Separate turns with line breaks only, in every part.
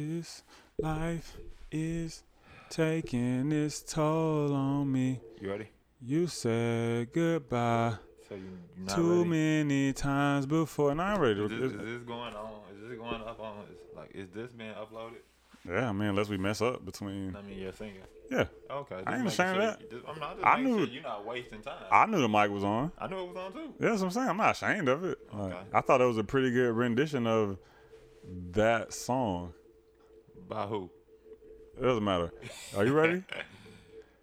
This life is taking its toll on me.
You ready?
You said goodbye
So you you're not
too
ready?
many times before, and I'm ready.
Is
to-
this, is this going on? Is this going up on? Is, like, is this being uploaded?
yeah, I mean, unless we mess up between.
I mean, you're singing.
Yeah,
Okay.
ain't
just
ashamed
making
of
sure
that.
you- just- I'm not just
I
making
knew-
sure you're not wasting time. I,
I knew the mic was on.
knew it was on too.
Yeah, that's what I'm saying. I'm not ashamed of it. Like,
Okay.
I thought it was a pretty good rendition of that song.
By who?
It doesn't matter. Are you ready?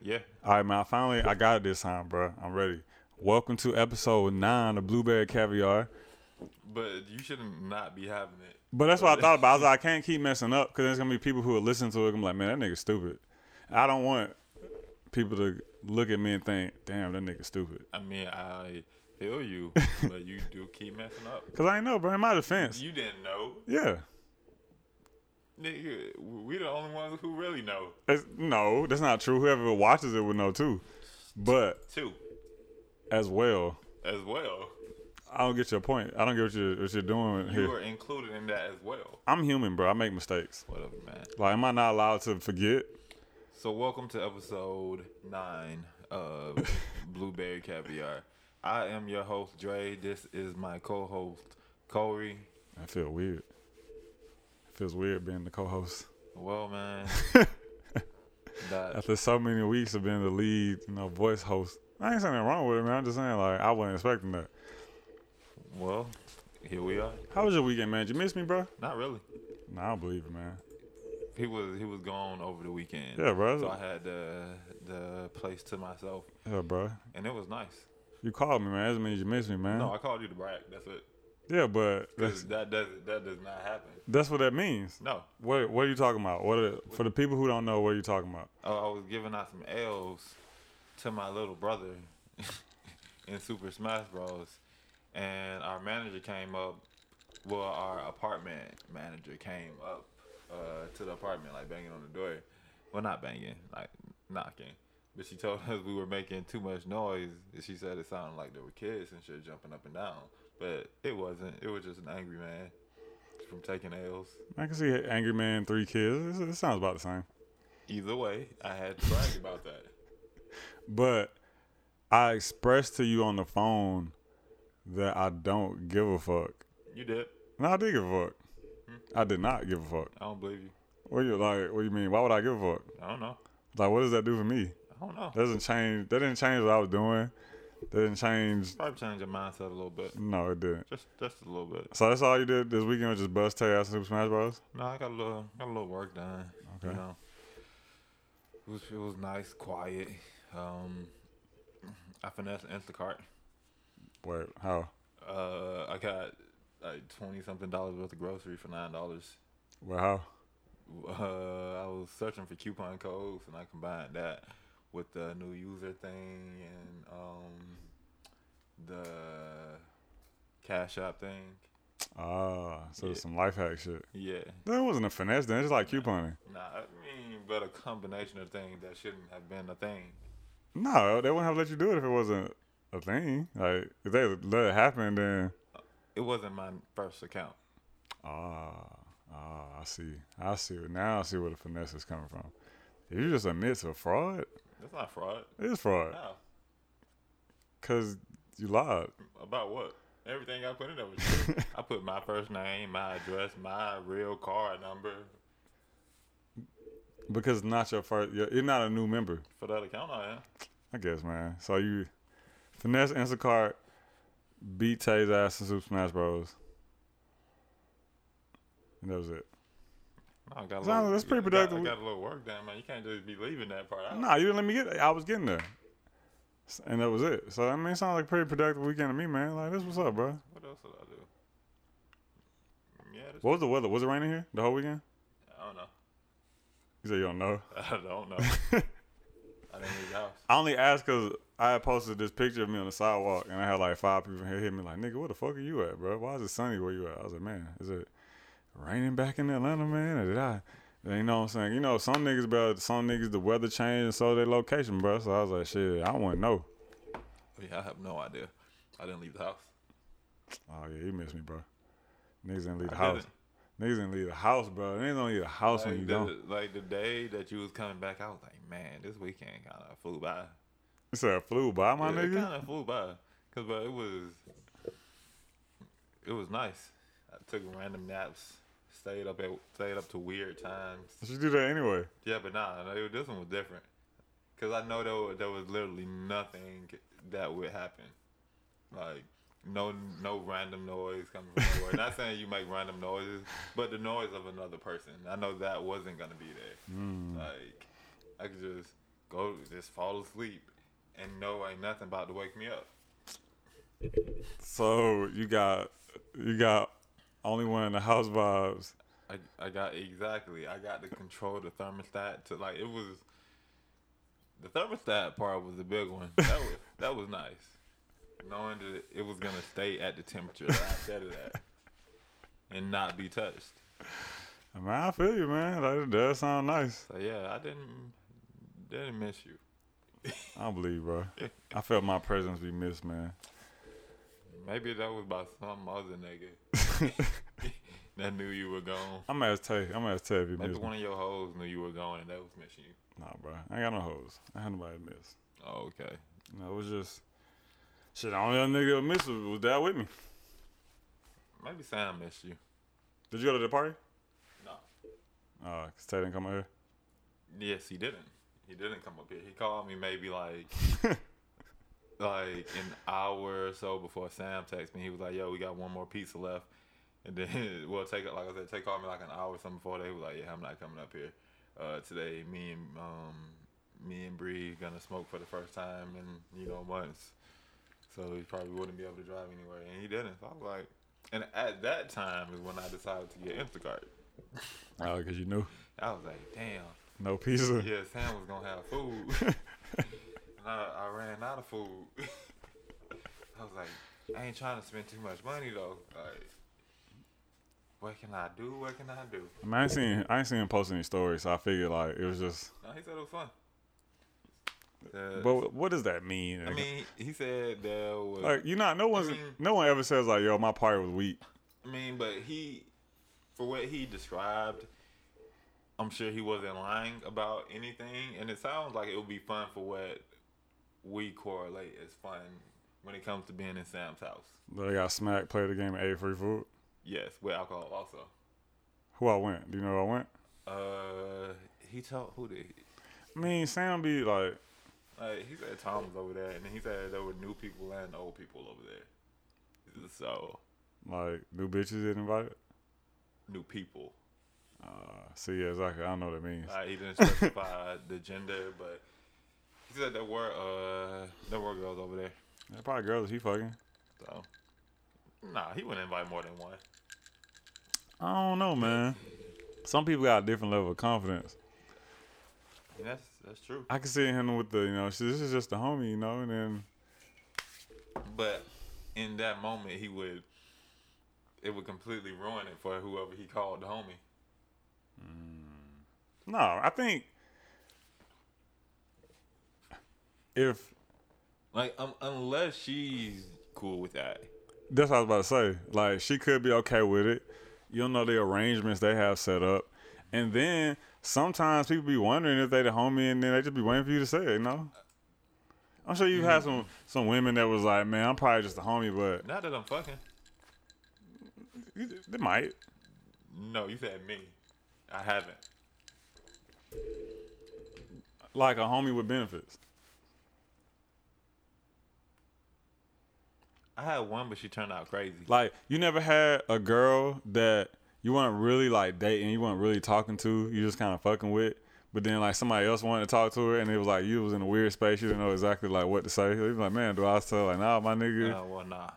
Yeah.
All right, man. I finally I got it this time, bro. I'm ready. Welcome to episode nine of Blueberry Caviar.
But you shouldn't not be having it.
But that's what I thought about. I was like, I can't keep messing up because there's gonna be people who will listen to it. I'm like, man, that nigga's stupid. I don't want people to look at me and think, damn, that nigga's stupid.
I mean, I feel you, but you do keep messing up.
Cause I ain't know, bro. In my defense,
You didn't know.
yeah,
Nigga, we the only ones who really know.
It's- no, that's not true. Whoever watches it would know too. But
Two,
as well,
as well.
I don't get your point. I don't get what you're what you're doing
You
here.
were included in that as well.
I'm human, bro. I make mistakes.
Whatever, man.
Like, am I not allowed to forget?
So welcome to episode nine of Blueberry Caviar. I am your host Dre. This is my co-host Corey.
I feel weird. It feels weird being the co-host
Well, man, that
after so many weeks of being the lead, you know, voice host. I ain't saying nothing wrong with it, man. I'm just saying like I wasn't expecting that.
well, here we are.
How was your weekend, man? Did you miss me, bro?
Not really.
Nah, I don't believe it, man.
He was he was gone over the weekend.
Yeah, bro.
So I had the the place to myself,
Yeah, bro.
and it was nice.
You called me, man. That doesn't mean you missed me, man.
No, I called you to brag. That's it.
yeah, but that's,
'Cause that does that does not happen.
that's what that means.
No.
What What are you talking about? What are, for the people who don't know, what are you talking about?
I, Oh, I was giving out some L's to my little brother in Super Smash Bros. And our manager came up. Well, our apartment manager came up uh, to the apartment, like banging on the door. Well, not banging, like knocking. But she told us we were making too much noise. And she said it sounded like there were kids and shit jumping up and down. But it wasn't. It was just an angry man from taking L's.
I can see Angry Man, three kids. It sounds about the same.
Either way, I had to brag about that.
But I expressed to you on the phone that I don't give a fuck.
You did.
No, I did give a fuck.
Hmm?
I did not give a fuck.
I don't believe you.
What you like? What you mean? Why would I give a fuck?
I don't know.
Like, what does that do for me?
I don't know.
That doesn't change. That didn't change what I was doing. That didn't change.
Probably change your mindset a little bit.
No, it didn't.
Just just a little bit.
So that's all you did this weekend was just bust tail ass in Super Smash Bros.
No, I got a little got a little work done.
Okay.
You know. It was it was nice, quiet. Um I finessed Instacart.
Wait, how?
Uh I got like twenty something dollars worth of grocery for nine dollars.
Well, how?
Uh I was searching for coupon codes and I combined that with the new user thing and um the cash app thing.
Ah, so
Yeah.
it's some life hack shit.
Yeah.
That wasn't a finesse. Then it's like couponing.
Nah, I mean, but a combination of things that shouldn't have been a thing.
No, they wouldn't have let you do it if it wasn't a thing. Like if they let it happen, then
It wasn't my first account.
ah, ah, I see. I see. Now I see where the finesse is coming from. If you just admit to fraud,
That's not fraud.
it's fraud.
No.
Cause you lied.
About what? Everything I put in there was true. I put my first name, my address, my real card number.
Because not your first. You're, you're not a new member,
For that account, I am.
I guess, man. So you finesse Instacart, beat Tay's ass in Super Smash Bros. And that was it.
No, I got a
Sounds-
little,
that's pretty
I got-
productive.
I got, a little work done, man. You can't just be leaving that part out.
Nah, you didn't let me get. I was getting there, S- and that was it. So I mean, it sounds like a pretty productive weekend to me, man. Like this, what's up, bro?
What else did I do? Yeah, that's,
What was the weather? Was it raining here the whole weekend?
I don't know.
You said you don't know.
I don't know. I didn't leave the house.
I only asked because I had posted this picture of me on the sidewalk, and I had like five people here hit me like, "Nigga, where the fuck are you at, bro? Why is it sunny where you at?" I was like, "Man, is it raining back in Atlanta, man? Or did I?" You know what I'm saying? You know, some niggas, bro, some niggas, the weather changed and so their location, bro. So I was like, shit, I wouldn't know.
Yeah, I have no idea. I didn't leave the house.
Oh, yeah, you missed me, bro. Niggas didn't leave the
I
house.
didn't.
Niggas didn't leave the house, bro. They didn't leave the house when
Like
you
the,
don't.
like the day that you was coming back, I was like, man, this weekend kind of flew by.
It's a flu by my
yeah, it
nigga.
kind of flew by, cause but it was, it was nice. I took random naps, stayed up at stayed up to weird times.
You should do that anyway.
Yeah, but nah, no, it- this one was different, cause I know there was, there was literally nothing that would happen, like no no random noise coming from nowhere. Not saying you make random noises, but the noise of another person. I know that wasn't gonna be there. Like I could just go just fall asleep and know ain't nothing about to wake me up.
So you got you got only one in the house vibes.
I, I got exactly. I got to control the thermostat to like it was. The thermostat part was the big one. That was that was nice, knowing that it was gonna stay at the temperature that I set it at, and not be touched.
I mean, I feel you, man. Like, it does sound nice.
So yeah, I didn't didn't miss you.
I don't believe, bro. I felt my presence be missed, man.
Maybe that was by some other nigga that knew you were gone.
I'm as Tay. I'm as Tay if you
Maybe
miss me.
one of your hoes knew you were gone and that was missing you.
Nah, bro. I ain't got no hoes. I had nobody to miss.
Oh, okay.
You know, it was just shit. The only other nigga that missed was, was that with me.
Maybe Sam missed you.
Did you go to the party?
No.
Uh, cause Tay didn't come out here.
Yes, he didn't. He didn't come up here. He called me maybe like like an hour or so before Sam texted me. He was like, "Yo, we got one more pizza left." And then well, take like I said, take called me like an hour or something before that. He was like, "Yeah, I'm not coming up here uh, today. Me and um, me and Bree gonna smoke for the first time in you know months." So he probably wouldn't be able to drive anywhere, and he didn't. So I was like, and at that time is when I decided to get Instacart.
Oh,
Uh,
cause you knew
I was like, "Damn."
no pizza.
Yeah, Sam was gonna have food. and I, I ran out of food. I was like, I ain't trying to spend too much money though. Like, what can I do? What can I do?
I, mean, I ain't seen I ain't seen him post any stories, so I figured like it was just.
No, he said it was fun. Uh,
But what does that mean?
I mean, he said there was.
like you not no one's
I mean-
no one ever says like yo my party was weak.
I mean, but he, for what he described, I'm sure he wasn't lying about anything. And it sounds like it would be fun for what we correlate as fun when it comes to being in Sam's house.
They got smacked, played the game, and ate free food.
Yes, with alcohol also.
Who I went? Do you know who I went?
Uh, he told who did he?
I mean, Sam be like,
Like, he said Tom was over there, and then he said there were new people and old people over there. So
like new bitches get invited.
new people.
Uh, see, yeah, exactly. I don't know what that means.
Uh, he didn't specify the gender, but he said there were uh there were girls over there.
They're probably girls he fucking.
So nah, he wouldn't invite more than one.
I don't know, man. Some people got a different level of confidence.
And that's that's true.
I can see him with the, you know, "Shit, this is just a homie, you know, and then
But in that moment, he would it would completely ruin it for whoever he called the homie.
No, I think if
Like um, unless she's cool with that.
that's what I was about to say. Like she could be okay with it. You don't know the arrangements they have set up, and then sometimes people be wondering if they the homie, and then they just be waiting for you to say it. You know, I'm sure you had some some women that was like, "Man, I'm probably just a homie," but
Not that I'm fucking.
you- they might.
No, you said me. I haven't.
like a homie with benefits.
I had one, but she turned out crazy.
Like you never had a girl that you weren't really like dating, you weren't really talking to, you just kind of fucking with. But then like somebody else wanted to talk to her, and it was like you was in a weird space, you didn't know exactly like what to say. You was like, man, do I tell her, like nah, my nigga?
Uh, well, nah.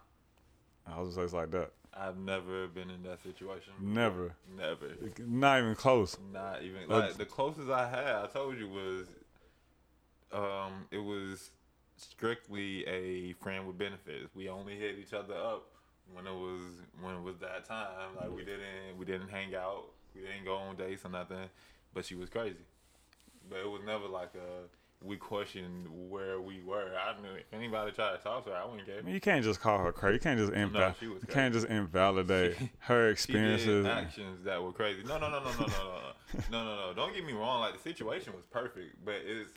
I was just like that.
I've never been in that situation.
Never,
Never.
not even close.
Not even
Uh,
like the closest I had. I told you was, um, it was strictly a friend with benefits. We only hit each other up when it was when it was that time. Like we didn't we didn't hang out. We didn't go on dates or nothing. But she was crazy. But it was never like a we questioned where we were. I knew if anybody tried to talk to her, I wouldn't
I
care.
mean, you can't just call her crazy. You can't just invalidate.
she was
you can't just invalidate her
She did
experiences.
actions that were crazy. No, no, no, no, no, no, no, no, no, no, no. Don't get me wrong. Like the situation was perfect, but it's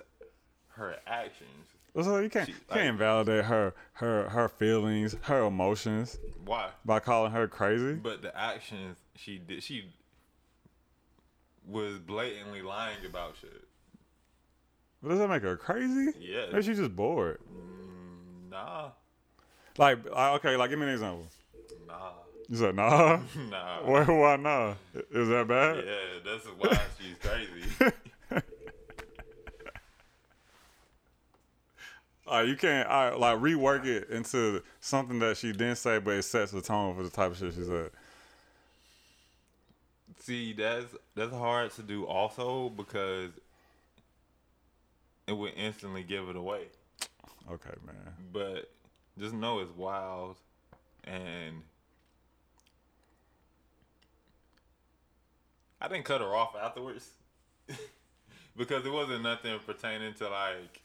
her actions.
So you can't
She-
you
like-
can't invalidate her her her feelings, her emotions
Why?
by calling her crazy.
But the actions she did, she was blatantly lying about shit.
But does that make her crazy?
Yes.
Or she just bored?
Nah,
Like, like, okay, like give me an example.
nah,
You said nah.
nah.
why, why nah? Is that bad?
Yeah, that's why she's crazy.
Like you can't I, like rework it into something that she didn't say, but it sets the tone for the type of shit she said.
See, that's that's hard to do also because it would instantly give it away.
Okay, man.
But just know it's wild and I didn't cut her off afterwards. because it wasn't nothing pertaining to like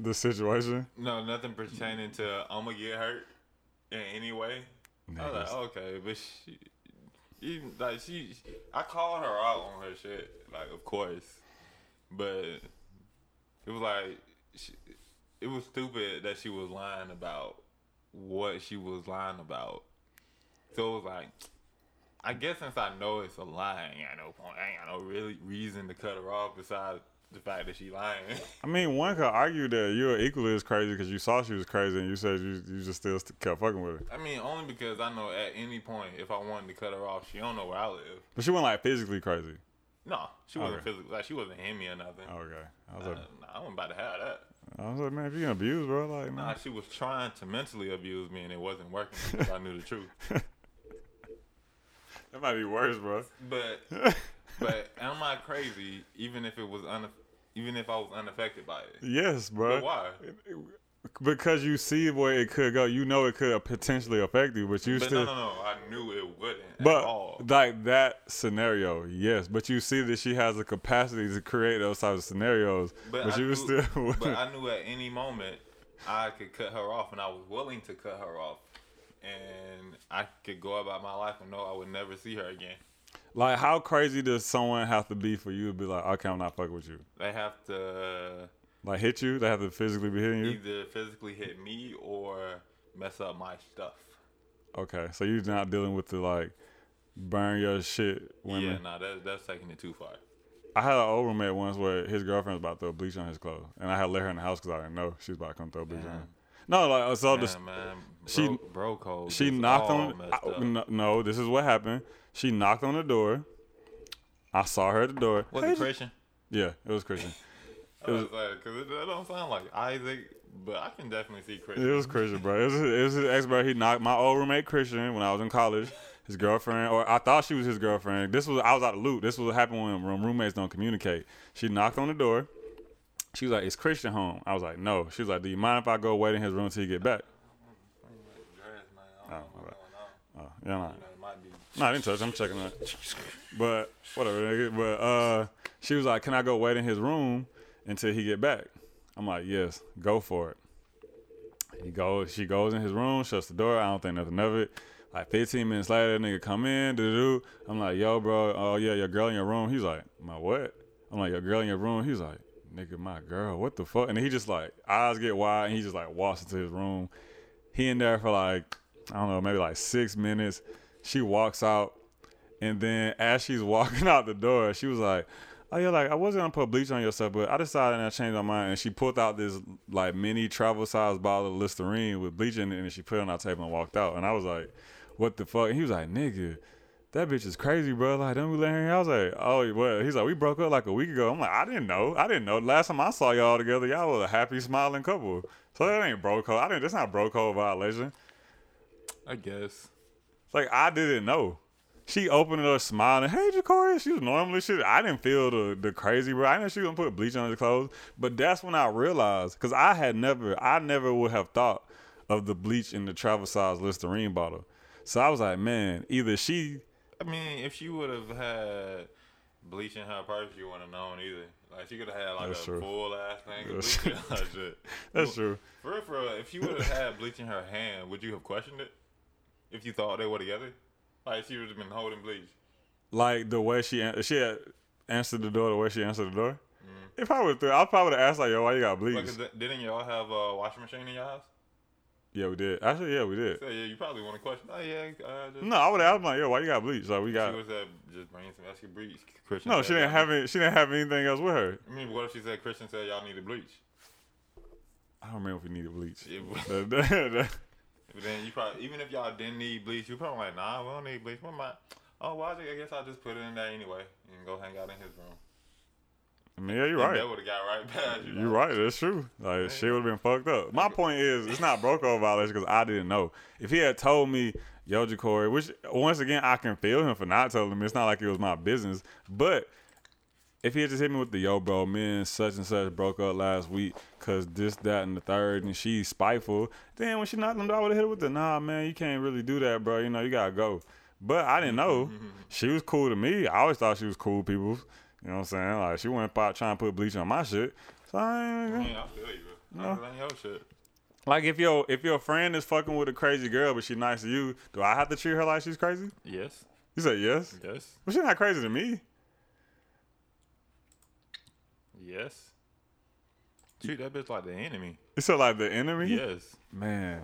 The situation.
no, nothing pertaining to I'm gonna get hurt in any way. I was like, okay, but she, even, like she, I called her out on her shit, like of course, but it was like, she, it was stupid that she was lying about what she was lying about. So it was like, I guess since I know it's a lie, I ain't got no point, I ain't got no really reason to cut her off besides the fact that she lying.
I mean, one could argue that you're equally as crazy because you saw she was crazy and you said you, you just still st- kept fucking with her.
I mean, only because I know at any point if I wanted to cut her off, she don't know where I live.
But she wasn't like physically crazy.
No, she wasn't
Okay. Oh.
physical. Like she wasn't hit me or nothing.
Okay. I was
Uh,
like,
nah, I wasn't about to have that.
I was like, man, if you can abuse, bro, like,
Uh. Nah,
man.
she was trying to mentally abuse me, and it wasn't working because I knew the truth.
That might be worse, bro.
But but am I crazy? Even if it was un, even if I was unaffected by it.
yes, bro.
But why?
Because you see where it could go. You know it could potentially affect you, but you
But
still.
no, no, no. I knew it wouldn't at all.
But like that scenario, yes. But you see that she has the capacity to create those types of scenarios. But,
I
you
knew,
was still.
but I knew at any moment I could cut her off, and I was willing to cut her off, and I could go about my life and know I would never see her again.
like, how crazy does someone have to be for you to be like, okay, I'm not fucking with you?
They have to.
Like hit you? They have to physically be hitting you?
either physically hit me or mess up my stuff.
Okay, so you're not dealing with the like burn your shit women.
Yeah, nah, that, that's taking it too far.
I had an old roommate once where his girlfriend was about to throw bleach on his clothes, and I had let her in the house because I didn't know she was about to come throw bleach on. Him. No, like so the,
Yeah, man, bro,
she-
bro code.
she
is
knocked
all
on.
messed
I-
up.
no, no, this is what happened. She knocked on the door. I saw her at the door.
Was
Hey,
it Christian?
Yeah, it was Christian.
I was like, cause it, that don't sound like Isaac, but I can definitely see
It
Christian.
was Christian, bro. It was, his, it was his ex, bro. He knocked my old roommate Christian when I was in college. His girlfriend, or I thought she was his girlfriend. This was I was out of the loop. This was what happened when, when roommates don't communicate. She knocked on the door. She was like, "Is Christian home?" I was like, "No." She was like, "Do you mind if I go wait in his room till you get back?"
Dress, man. I don't know what's
alright.
going on.
Oh, yeah, nah.
You know, it might be.
No, I didn't touch. it. I'm checking that. But whatever. nigga. But uh, she was like, "Can I go wait in his room until he get back?" I'm like, "Yes, go for it." He goes. She goes in his room, shuts the door. I don't think nothing of it. Like 15 minutes later, that nigga come in. Doo doo. I'm like, "Yo, bro. Oh yeah, your girl in your room." He's like, "My what?" I'm like, "Your girl in your room." He's like, "Nigga, my girl. What the fuck?" And he just like eyes get wide, and he just like walks into his room. He in there for like I don't know, maybe like six minutes. She walks out. And then as she's walking out the door, she was like, "Oh yeah, like I wasn't gonna put bleach on your stuff, but I decided and I changed my mind." And she pulled out this like mini travel size bottle of Listerine with bleach in it, and she put it on our table and walked out. And I was like, "What the fuck?" And he was like, "Nigga." That bitch is crazy, bro. Like, don't we let her in? I was like, oh, what? He's like, we broke up like a week ago. I'm like, I didn't know. I didn't know. Last time I saw y'all together, y'all was a happy, smiling couple. So that ain't bro code. I didn't. That's not bro code violation.
I guess.
Like I didn't know. She opened it up smiling. Hey, Jacoria. She was normally shit. I didn't feel the the crazy, bro. I didn't know she was gonna put bleach on her clothes. But that's when I realized, cause I had never, I never would have thought of the bleach in the travel size Listerine bottle. So I was like, man, either she
I mean, if she would have had bleaching her perfume wouldn't have known either. Like she could have had like
That's
a
true.
full ass thing of
That's-
bleaching her shit.
That's true.
For real, for real, if she would have had bleach in her hand, would you have questioned it? If you thought they were together, like she would have been holding bleach.
Like the way she an- she had answered the door, the way she answered the door. If I would, I probably would have asked like, "Yo, why you got
Mm-hmm. Like,
bleach?"
'cause th- didn't y'all have a washing machine in your house?
yeah, we did. Actually, yeah, we did.
So yeah, you probably want to question. Oh yeah, uh, just,
No, I would have asked like, "Yo, why you got bleach?" Like we got.
She was uh, just bringing some extra bleach. Christian
No,
said
she didn't
y'all
have any, She didn't have anything else with her.
need- I mean, what if she said Christian said y'all needed bleach?
I don't remember if we needed bleach.
It was-
yeah,
But then you probably even if y'all didn't need bleach, you probably like, nah, we don't need bleach. What am I? Oh, well, I guess I'll just put it in there anyway and go hang out in his room.
you're right.
That would have got right past you.
You're right. That's true. Like she would have been fucked up. My point is, it's not Brokaw violation because I didn't know. If he had told me, "Yo, Ja'Cory," which once again I can feel him for not telling me. It's not like it was my business. But if he had just hit me with the "Yo, bro, me and such and such broke up last week because this, that, and the third, and she's spiteful," then when she knocked him down, I would have hit her with the "Nah, man, you can't really do that, bro. You know, you gotta go." But I didn't know she was cool to me. I always thought she was cool people. You know what I'm saying? Like she wasn't pop- trying to put bleach on my shit. So I ain't,
Yeah, I feel you. No. I ain't your shit.
like if your if your friend is fucking with a crazy girl but she nice to you, do I have to treat her like she's crazy?
Yes.
You say yes.
Yes.
But she's not crazy to me.
Yes. Treat that bitch like the enemy.
It's so like the enemy.
Yes.
Man,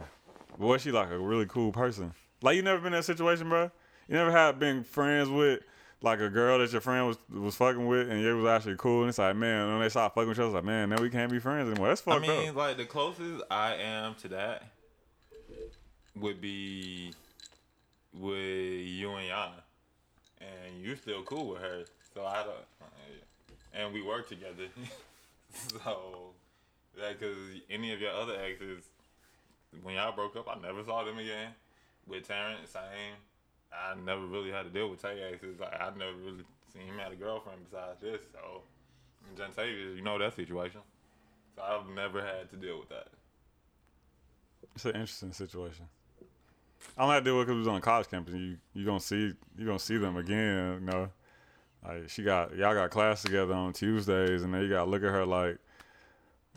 boy, she like a really cool person. Like you never been in that situation, bro. You never had been friends with like a girl that your friend was was fucking with, and you was actually cool. And it's like, man, when they start fucking with each other, it's like, man, now we can't be friends anymore. That's
I
fucked
mean,
up.
like the closest I am to that would be with you and Yana, and you still cool with her. So I don't, and we work together. so that because any of your other exes, when y'all broke up, I never saw them again. With Terrence, same. I never really had to deal with Tay exes. Like I never really seen him had a girlfriend besides this. So, and Gentavious, you know that situation. So I've never had to deal with that.
It's an interesting situation. I don't have to deal with because we was on a college campus. You you gonna see you gonna see them again. You know, like she got y'all got class together on Tuesdays, and then you gotta look at her like,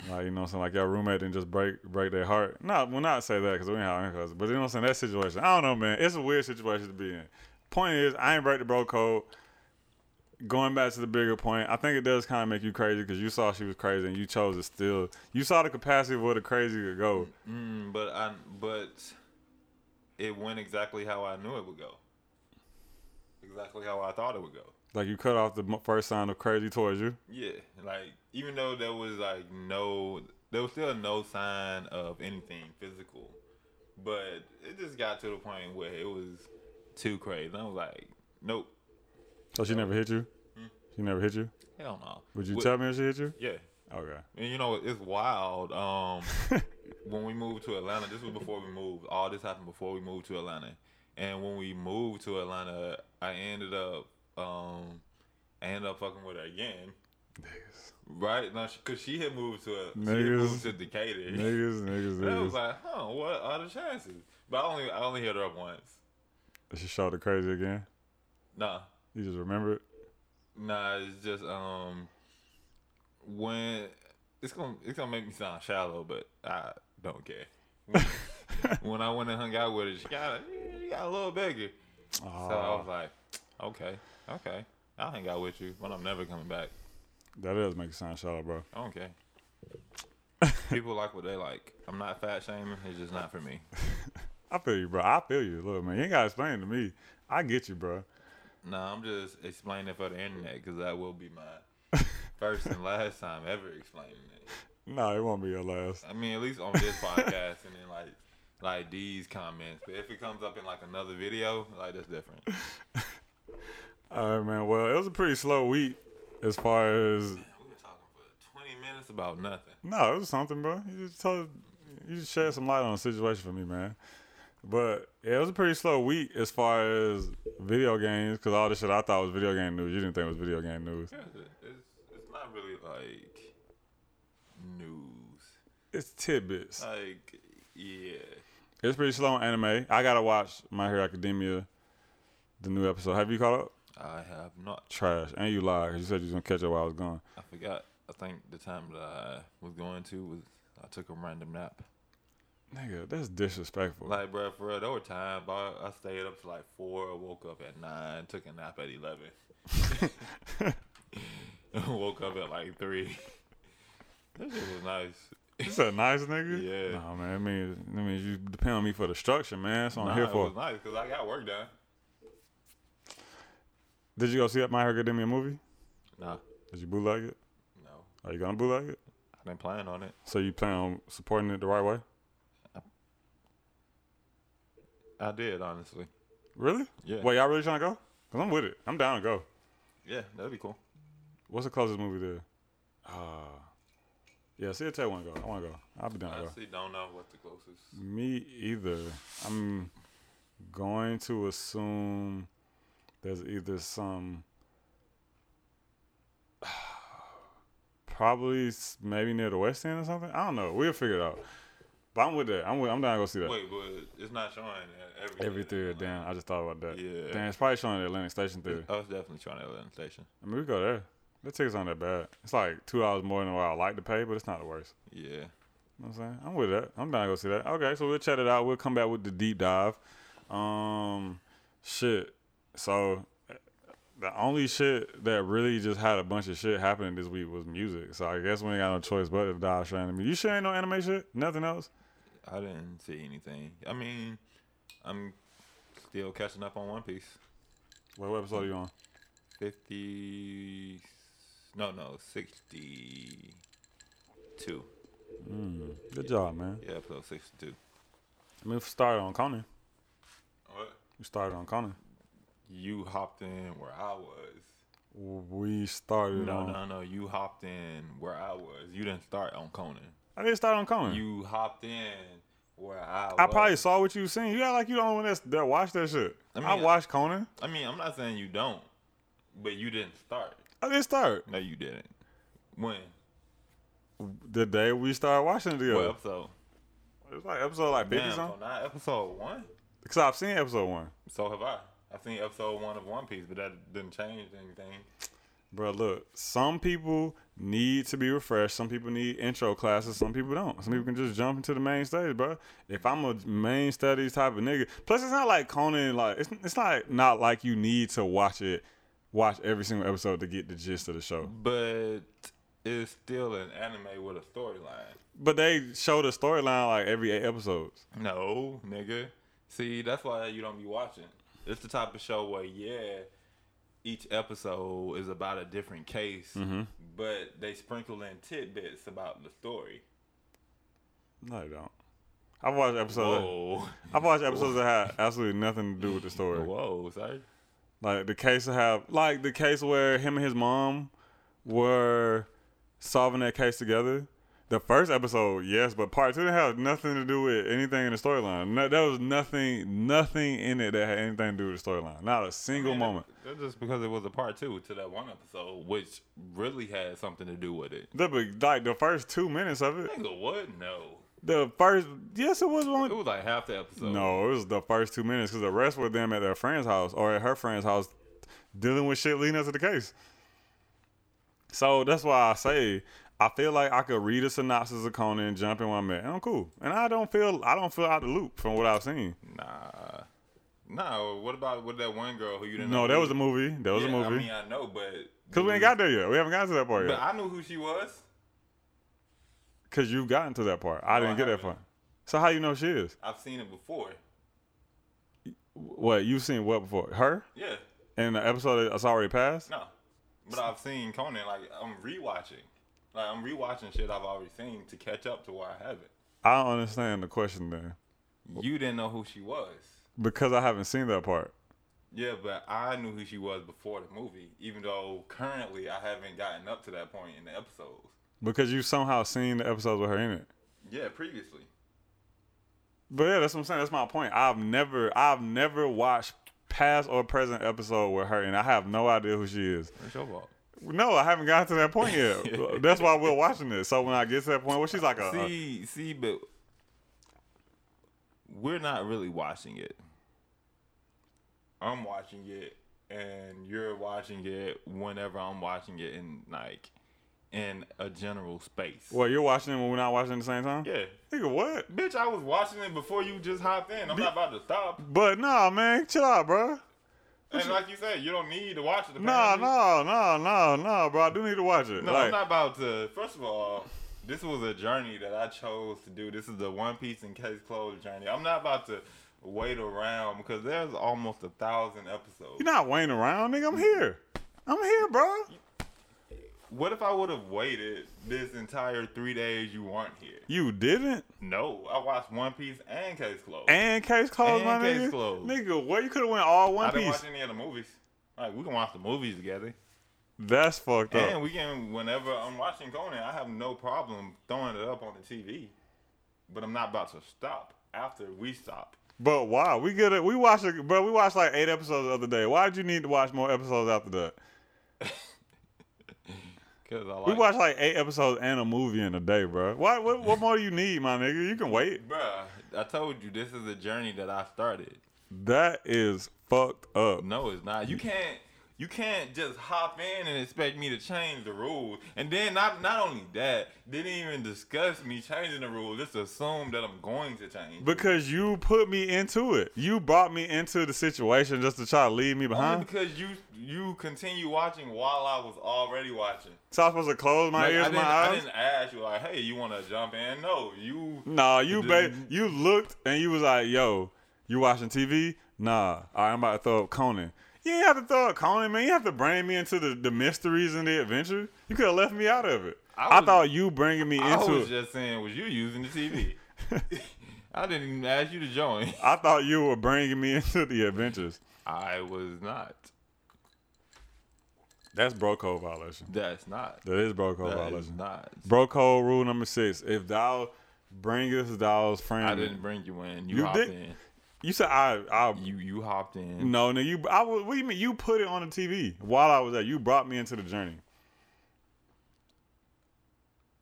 like you know, what I'm saying like your roommate didn't just break break their heart. Not well, not say that because we ain't having cousins, but you know what I'm saying that situation. I don't know, man. It's a weird situation to be in. Point is, I ain't break the bro code. Going back to the bigger point, I think it does kind of make you crazy because you saw she was crazy and you chose to still. You saw the capacity of where the crazy could go.
Mm, but I but it went exactly how I knew it would go. Exactly how I thought it would go.
Like you cut off the m- first sign of crazy towards you.
Yeah, like even though there was like no, there was still no sign of anything physical, but it just got to the point where it was too crazy. I was like, nope,
So she never hit you. She never hit you.
hell no.
Would you
Wh-
tell me if she hit you?
Yeah,
Okay.
and you know it's wild. Um, when we moved to Atlanta, this was before we moved. All this happened before we moved to Atlanta. And when we moved to Atlanta, I ended up, um, I ended up fucking with her again. Right? No, because she, had moved to she had
Niggas.
moved to Decatur.
niggas, niggas,
And I was
niggas.
like, huh? What are the chances? But I only, I only hit her up once.
she shot the crazy again.
Nah,
You just remember it.
Nah, it's just um when it's gonna it's gonna make me sound shallow, but I don't care. When, when I went and hung out with her, she got a, she got a little bigger,
Ah,
so I was
Aw,
like, okay, okay, I'll hang out with you, but I'm never coming back.
that does make it sound shallow, bro.
I don't care. People like what they like. I'm not fat shaming. It's just not for me.
I feel you, bro. I feel you. Look, man, you ain't gotta explain to me. I get you, bro.
Nah, I'm just explaining it for the internet because that will be my first and last time ever explaining it.
Nah, it won't be your last.
I mean, at least on this podcast, and then like like these comments. But if it comes up in like another video, like that's different.
All right, man. Well, it was a pretty slow week as far as
We've been talking for 20 minutes about nothing.
No, it was something, bro. You just told, you just shed some light on the situation for me, man. But yeah, it was a pretty slow week as far as video games, because all the shit I thought was video game news, you didn't think was video game news.
Yeah, It's, it's, it's not really like news.
It's tidbits.
Like yeah,
It's pretty slow on anime. I gotta watch My Hero Academia, the new episode. Have you caught up?
I I have not.
Trash. And you lied. 'cause You said you was gonna catch it while I was gone.
I forgot. I think the time that I was going to was I took a random nap.
Nigga, that's disrespectful.
Like, bro, for real, there were times bro, I stayed up to like four, woke up at nine, took a nap at eleven, woke up at like three. This shit was nice.
It's a nice nigga.
Yeah.
Nah, man. I mean, I mean, you depend on me for the structure, man. That's what I'm here
Nah, It
for.
was nice because I got work done.
Did you go see that My Hero Academia movie?
Nah,
Did you bootleg it?
no,
Are you gonna bootleg it?
I didn't plan on it.
So you plan on supporting it the right way?
I did honestly.
Really?
Yeah.
Wait, y'all really trying to go? Cause I'm with it. I'm down to go.
Yeah, that'd be cool.
What's the closest movie there? Uh, yeah, see, I want to go. I want to go. I'll be down
I
to go.
honestly don't know what the closest.
Me either. I'm going to assume there's either some. Probably s- maybe near the West End or something. I don't know. We'll figure it out. But I'm with that. I'm with, I'm down to go see that.
Wait, but it's not showing at every
Every theater,
theater.
damn. I just thought about that.
Yeah.
Damn, it's probably showing at Atlantic Station Theater.
I was definitely trying to Atlanta Station.
I mean, we go there. The tickets aren't that bad. It's like two dollars more than what I like to pay, but it's not the worst.
Yeah.
You know what I'm saying? I'm with that. I'm down to go see that. Okay, so we'll chat it out. We'll come back with the deep dive. Um, shit. So uh, the only shit that really just had a bunch of shit happening this week was music. So I guess we ain't got no choice but to dive straight into music. You sure ain't no anime shit? Nothing else?
I didn't see anything. I mean, I'm still catching up on One Piece.
Wait, what episode are you on?
50. No, no, 62.
Good job, man.
Yeah, episode 62.
I mean, we started on Conan.
What?
We started on Conan.
You hopped in where I was.
We started
No,
on.
no, no. You hopped in where I was. You didn't start on Conan.
I didn't start on Conan.
You hopped in where I was.
I probably saw what you seen. You act like you the only one that's, that watched that shit. I,
I mean,
watched Conan.
I mean, I'm not saying you don't, but you didn't start.
I didn't start
No, you didn't. When?
the day we started watching it together.
What episode?
it was like episode like fifty
Damn, so
something.
not episode one.
Because I've seen episode one,
So have I. I've seen episode one of One Piece, but that didn't change anything.
bro. Look, some people need to be refreshed. Some people need intro classes. Some people don't. Some people can just jump into the main studies, bro. If I'm a main studies type of nigga, plus it's not like Conan. Like it's it's like not like you need to watch it, watch every single episode to get the gist of the show.
But it's still an anime with a storyline.
But they show the storyline like every eight episodes.
No, nigga. See, that's why you don't be watching. It's the type of show where yeah, each episode is about a different case, but they sprinkle in tidbits about the story.
No, they don't. I've watched episodes.
Whoa,
I've watched episodes that had absolutely nothing to do with the story.
whoa, sorry.
Like the case that have, like the case where him and his mom were solving that case together. The first episode, yes, but part two didn't have nothing to do with anything in the storyline. No, there was nothing, nothing in it that had anything to do with the storyline. Not a single moment.
That's just because it was a part two to that one episode, which really had something to do with it.
The be- like the first two minutes of it.
Nigga, what? No.
The first, yes, it was one.
It was like half the episode.
No, it was the first two minutes because the rest were them at their friend's house or at her friend's house dealing with shit leading up to the case. So that's why I say I feel like I could read a synopsis of Conan and jump in where I'm at. And I'm cool. And I don't feel I don't feel out the loop from what I've seen.
Nah. Nah, what about with that one girl who you didn't
No,
know?
that
who-
was a movie. That was
yeah,
a movie.
I mean, I know, but.
Cause we ain't got there yet. We haven't gotten to that part
But
yet.
I knew who she was.
Cause you've gotten to that part. I
No, I
didn't get that
haven't.
part. So how you know she is?
I've seen it before.
What you've seen what before? Her
Yeah.
in the episode that's already passed.
No. But I've seen Conan. Like, I'm rewatching. Like, I'm rewatching shit I've already seen to catch up to where I haven't.
I don't understand the question there
You didn't know who she was.
because I haven't seen that part.
Yeah, but I knew who she was before the movie, even though currently I haven't gotten up to that point in the episodes.
Because you somehow seen the episodes with her in it.
Yeah, previously.
But yeah, that's what I'm saying. That's my point. I've never I've never watched past or present episode with her and I have no idea who she is.
It's your fault.
No, I haven't gotten to that point yet. that's why we're watching this. So when I get to that point where she's like a, a
See, see, but we're not really watching it. I'm watching it and you're watching it whenever I'm watching it in like in a general space.
Well, you're watching it when we're not watching at the same time.
Yeah.
Nigga, what?
Bitch, I was watching it before you just hopped in. I'm not about to stop.
But nah, man, chill out, bro.
And like you said, you don't need to watch it.
Nah,
apparently.
nah, nah, nah, nah, bro. I do need to watch it.
No,
like,
I'm not about to. First of all, this was a journey that I chose to do. This is the One Piece and Case Closed journey. I'm not about to wait around because there's almost a thousand episodes.
You're not waiting around, nigga. I'm here. I'm here, bro.
what if I would have waited this entire three days you weren't here?
You didn't.
No, I watched One Piece and Case Closed.
And case closed,
And
my
case
nigga.
closed.
Nigga, what? You could have went all
I
One
didn't
Piece.
watch any of the movies. Like we can watch the movies together,
That's fucked up.
and we can whenever I'm watching Conan, I have no problem throwing it up on the TV, but I'm not about to stop after we stop.
But why? We good at we watched it, bro. We watched like eight episodes the other day. Why'd you need to watch more episodes after that?
Cause I like
We watched like eight episodes and a movie in a day, bro. Why? What? What more do you need, my nigga? You can wait.
Bruh, I told you this is a journey that I started.
That is fucked up.
No, it's not. You can't you can't just hop in and expect me to change the rules. And then not not only that, didn't even discuss me changing the rules. Just assume that I'm going to change.
Because you put me into it. You brought me into the situation just to try to leave me
only
behind.
because you you continue watching while I was already watching.
So I'm supposed to close my
Like, I,
ears,
didn't,
my
I
eyes.
didn't ask you like, hey, you wanna jump in? No, you
Nah, you ba-
didn't-
you looked and you was like, yo, you watching TV? Nah, all right, I'm about to throw up Conan. You ain't have to throw up Conan, man. You have to bring me into the, the mysteries and the adventure. You could have left me out of it. I,
I was-
thought you bringing me
I
into
was
it.
just saying was you using the TV. I didn't even ask you to join.
I thought you were bringing me into the adventures.
I was not.
That's bro code violation.
That's not.
That is bro code
That is
violation.
not.
Bro code rule number six. If thou bringest thou's friend,
I didn't bring you in. You,
You
hopped
did-
in.
you said I I
You you hopped in.
No, no, you. I was. What do you mean? You put it on the TV while I was there. You brought me into the journey.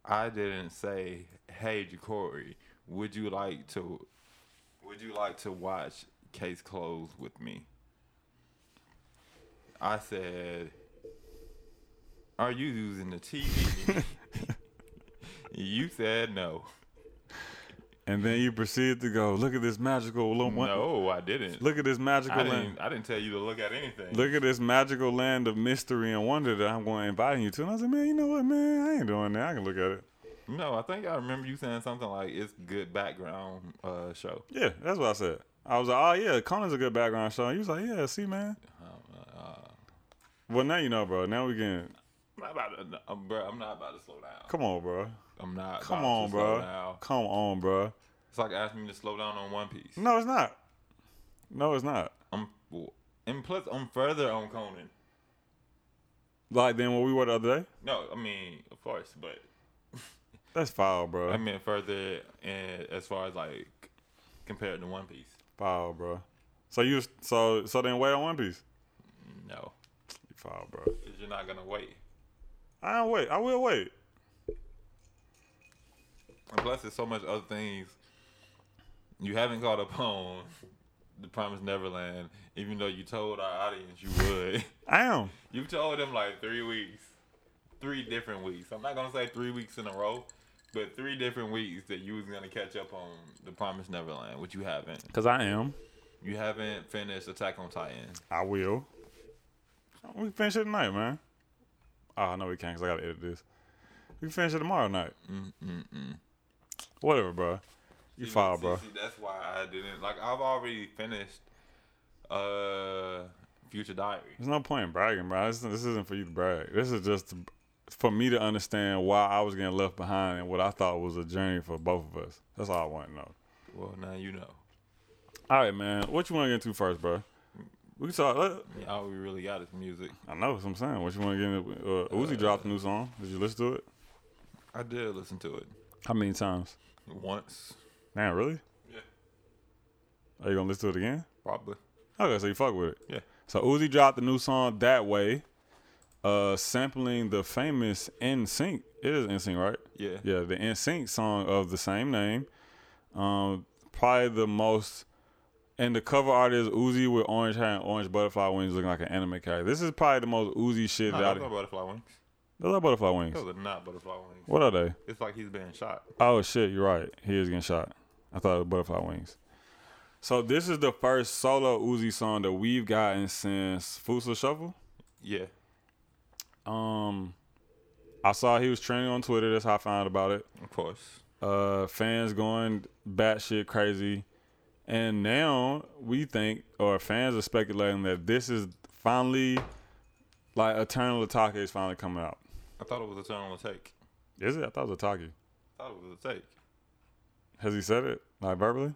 I didn't say, "Hey, Jacory, would you like to? Would you like to watch Case Closed with me?" I said, "Are you using the TV?" you said no.
And then you proceeded to go. Look at this magical. Look,
No, I didn't.
look at this magical
I
land.
didn't. I didn't tell you to look at anything.
Look at this magical land of mystery and wonder that I'm going to invite you to. And I was like, man, you know what, man? I ain't doing that. I can look at it.
No, I think I remember you saying something like, "It's good background uh, show."
Yeah, that's what I said. I was like, oh yeah, Conan's a good background show. And you was like, yeah, see, man.
Uh,
Well, now you know, bro. Now we can.
I'm not about to, I'm, bro, I'm not about to slow down.
Come on, bro.
I'm not.
Come
about
on,
to slow
bro.
down.
Come on, bro.
It's like asking me to slow down on One Piece.
No, it's not. No, it's not.
I'm, and plus, I'm further on Conan.
Like then what we were the other day.
No, I mean, of course, but
That's foul, bro.
I meant further in, as far as like compared to One Piece.
Foul, bro. So you so so then wait on One Piece.
No,
You Foul, bro.
'cause you're not gonna wait.
I don't wait. I will wait.
And plus, there's so much other things you haven't caught up on. The Promised Neverland, even though you told our audience you would.
I am.
You told them like three weeks, three different weeks. I'm not gonna say three weeks in a row, but three different weeks that you was gonna catch up on the Promised Neverland, which you haven't.
Cause I am.
You haven't finished Attack on Titan.
I will. We can finish it tonight, man. Oh no, we can't. Cause I gotta edit this. We can finish it tomorrow night. Mm-mm-mm. Whatever, bro. You
See,
foul,
see,
bro.
see, that's why I didn't. Like I've already finished uh Future Diary.
There's no point in bragging, bro. This, this isn't for you to brag. This is just for me to understand why I was getting left behind and what I thought was a journey for both of us. That's all I want to know.
Well, now you know.
All right, man. What you want to get into first, bro? We can talk. Let,
Yeah, All we really got is music.
I know what I'm saying. What you want to get into? Uh, Uzi dropped a new song. Did you listen to it?
I did listen to it
How many times?
once.
Man, really?
Yeah,
Are you gonna listen to it again?
probably.
Okay, so you fuck with it.
Yeah.
So Uzi dropped the new song that way, uh, sampling the famous NSYNC. It is NSYNC, right?
Yeah.
Yeah, the NSYNC song of the same name. Um, probably the most And the cover art is Uzi with orange hair and orange butterfly wings, looking like an anime character. This is probably the most Uzi shit
No,
that
those
I.
are butterfly wings.
Those are butterfly wings.
Those are not butterfly wings.
What are they?
It's like he's being shot.
Oh shit, you're right. He is getting shot. I thought it was butterfly wings. So this is the first solo Uzi song that we've gotten since Fusa Shuffle.
Yeah.
Um, I saw he was trending on Twitter. That's how I found out about it.
Of course.
Uh, fans going batshit crazy, and now we think, or fans are speculating that this is finally, like, Eternal Atake is finally coming out.
I thought it was a turn on the take.
Is it? I thought it was Atake.
I thought it was a take.
Has he said it like verbally?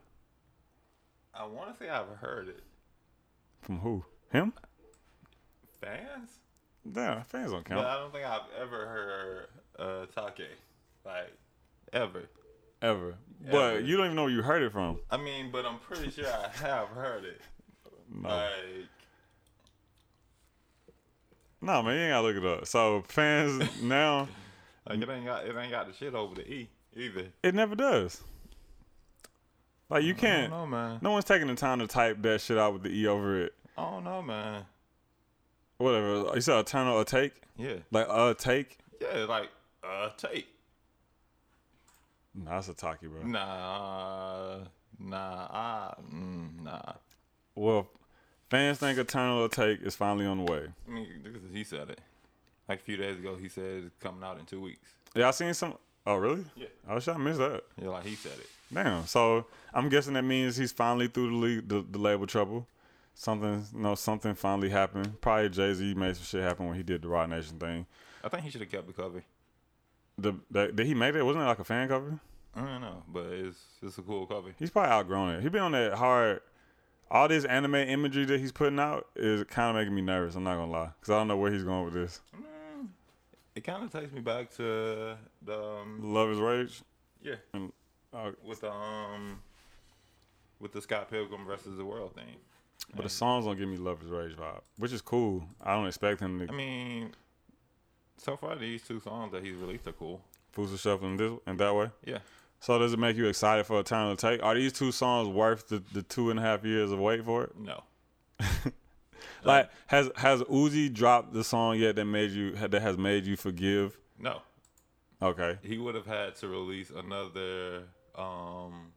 I want to say I've heard it.
From who? Him?
Fans?
Damn, fans don't count.
But I don't think I've ever heard uh, Take. Like, ever.
Ever.
Ever.
But you don't even know where you heard it from.
I mean, but I'm pretty sure I have heard it.
No.
Like,
No, man, you ain't gotta look it up. So fans now
like it ain't got it ain't got the shit over the E either.
it never does. Like you
I don't
can't
know, man.
no one's taking the time to type that shit out with the E over it.
I don't know, man.
Whatever. You said eternal a take?
Yeah,
Like a take?
yeah, like uh, take.
Nah, that's a talkie,
Mm.
bro.
Nah, uh, nah, I, mm, nah.
Well, fans think eternal a take is finally on the way.
I mean, because he said it. Like a few days ago, he said it's coming out in two weeks.
Yeah, I seen some Oh really?
Yeah.
I wish I missed that.
Yeah, like he said it.
Damn. So I'm guessing that means he's finally through the league, the, the label trouble. Something, you know, something finally happened. Probably Jay Z made some shit happen when he did the Rod Nation thing.
I think he should have kept the cover.
The, that did he make that? Wasn't it like a fan cover?
I don't know, but it's it's a cool cover.
He's probably outgrown it. He been on that hard. All this anime imagery that he's putting out is kind of making me nervous. I'm not gonna lie, because I don't know where he's going with this.
Mm, it kind of takes me back to the um,
Love is rage.
yeah
Uh,
with the um with the Scott Pilgrim versus the World thing.
but the songs don't give me love is rage vibe, which is cool. I don't expect him
I
to
mean, so far these two songs that he's released are cool.
fool himself in this and that way.
Yeah,
So does it make you excited for a time to take? Are these two songs worth the, the two and a half years of wait for it?
no,
Like has has Uzi dropped the song yet that made you that has made you forgive?
no.
Okay,
He would have had to release another. um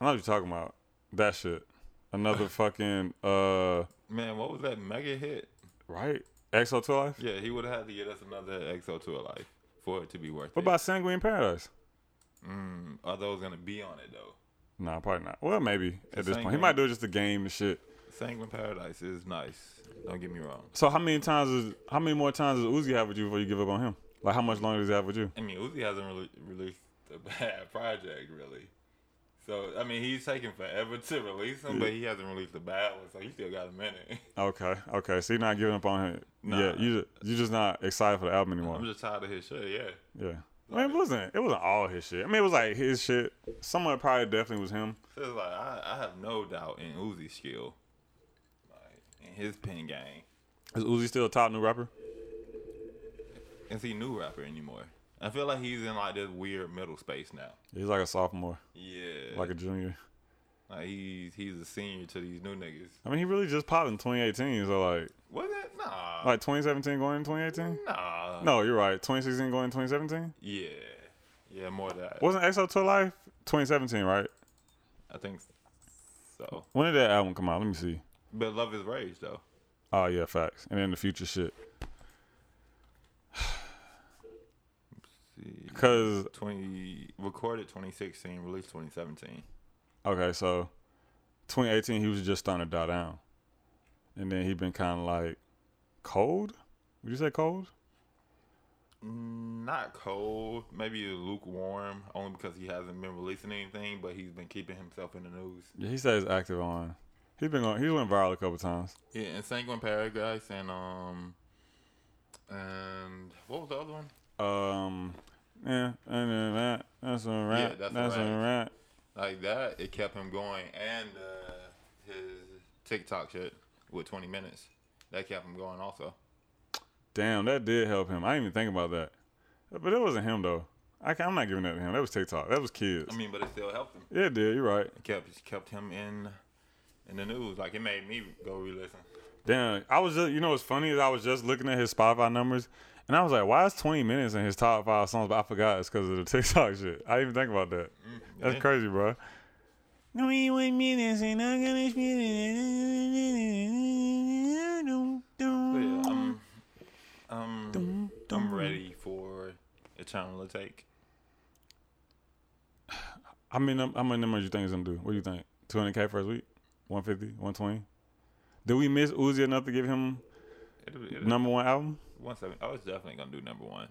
I know what you're talking about. That shit. Another fucking uh
Man, what was that mega hit?
right EXO to life.
Yeah, he would have had to get us another EXO tour life for it to be worth
What
it.
about Sanguine Paradise?
Mm, are those gonna be on it though?
Nah, probably not. Well, maybe at this point he
Sanguine.
might do it just a game and shit.
Sanguine Paradise is nice. Don't get me wrong.
So how many times is how many more times does Uzi have with you before you give up on him? Like how much longer does he have with you?
I mean, Uzi hasn't really released a bad project, really. So, I mean, he's taking forever to release them, but he hasn't released a bad one, so he still got a minute.
Okay, okay. So you're not giving up on him.
Nah.
Yeah, you ju- you just not excited for the album anymore.
I'm just tired of his shit, yeah.
Yeah. I mean, it wasn't. It wasn't all his shit. I mean, it was like his shit. Some of it probably definitely was him.
So it's like, I, I have no doubt in Uzi's skill, like, in his pen game.
Is Uzi still a top new rapper?
Is he a new rapper anymore? I feel like he's in, like, this weird middle space now.
He's like a sophomore,
Yeah.
like
Like,
a junior.
he's, he's a senior to these new niggas.
I mean, he really just popped in 2018. So like,
Was it? Nah.
like 2017 going in 2018.
nah.
No, you're right. 2016 going in 2017.
Yeah. Yeah, more of that.
Wasn't EXO to Life 2017, right?
I think so.
When did that album come out? Let me see.
But Love is Rage, though.
Oh yeah, facts. And then the future shit.
See,
Cause
20 recorded 2016, released 2017.
okay, so 2018 he was just starting to die down, and then he been kind of like cold. Would you say cold?
Mm, Not cold, maybe lukewarm, only because he hasn't been releasing anything, but he's been keeping himself in the news.
Yeah, he says active on. He's been going. He's went viral a couple times.
Yeah, and Sanguine Paradise and um and what was the other one?
Um, yeah, and then that. That's a rap.
Yeah,
that's,
that's
a
a
rap.
Like that, it kept him going, and uh, his TikTok shit with 20 minutes, that kept him going also.
Damn, that did help him. I didn't even think about that. But it wasn't him though. I can't, I'm not giving that to him. That was TikTok. That was kids.
I mean, but it still helped him.
yeah, it did. You're right.
It kept it kept him in in the news. Like it made me go re-listen.
Damn, I was just you know what's funny is I was just looking at his Spotify numbers and I was like, why is 20 minutes in his top five songs? But I forgot it's because of the TikTok shit. I didn't even think about that. That's
Mm, yeah.
crazy, bro. 21 minutes and I'm gonna spend it.
But yeah, I'm um I'm ready for eternal take.
I mean, how many numbers you think it's gonna do? What do you think? 200k first week? 150? 120? Did we miss Uzi enough to give him
It'll, it'll,
number one album?
one seven. Oh, it's definitely gonna do number one.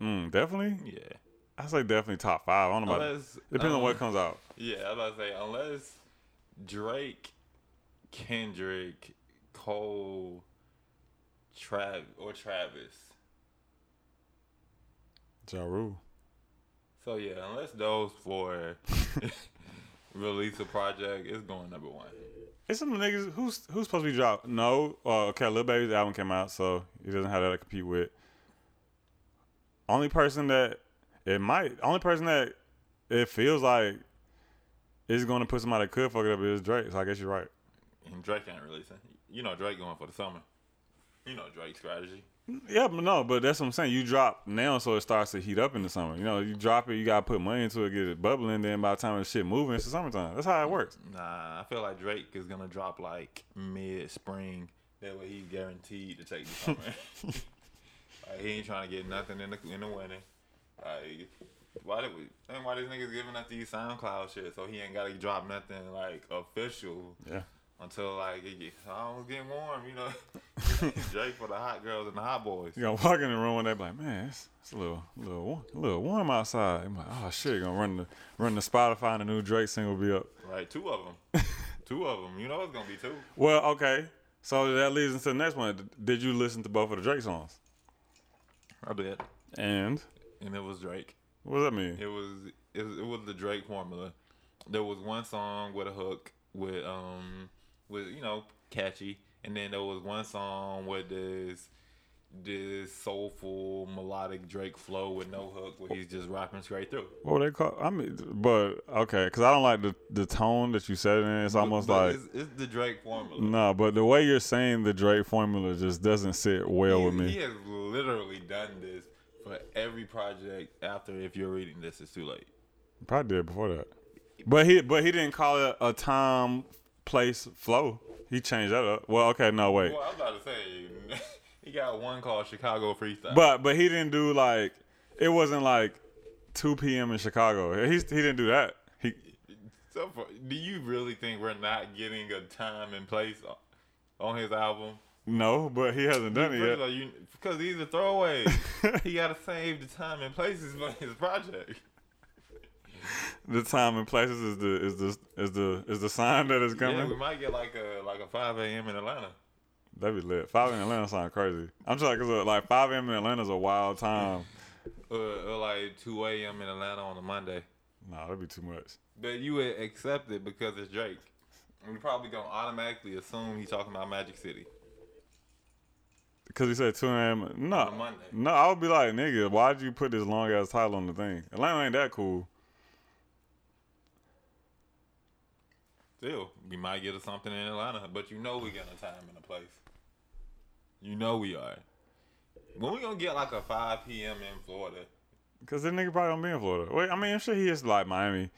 Mm, definitely.
Yeah.
I say definitely top five. I don't know about
Unless
Uh, Depending on
um,
what comes out.
Yeah, I was about to say unless Drake, Kendrick, Cole, Trav or Travis.
Ja Rule.
So yeah, unless those four release a project, it's going number one.
It's some niggas who's who's supposed to be dropped. No, uh, okay, Lil Baby's album came out, so he doesn't have that to compete with. Only person that it might, only person that it feels like is going to put somebody that could fuck it up is Drake. So I guess you're right.
And Drake ain't releasing. You know Drake going for the summer. You know Drake's strategy.
Yeah, but no, but that's what I'm saying. You drop now, so it starts to heat up in the summer. You know, you drop it, you gotta put money into it, get it bubbling. Then by the time the shit moving, it's the summertime. That's how it works.
Nah, I feel like Drake is gonna drop like mid spring. That way he's guaranteed to take the summer. like he ain't trying to get nothing in the in the winter. Like why did we? And why these niggas giving us these SoundCloud shit? So he ain't gotta drop nothing like official
Yeah.
until like it gets almost getting warm. You know, Drake for the hot girls and the hot boys.
You gonna walk in the room one day, be like, man, it's, it's a little, a little, wa- a little warm outside. I'm like, oh shit, gonna run the, run the Spotify and the new Drake single be up.
Right, two of them. two of them. You know it's gonna be two.
Well, okay, so that leads into the next one. Did you listen to both of the Drake songs?
I bet.
And
And it was Drake.
what does that mean?
It was it, was- it was the Drake formula. There was one song with a hook with um with you know catchy, and then there was one song with this this soulful melodic Drake flow with no hook where he's just rapping straight through.
What they call? I mean, but okay, because I don't like the the tone that you said it in. It's almost
But
like
it's, it's the Drake formula.
nah, but the way you're saying the Drake formula just doesn't sit well with
He- He
me.
has literally done this for every project after. If you're reading this, it's too late.
Probably did before that, but he but he didn't call it a time, place, flow. He changed that up. Well, okay, no wait.
Well, I'm about to say he got one called Chicago Freestyle.
But but he didn't do like it wasn't like 2 p.m. in Chicago. He he didn't do that. He
So far, do you really think we're not getting a time and place o- on his album?
no, but he hasn't done
Because
it yet.
these are throwaways. he gotta save the time and places for his project.
The time and places is the is the is the is the sign that is coming.
Yeah, we might get like a like a 5 a.m. in Atlanta.
That'd be lit. Five in Atlanta sound crazy. I'm trying because like five a.m. in Atlanta is a wild time.
Or, or like 2 a.m. in Atlanta on a Monday.
Nah, that'd be too much.
But you would accept it because it's Drake. We're probably gonna automatically assume he's talking about Magic City.
Because he said two a.m. No,
On a Monday.
no, I would be like, nigga, why'd you put this long ass title on the thing? Atlanta ain't that cool.
Still, we might get us something in Atlanta, but you know we got a time and a place. You know we are. When we gonna get like a 5 p.m. in Florida?
Because that nigga probably don't be in Florida. Wait, I mean, I'm sure he is like Miami.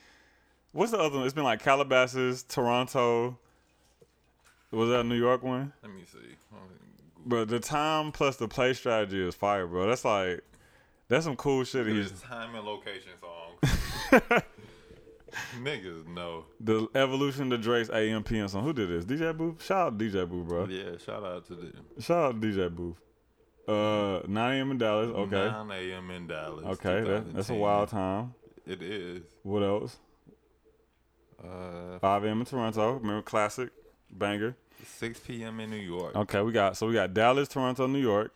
What's the other one? It's been like Calabasas, Toronto. Was that a New York one?
Let me see. Let me Google.
But the time plus the play strategy is fire, bro. That's like, that's some cool shit. He's
His time and location song. Niggas know.
the evolution to Drake's AM PM song. Who did this? DJ Booth. Shout out DJ Booth, bro.
Yeah, shout out to the
Shout out DJ Booth. Uh, 9 a.m. in Dallas. Okay,
9 a.m. in Dallas.
okay, that, that's a
2010.
wild time.
It is.
What else?
Uh,
5 a.m. in Toronto. Remember classic banger.
6 p.m. in New York.
Okay, we got so we got Dallas, Toronto, New York,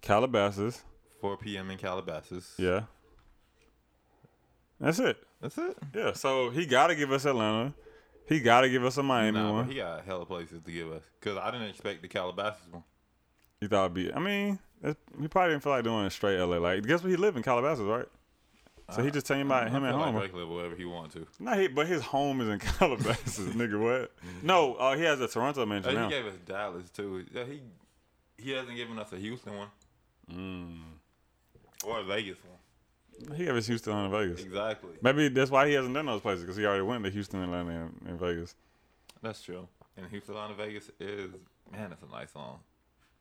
Calabasas.
4 p.m. in Calabasas.
Yeah, that's it.
That's it.
Yeah, so he got to give us Atlanta. He got to give us a Miami
Nah,
one.
but he got hella places to give us. Cause I didn't expect the Calabasas one.
you thought it'd be? I mean, That's, he probably didn't feel like doing it straight LA. Like, guess what? He lived in Calabasas, right? So he just talking about
Uh, I
him at
feel like
home.
Drake live wherever he want to.
Nah, he, but his home is in Calabasas, nigga. What? No, uh, he has a Toronto
Oh,
mansion
he
now.
gave us Dallas too. Yeah, he he hasn't given us a Houston one. Or a Vegas one.
He gave his Houston and Vegas.
Exactly.
Maybe that's why he hasn't done those places because he already went to Houston, Atlanta, and, and Vegas.
That's true. And Houston on Vegas is man, that's a nice song.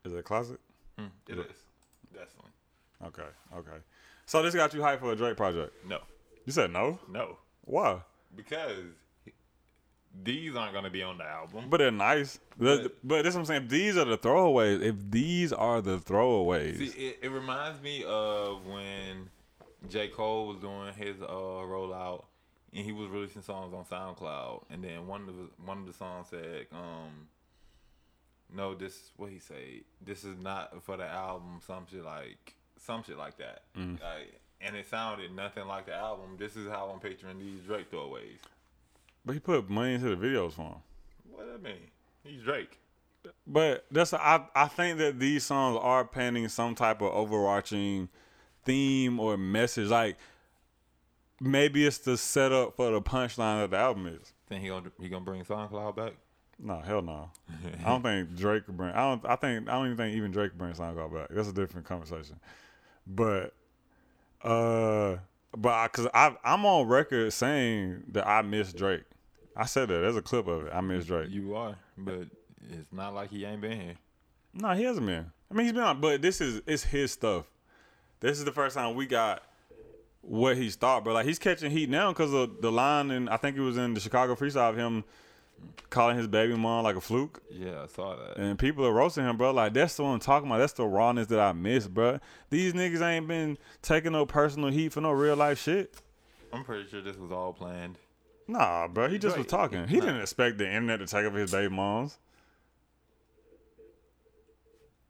Is it a closet?
Mm, it is. Definitely.
Okay, okay. So this got you hyped for a Drake project?
No.
You said no.
No.
Why?
Because these aren't gonna be on the album.
But they're nice. The-
But-
but that's what I'm saying. If these are the throwaways, if these are the throwaways,
See, it, it reminds me of when J. Cole was doing his uh, rollout, and he was releasing songs on SoundCloud, and then one of the, one of the songs said, um, "No, this what he say. This is not for the album. Some shit like some shit like that. Like, and it sounded nothing like the album. This is how I'm picturing these Drake throwaways.
but he put money into the videos for him.
What I mean? He's Drake.
But that's I I think that these songs are painting some type of overarching theme or message. Like maybe it's the setup for the punchline that the album is.
Think he gonna he gonna bring SoundCloud back?
No, hell no. I don't think Drake could bring. I don't. I think I don't even think even Drake could bring SoundCloud back. That's a different conversation. But, uh, but I, cause I I'm on record saying that I miss Drake. I said that. There's a clip of it. I miss Drake.
You are, but it's not like he ain't been here.
No, he hasn't been. I mean, he's been on, but this is it's his stuff. This is the first time we got what he's thought, but like he's catching heat now because of the line, and I think it was in the Chicago freestyle of him calling his baby mom like a fluke,
Yeah, I saw that.
and people are roasting him, bro. Like that's the one I'm talking about. That's the rawness that I miss, bro. These niggas ain't been taking no personal heat for no real life shit.
I'm pretty sure this was all planned.
Nah, bro, he just was
Right.
talking. He didn't expect the internet to take over his baby moms.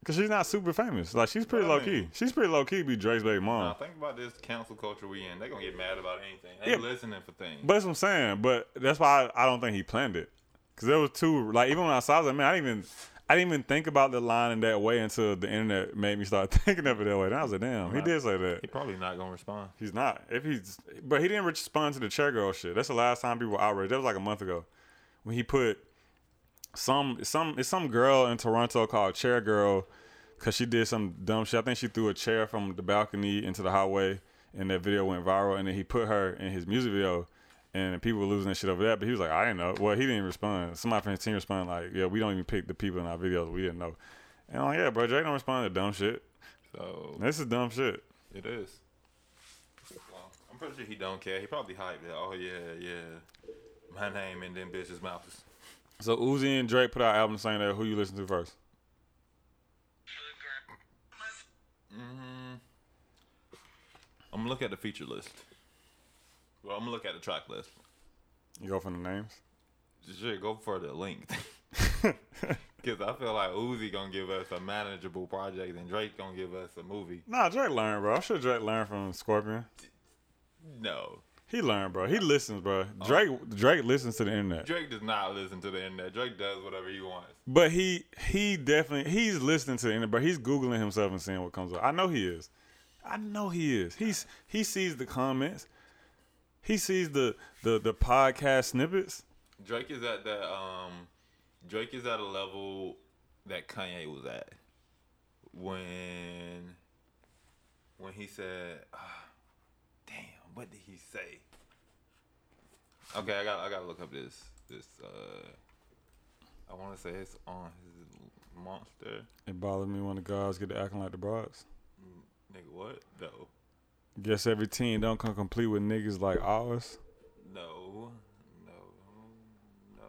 Cause she's not super famous. Like she's pretty
What
low
I
key.
mean?
She's pretty low key. Be Drake's baby mom.
Now think about this cancel culture we in. They're gonna get mad about anything. They
Yeah.
listening for things.
But that's what I'm saying. But that's why I, I don't think he planned it. Cause there was two. Like even when I saw that, man, I didn't even. I didn't even think about the line in that way until the internet made me start thinking of it that way. And I was like, damn, he
Right.
did say that.
he probably not gonna respond.
He's not. If he's, but he didn't respond to the chair girl shit. That's the last time people were outraged. That was like a month ago, when he put some some it's some girl in Toronto called Chair Girl, cause she did some dumb shit. I think she threw a chair from the balcony into the highway, and that video went viral. And then he put her in his music video, and people were losing their shit over that. But he was like, I didn't know. Well, he didn't respond. Somebody from his team responded like, Yeah, we don't even pick the people in our videos. We didn't know. And I'm like, Yeah, bro, Drake don't respond to dumb shit.
So
This is dumb shit.
it is. Well, I'm pretty sure he don't care. He probably hyped it. Oh yeah, yeah. My name and them bitches' mouths.
So Uzi and Drake put out albums saying that who you listen to first.
Mm-hmm. I'm gonna look at the feature list. Well, I'm gonna look at the track list.
You go from the names.
Sure, go for the length. Cause I feel like Uzi gonna give us a manageable project and Drake gonna give us a movie.
Nah, Drake learned, bro. I'm sure Drake learned from Scorpion.
No.
He learned, bro. He listens, bro. Drake Drake listens to the internet,
Drake does not listen to the internet. Drake does whatever he wants.
but he he definitely he's listening to the internet, bro. He's googling himself and seeing what comes up. I know he is. I know he is. He's he sees the comments. He sees the the the podcast snippets.
Drake is at that um Drake is at a level that Kanye was at when when he said ah, damn what did he say okay I got I gotta look up this this uh I want to say it's on his monster
It bothered me when the guys get to acting like the broads.
nigga what no
Guess every team don't come complete with niggas like ours.
no no no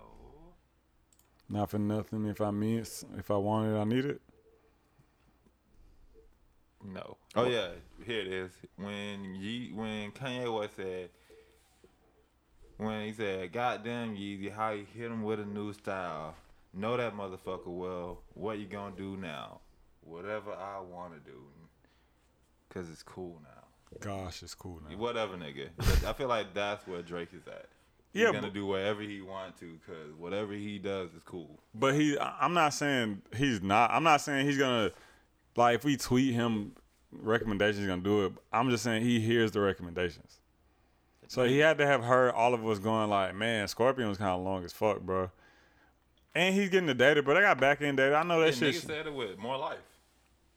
Not for nothing. If I mean, it, if I want it, I need it.
No. Oh yeah, here it is. When Ye when Kanye West said when he said, God damn Yeezy, how you hit him with a new style. Know that motherfucker well. What you gonna do now? Whatever I wanna do. Cause it's cool now.
Gosh, it's cool now.
Whatever nigga. I feel like that's where Drake is at. He's
Yeah,
gonna
but-
do whatever he want to, cause whatever he does is cool.
But he, I- I'm not saying he's not. I'm not saying he's gonna Like if we tweet him recommendations, he's gonna do it. I'm just saying he hears the recommendations. So he had to have heard all of us going like, man, Scorpion was kind of long as fuck, bro. And he's getting the data, but I got back end data. I know
Yeah,
that
nigga
shit.
said it with more life.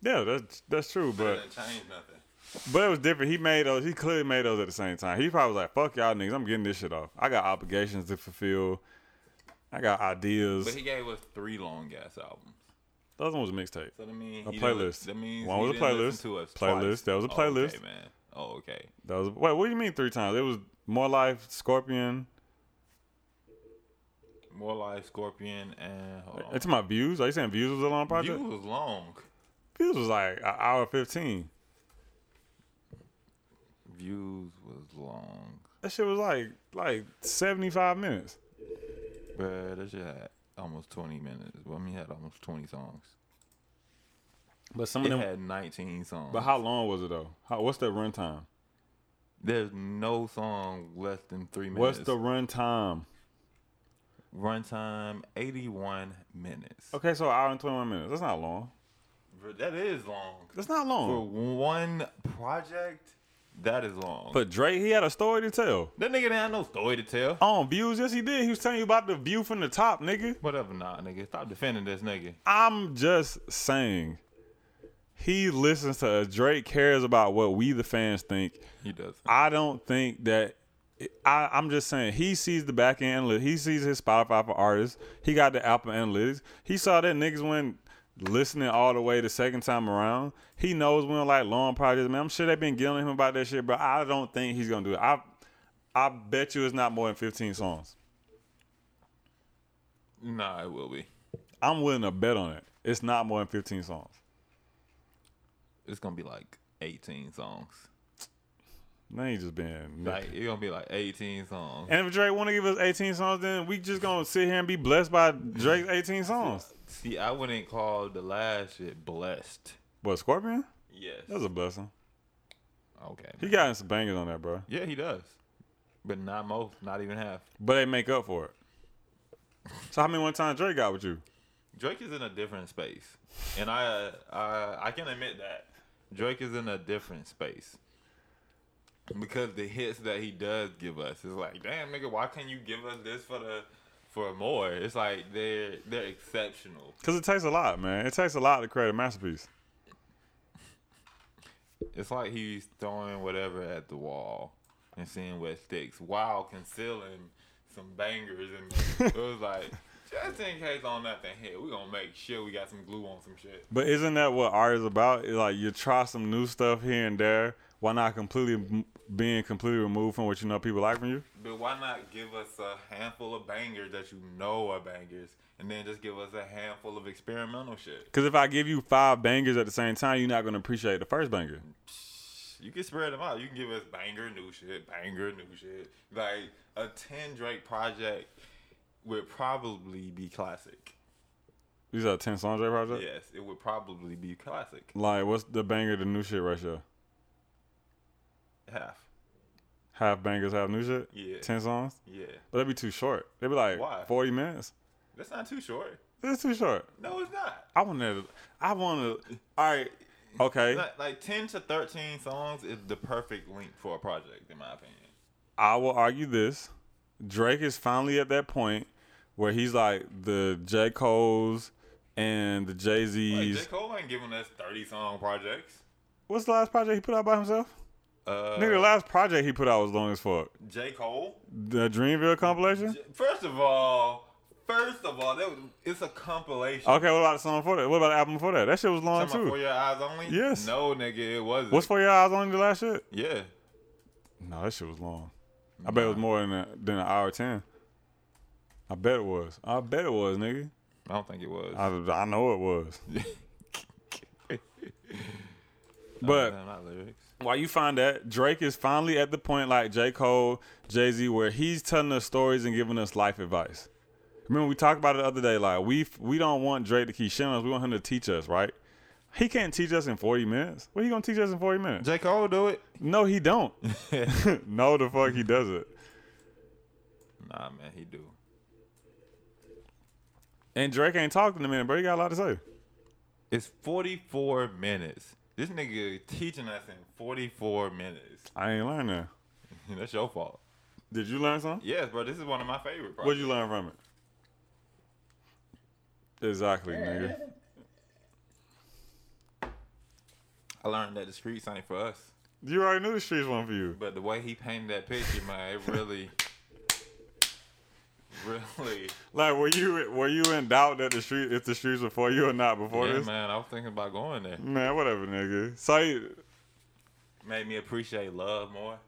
yeah, that's that's true,
But
but
didn't change nothing.
but it was different. He made those. He clearly made those at the same time. He probably was like, fuck y'all niggas. I'm getting this shit off. I got obligations to fulfill. I got ideas.
But he gave us three long ass albums.
Those one was a mixtape.
So that means
A
he didn't li-
playlist.
That means
One
he
was a
didn't
playlist.
listen To us
Playlist.
twice.
That was a
Oh,
playlist.
okay, man. Oh, okay.
That was wait. What do you mean three times? It was more life, Scorpion.
More Life, Scorpion, and hold on.
It's my views. Are you saying views was a long project?
View was long.
Views was like an hour fifteen.
Views was long.
That shit was like like seventy five minutes.
Bruh, that shit had almost 20 minutes. Well, I mean, it had almost 20 songs.
But some
It
of them.
had 19 songs.
but how long was it though? How, what's the runtime?
There's no song less than three minutes.
What's the runtime?
runtime? 81 minutes.
Okay, so an hour and twenty one minutes. That's not long.
Bruh, That is long.
That's not
For
long.
one project, that is long.
But Drake, he had a story to tell.
that nigga didn't have no story to tell.
On views, yes he did. He was telling you about the view from the top, nigga.
Whatever, nah, nigga. Stop defending this nigga.
I'm just saying. He listens to us. Drake cares about what we the fans think.
He doesn't.
I don't think that. I, I'm just saying he sees the back end. analy- He sees his Spotify for artists. He got the Apple Analytics. He saw that niggas went listening all the way the second time around. He knows we don't like long projects. Man, I'm sure they've been gilling him about that shit, but I don't think he's gonna do it. I I bet you it's not more than 15 songs.
Nah, it will be.
I'm willing to bet on it. It's not more than 15 songs.
It's gonna be like 18 songs.
Man, he just been.
Like it's gonna be like 18 songs.
and if Drake want to give us 18 songs, then we just gonna sit here and be blessed by Drake's 18 songs.
See, I wouldn't call the last shit blessed.
What Scorpion?
Yes.
That was a blessing.
okay.
He
man.
got in some bangers on that, bro.
yeah, he does, but not most, not even half.
But they make up for it. So how many one time Drake got with you?
Drake is in a different space, and I, I, I can admit that Drake is in a different space because the hits that he does give us is like, damn nigga, why can't you give us this for the, for more? It's like they're they're exceptional.
Cause it takes a lot, man. It takes a lot to create a masterpiece.
It's like he's throwing whatever at the wall and seeing what sticks while concealing some bangers. And it was like, just in case on nothing hit, we gonna make sure we got some glue on some shit.
But isn't that what art is about? It's like you try some new stuff here and there, while not completely m- being completely removed from what you know people like from you.
But why not give us a handful of bangers that you know are bangers and then just give us a handful of experimental shit?
Cause if I give you five bangers at the same time, you're not gonna appreciate the first banger.
You can spread them out. You can give us banger new shit, banger new shit. Like a 10 Drake project would probably be classic.
These are ten songs Drake project.
Yes, it would probably be classic.
Like what's the banger to new shit ratio?
Half.
Half bangers, half new shit.
Yeah.
Ten songs,
Yeah.
but that'd be too short. They'd be like
Why?
forty minutes.
That's not too short.
That's too short.
No, it's not.
I want to. I want to. All right. Okay.
Like, like 10 to 13 songs is the perfect length for a project, in my opinion.
I will argue this. Drake is finally at that point where he's like the J. Cole's and the Jay
Like,
Z's.
J. Cole ain't giving us 30 song projects.
What's the last project he put out by himself?
Uh,
Nigga, the last project he put out was long as fuck.
J. Cole.
The Dreamville compilation.
First of all, first of all, that was, it's a compilation.
Okay, what about the song before that? What about the album before that? That shit was long
Talking about For
too.
your eyes only.
Yes.
No, nigga, it wasn't.
What's for your eyes only the last shit?
yeah.
No, that shit was long. I bet it was more than a, than an hour ten. I bet it was. I bet it was, nigga.
I don't think it was.
I, I know it was. But
Damn, not lyrics.
while you find that Drake is finally at the point like J. Cole, Jay Z, where he's telling us stories and giving us life advice. Remember we talked about it the other day. Like we we don't want Drake to keep sharing us. We want him to teach us, right? He can't teach us in forty minutes. What he gonna teach us in forty minutes?
J. Cole do it.
No, he don't. no, the fuck he doesn't.
Nah, man, he do.
And Drake ain't talking in a minute, bro. He got a lot to say.
It's 44 minutes. This nigga teaching us in 44 minutes.
I ain't learned that.
That's your fault.
Did you learn something?
Yes, bro. This is one of my favorite parts.
What'd you learn from it? Exactly, nigga.
I learned that the streets ain't for us.
You already knew the streets one for you.
But the way he painted that picture, man, it really, really.
Like, were you were you in doubt that the street if the streets were for you or not before
Yeah,
this? Man.
man, I was thinking about going there.
whatever, nigga. So you,
Made me appreciate love more.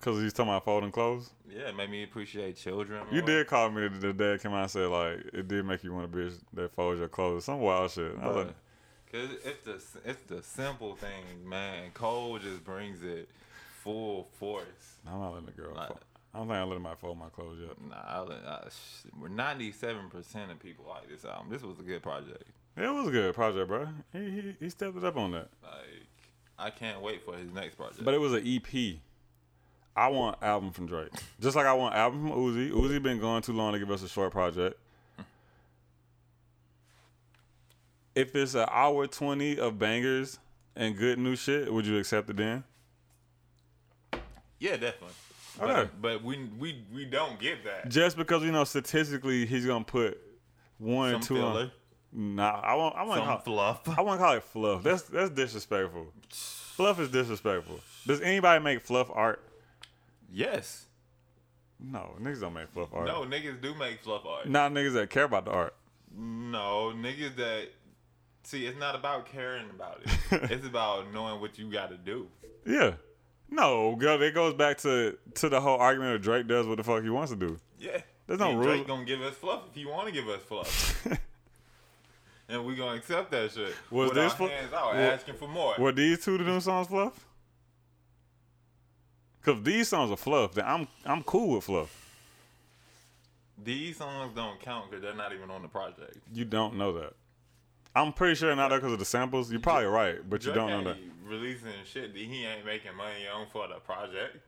cause he's talking about folding clothes.
Yeah, it made me appreciate children.
You
more.
did call me the, the day it came out and said like it did make you want a bitch that folds your clothes. Some wild shit. I was
Bruh.
like,
Uh, Cause it's the it's the simple things, man. Cole just brings it full force.
I'm not letting a girl.
Like-
fold. I don't think I'm letting my fold my clothes yet.
Nah, I, I, sh- we're ninety seven percent of people like this album. This was a good project.
It was a good project, bro. He, he he stepped it up on that.
Like I can't wait for his next project.
But it was an EP. I want album from Drake, just like I want album from Uzi. Uzi been going too long to give us a short project. If it's an hour twenty of bangers and good new shit, would you accept it then?
yeah, definitely.
Okay.
But, but we we we don't get that.
Just because you know statistically he's gonna put one
Some
and two
filler,
on. Nah, I won't. I won't.
some fluff.
I wouldn't call it fluff. That's that's disrespectful. Fluff is disrespectful. Does anybody make fluff art?
Yes.
No, niggas don't make fluff art.
No, niggas do make fluff art.
Not niggas that care about the art.
No, niggas that see, it's not about caring about it. it's about knowing what you got to do.
Yeah. No, girl, it goes back to to the whole argument of Drake does what the fuck he wants to do.
Yeah.
There's no
And
rule.
Drake gonna give us fluff if he want to give us fluff. and we gonna accept that shit.
Was
with
this
our
fl-
hands out
wa-
asking for more.
Were these two the new songs fluff? Cause if these songs are fluff, then I'm I'm cool with fluff.
These songs don't count because they're not even on the project.
You don't know that. I'm pretty sure not that because of the samples. You're probably right, but you
Drake
don't know that.
ain't releasing shit that he ain't making money on for the project.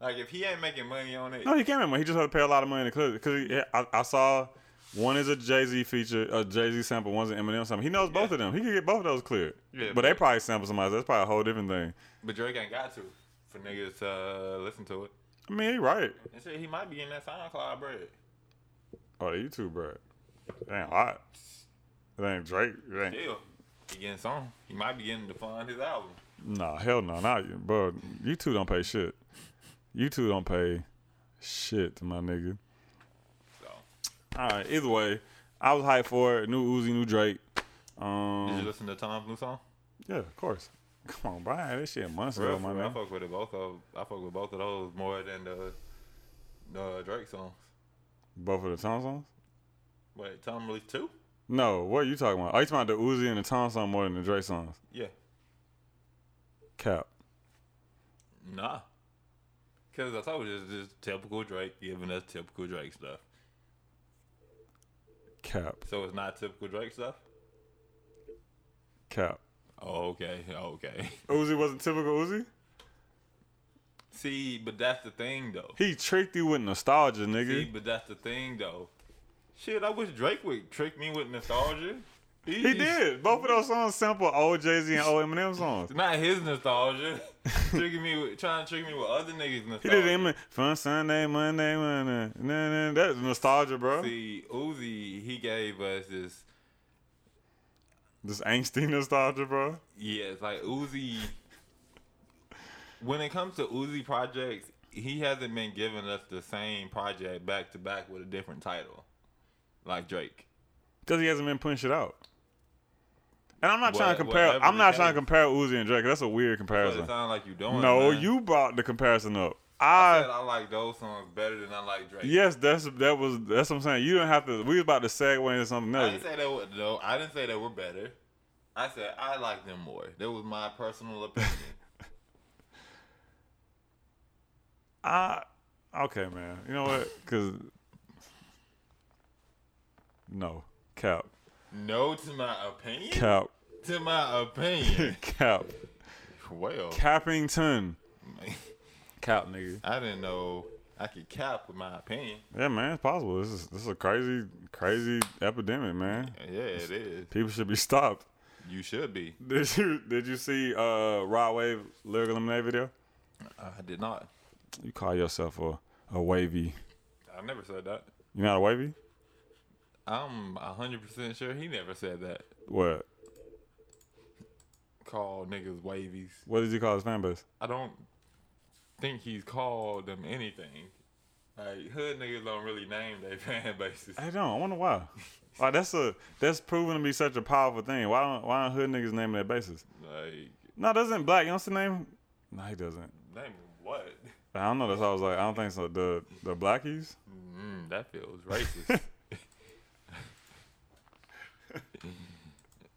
Like if he ain't making money on it,
No, he can't make money. He just had to pay a lot of money to clear it. Cause he, I, I saw one is a Jay Z feature, a Jay Z sample, one's an Eminem sample. He knows both of them. He could get both of those cleared.
Yeah,
but, they
but-
probably sample somebody. else. That's probably a whole different thing.
but Drake ain't got to for niggas to uh, listen to it.
I mean, he right.
And shit, he might be in that SoundCloud bread.
Oh, the YouTube bird. Damn hot. It ain't Drake. It ain't.
Still, he getting some. He might be getting to fund his album.
Nah, hell no, not you, bro. You two don't pay shit. You two don't pay shit to my nigga.
So
All right. Either way, I was hyped for it. New Uzi, new Drake.
did you
Um,
listen to Tom's new song?
yeah, of course. Come on, Brian. This shit months
Real,
ago, my
I
man.
fuck with it both of. I fuck with both of those more than the the Drake songs.
Both of the Tom songs.
Wait, Tom released two?
No, what are you talking about? Are you talking about the Uzi and the Tom song more than the Drake songs?
Yeah.
Cap.
Nah. Cause I thought it was just, just typical Drake giving us typical Drake stuff.
Cap.
So it's not typical Drake stuff.
Cap.
Oh, okay, okay.
Uzi wasn't typical Uzi?
See, but that's the thing though.
He tricked you with nostalgia, nigga.
See, but that's the thing though. Shit, I wish Drake would trick me with nostalgia.
He did. Both of those songs sample old Jay Z and old Eminem songs.
It's not his nostalgia. tricking me with trying to trick me with other niggas' nostalgia.
He did Eminem from Sunday, Monday, Monday. Nah, nah, that's nostalgia, bro.
See, Uzi, he gave us this.
This angsty nostalgia, bro.
Yeah, it's like Uzi. When it comes to Uzi projects, he hasn't been giving us the same project back to back with a different title, like Drake.
Because he hasn't been putting shit out. And I'm not
Well,
trying to compare.
whatever
I'm
the
not
case.
trying to compare Uzi and Drake. That's a weird
But it
comparison.
sounds like you doing.
No,
man.
you brought the comparison up.
I
I
said I like those songs better than I like Drake.
yes, that's that was that's what I'm saying. You don't have to. We was about to segue into something
I
else.
didn't say they were no. I didn't say they were better. I said I like them more. That was my personal opinion.
I okay, man. You know what? Because no cap
no to my opinion.
cap
To my opinion.
cap
well,
Cappington
man,
cap nigga.
I didn't know. I could cap with my opinion.
Yeah, man, it's possible. This is this is a crazy, crazy epidemic, man.
Yeah, it is.
People should be stopped.
You should be.
Did you did you see uh Rod Wave lyrical lemonade video?
I did not.
You call yourself a, a wavy.
I never said that.
You not a wavy?
I'm hundred percent sure he never said that.
What?
Call niggas wavies.
What did you call his fan base?
I don't think he's called them anything. Like hood niggas don't really name their fan bases.
I don't. I wonder why. Like that's a that's proven to be such a powerful thing. Why don't why don't hood niggas name their bases?
Like
No, doesn't Black Youngster name? No, he doesn't.
name what?
I don't know. That's how I was like. I don't think so. The the Blackies.
Mm, that feels racist.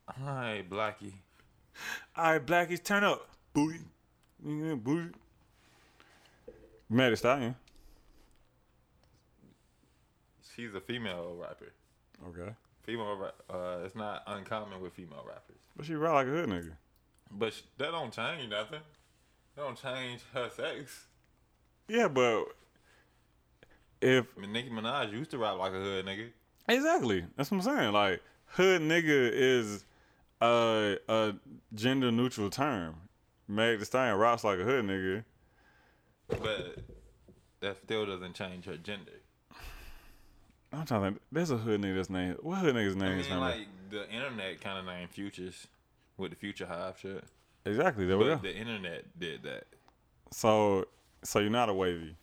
Hi, Blackie.
All right, Blackies, turn up. Booty, yeah, booty. Mad Thee Stallion.
She's a female rapper.
Okay,
Female, ra- uh, it's not uncommon with female rappers.
but she ride like a hood nigga.
But sh- that don't change nothing. That don't change her sex.
Yeah, but if
I mean, Nicki Minaj used to rap like a hood nigga.
exactly, that's what I'm saying. Like hood nigga is a a gender neutral term. Meg Thee Stallion rocks like a hood nigga.
But that still doesn't change her gender.
I'm trying to think. There's a hood nigga that's named. What hood nigga's name
I
is
mean,
named?
like the internet kind of named futures with the future hive shit.
exactly. There we
But
go.
the internet did that.
So so you're not a wavy.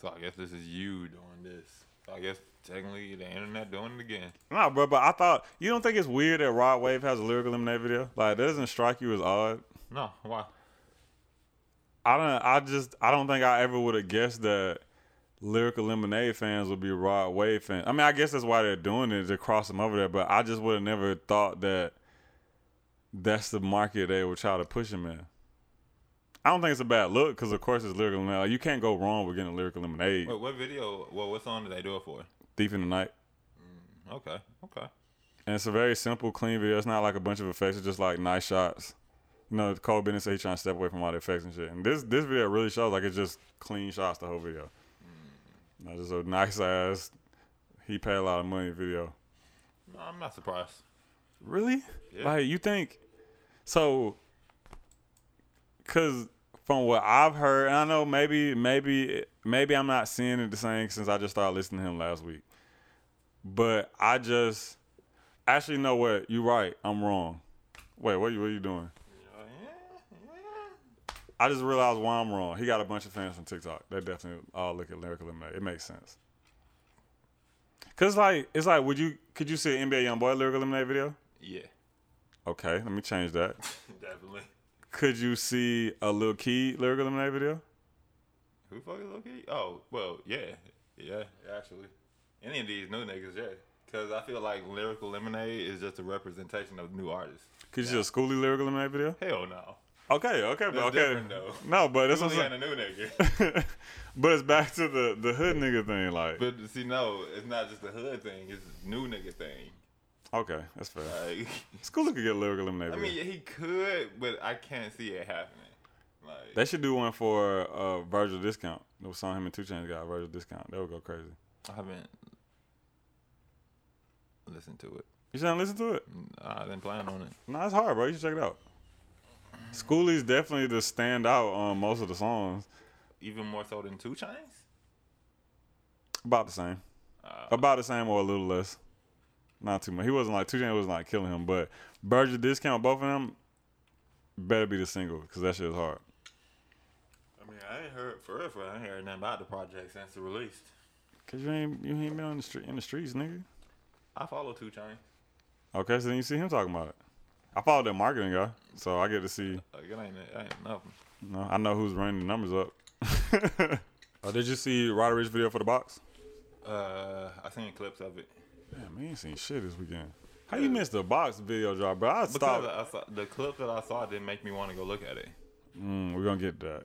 So I guess this is you doing this. I guess technically the internet doing it again.
Nah, bro, but I thought you don't think it's weird that Rod Wave has a lyrical lemonade video. Like, that doesn't strike you as odd.
No, why?
I don't. I just. I don't think I ever would have guessed that lyrical lemonade fans would be Rod Wave fans. I mean, I guess that's why they're doing it to cross them over there. But I just would have never thought that that's the market they would try to push him in. I don't think it's a bad look because, of course, it's lyrical lemonade. Like, you can't go wrong with getting lyrical lemonade.
Wait, what video? Well, what song did they do it for?
Thief in the night.
Okay, okay.
And it's a very simple, clean video. It's not like a bunch of effects. It's just like nice shots. You know, Cole Bennett said he trying to step away from all the effects and shit. And this this video really shows like it's just clean shots the whole video. Not just a nice ass. He paid a lot of money video.
No, I'm not surprised.
Really?
Yeah.
Like you think? So, cause from what I've heard, and I know maybe maybe maybe I'm not seeing it the same since I just started listening to him last week. But I just actually know what you're right. I'm wrong. Wait, what you what you doing?
Yeah, yeah.
I just realized why I'm wrong. He got a bunch of fans from TikTok. They definitely all look at lyrical lemonade. It makes sense. Cause like it's like would you could you see an NBA YoungBoy lyrical lemonade video?
Yeah,
Okay, let me change that.
definitely.
Could you see a Lil Key lyrical lemonade video?
Who fucking Loki? Oh, well, yeah, yeah, actually. Any of these new niggas, yeah. Cause I feel like lyrical lemonade is just a representation of new artists.
Could you see a Schoolie lyrical lemonade video?
Hell no.
Okay, okay, but
That's
okay.
different though.
No, but that's what
Only ain't
I'm
a new nigga.
saying. but it's back to the the hood nigga thing, like.
But see, no, it's not just the hood thing. It's a new nigga thing.
Okay, that's fair.
Like,
Schoolie could get a lyrical lemonade
I
video.
mean, he could, but I can't see it happening. Like,
They should do one for uh, Virgil Discount. It was on him and Two Chainz got Virgil Discount. That would go crazy.
I haven't listened to it.
You should not listen to it.
I didn't plan on it.
No, it's hard, bro. You should check it out. Schoolie's definitely the standout on most of the songs.
Even more so than Two Chains.
About the same.
Uh,
About the same or a little less. Not too much. He wasn't like two Chainz wasn't like killing him, but Berger discount both of them better be the single because that shit is hard.
I mean, I ain't heard for real, for real, I ain't heard nothing about the project since it released.
Cause you ain't you ain't been on the street in the streets, nigga.
I follow Two Chains.
Okay, so then you see him talking about it. I follow that marketing guy, so I get to see.
Like it ain't, it ain't nothing.
You know, I know who's running the numbers up. oh, did you see Roderick's video for the box?
Uh, I seen clips of it
Damn, man, ain't seen shit this weekend. How you missed the box video drop, bro? I
because
stopped.
I saw, the clip that I saw didn't make me want to go look at it.
Mm, we're gonna get to that,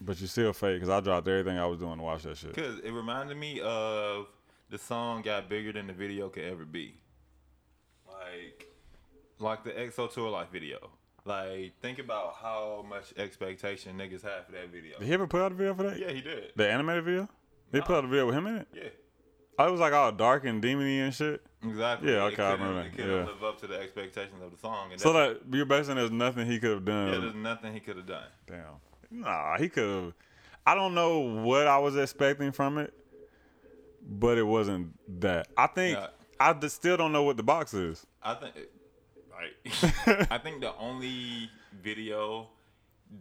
but you still fake because I dropped everything I was doing to watch that shit.
Cause it reminded me of the song got bigger than the video could ever be. Like, like the EXO tour life video. Like, think about how much expectation niggas had for that video.
Did he ever put out a video for that?
Yeah, he did.
The animated video? They put out a video with him in it?
Yeah.
Oh, it was like all dark and demony and shit.
Exactly.
Yeah,
It
okay, I
couldn't-
remember
It
that,
couldn't
yeah.
live up to the expectations of the song. And
So
that's-
like you're basing there's nothing he could have done.
yeah, there's nothing he could have done.
Damn. Nah, he could have. I don't know what I was expecting from it, but it wasn't that. I think
Yeah.
I d- still don't know what the box is.
I think, right. I think the only video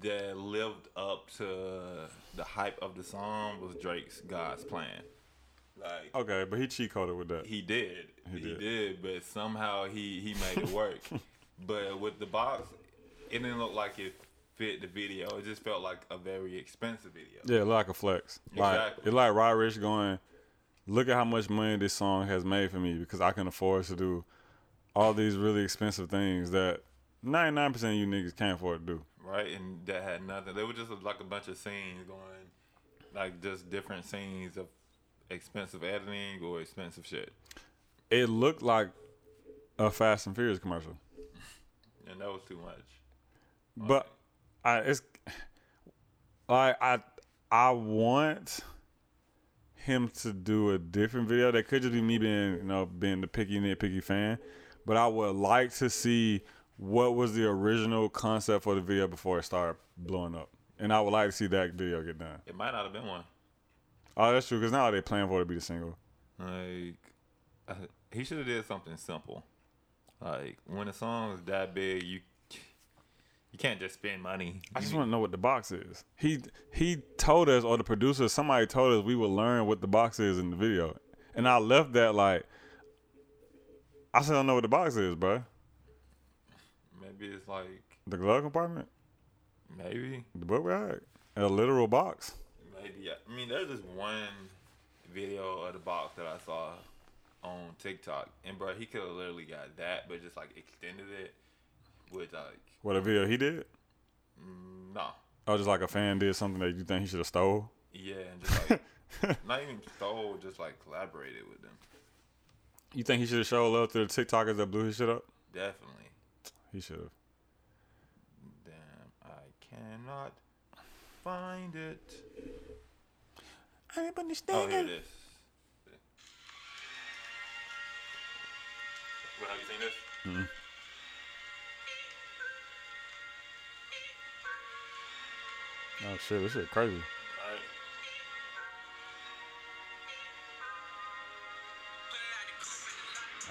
that lived up to the hype of the song was Drake's "God's Plan." Like
Okay, but he cheat coded with that.
he did,
He
Oh. he did,
did.
but somehow he he made it work. but with the box, it didn't look like it fit the video. It just felt like a very expensive video.
Yeah, like a flex. Like
Exactly.
it's like Rod Rich going, look at how much money this song has made for me because I can afford to do all these really expensive things that 99% of you niggas can't afford to do.
right? And that had nothing. They were just like a bunch of scenes going, like just different scenes of expensive editing or expensive shit.
It looked like a Fast and Furious commercial.
And that was too much.
But I it's like I I want him to do a different video. That could just be me being, you know, being the picky nitpicky fan. But I would like to see what was the original concept for the video before it started blowing up. And I would like to see that video get done.
It might not have been one.
Oh, that's true, because now they plan for it to be the single.
Like, uh, he should have did something simple. Like when a song is that big, you you can't just spend money.
I just want to know what the box is. He he told us, or the producer, somebody told us we would learn what the box is in the video, and I left that like, I still don't know what the box is, bro.
Maybe it's like
The glove compartment,
maybe
the book bag, a literal box.
Maybe I mean there's this one video of the box that I saw on TikTok, and bro, he could have literally got that, but just like extended it with like
What a video he did,
no,
or just like a fan did something that you think he should have stole.
yeah, and just like not even stole, just like collaborated with them.
You think he should have showed love to the TikTokers that blew his shit up?
Definitely.
He should have.
Damn, I cannot find it.
I didn't
Oh,
understand
here it is. Well, have you seen this?
Oh shit, this shit crazy.
Alright.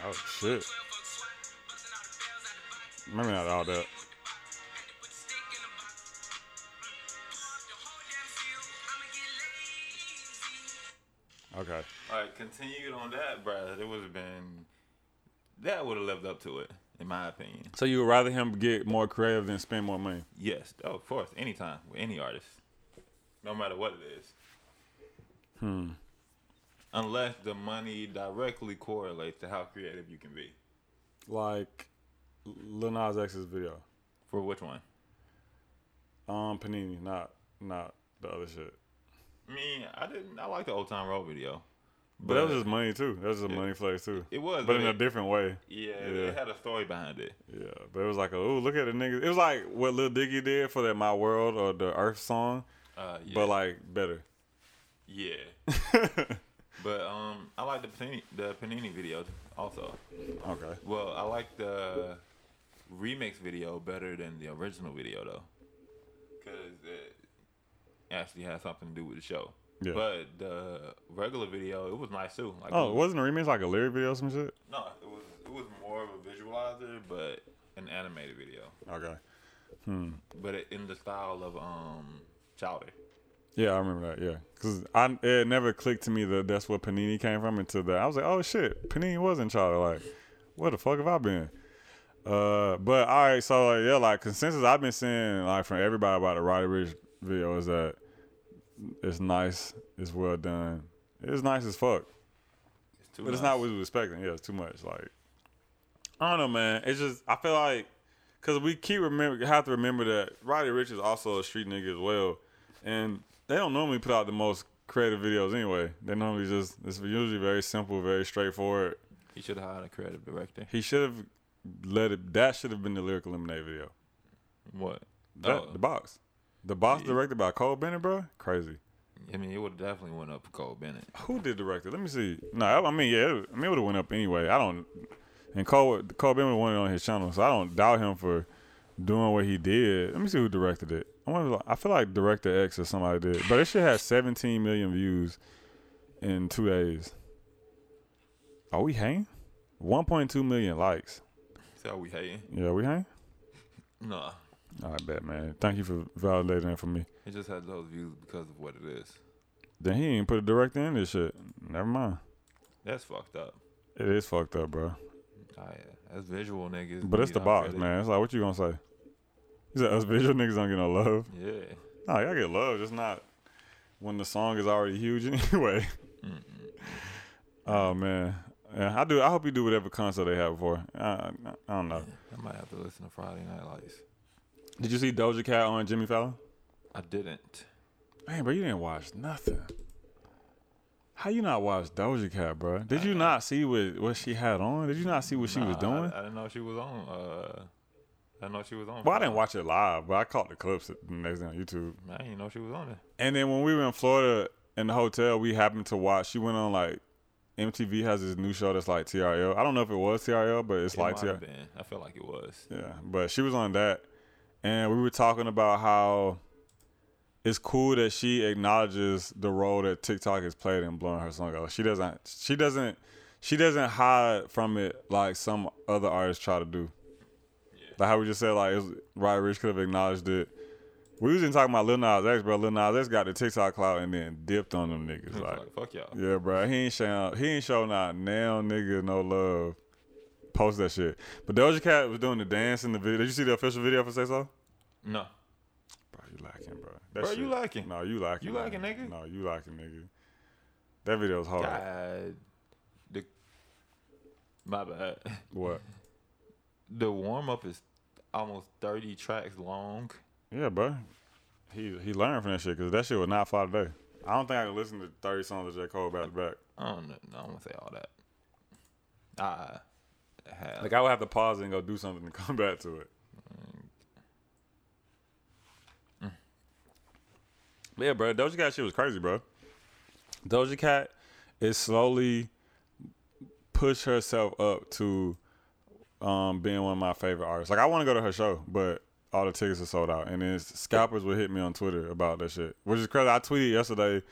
Oh shit.
mm,
Maybe not all that. Okay.
Alright, continued on that, bruh. It would have been that would have lived up to it, in my opinion.
So you would rather him get more creative than spend more money?
Yes, oh, of course, anytime with any artist, no matter what it is. Hmm. Unless the money directly correlates to how creative you can be.
Like Lil Nas X's video.
For which one?
Um, Panini, not not the other shit.
I mean, I didn't. I like the old time road video,
But that was just money too. That was just
Yeah.
money flex too.
it was.
But in
it,
a different way.
yeah,
yeah.
it had a story behind it.
Yeah. But it was like, oh, look at the niggas. It was like what Lil Dicky did for that My World or the Earth song,
Uh, yeah.
but like better.
Yeah. but um, I like the panini, the panini video also.
Okay.
Well, I like the remix video better than the original video though, because it actually had something to do with the show.
Yeah.
But the regular video, it was nice too. Like,
Oh, wasn't the remix like a lyric video or some shit?
no, it was it was more of a visualizer, but an animated video,
Okay.
but it, in the style of um Chowder.
Yeah, I remember that. Yeah, because I it never clicked to me that that's what Panini came from until that I was like, oh shit, Panini wasn't childlike. Where the fuck have I been? Uh, but all right, so like, yeah, like consensus I've been seeing like from everybody about the Roddy Rich video is that it's nice, it's well done, it's nice as fuck,
It's too
but it's
nice.
not what we were expecting. Yeah, it's too much. Like, I don't know, man. It's just I feel like because we keep remember have to remember that Roddy Rich is also a street nigga as well, and they don't normally put out the most creative videos anyway. They normally just it's usually very simple, very straightforward.
He should have hired a creative director.
He should have let it. That should have been the lyrical lemonade video.
What?
That,
Oh.
The box. The box
Yeah.
directed by Cole Bennett, bro. Crazy.
I mean, it would have definitely went up for Cole Bennett.
Who did direct it? Let me see. No, I- I mean, yeah, it, I mean, it would have went up anyway. I don't. And Cole, Cole Bennett won it on his channel, so I don't doubt him for doing what he did. Let me see who directed it. I wonder. if- I feel like Director X or somebody did, but it shit had 17 million views in two days. Are we hanging? 1.2 million likes.
See how we hating?
Yeah, we hang.
Nah,
I bet, man. Thank you for validating that for me.
it just had those views because of what it is.
Then he ain't put a director in this shit. Never mind.
That's fucked up.
It is fucked up, bro.
Oh yeah, that's visual niggas.
But it's
need
the
our
box,
credit.
man. It's like, what you gonna say? He said, us visual niggas don't get no love.
Yeah.
Nah, y'all get love, just not when the song is already huge anyway. Oh, man. Yeah, I do. I hope you do whatever concert they have for. I, I, I don't know.
I might have to listen to Friday Night Lights.
Did you see Doja Cat on Jimmy Fallon?
I didn't.
Man, bro, you didn't watch nothing. How you not watch Doja Cat, bro? Did you not see what what she had on? Did you not see what she was
Uh-uh. Nah, I-
doing?
I, didn't know she was on. Uh, I didn't know she was on.
Well, I didn't watch it live, but I caught the clips the next day on YouTube.
I didn't know she was on it.
And then when we were in Florida in the hotel, we happened to watch. She went on like MTV has this new show that's like TRL. I don't know if it was TRL, but it's
It
like
might
TRL.
have been. I feel like it was.
Yeah, but she was on that, and we were talking about how it's cool that she acknowledges the role that TikTok has played in blowing her song up. She doesn't. She doesn't. She doesn't hide from it like some other artists try to do. Like how we just said, like it was, Roddy Rich could have acknowledged it. We was even talking about Lil Nas X, bro. Lil Nas X got the TikTok clout and then dipped on them niggas.
It's
Like,
like, fuck y'all.
yeah, bro. He ain't showing. He ain't showing out now, nigga. No love. Post that shit. But Doja Cat was doing the dance in the video. Did you see the official video for Say So?
No.
Bro, you lacking, bro.
Bro, you lacking.
No, you lacking.
You lacking,
man.
nigga.
No, you lacking, nigga. That video was hard.
God. The, my bad.
What?
The warm up is almost 30 tracks long.
Yeah, bro. He he learned from that shit because that shit would not fly today. I don't think I can listen to thirty songs of J Cole back to back.
I don't know. I don't want to say all that. I have.
Like I would have to pause it and go do something to come back to it. But yeah, bro, Doja Cat shit was crazy, bro. Doja Cat is slowly push herself up to um, being one of my favorite artists. Like I want to go to her show, but all the tickets are sold out, and then scalpers would hit me on Twitter about that shit, which is crazy. I tweeted yesterday,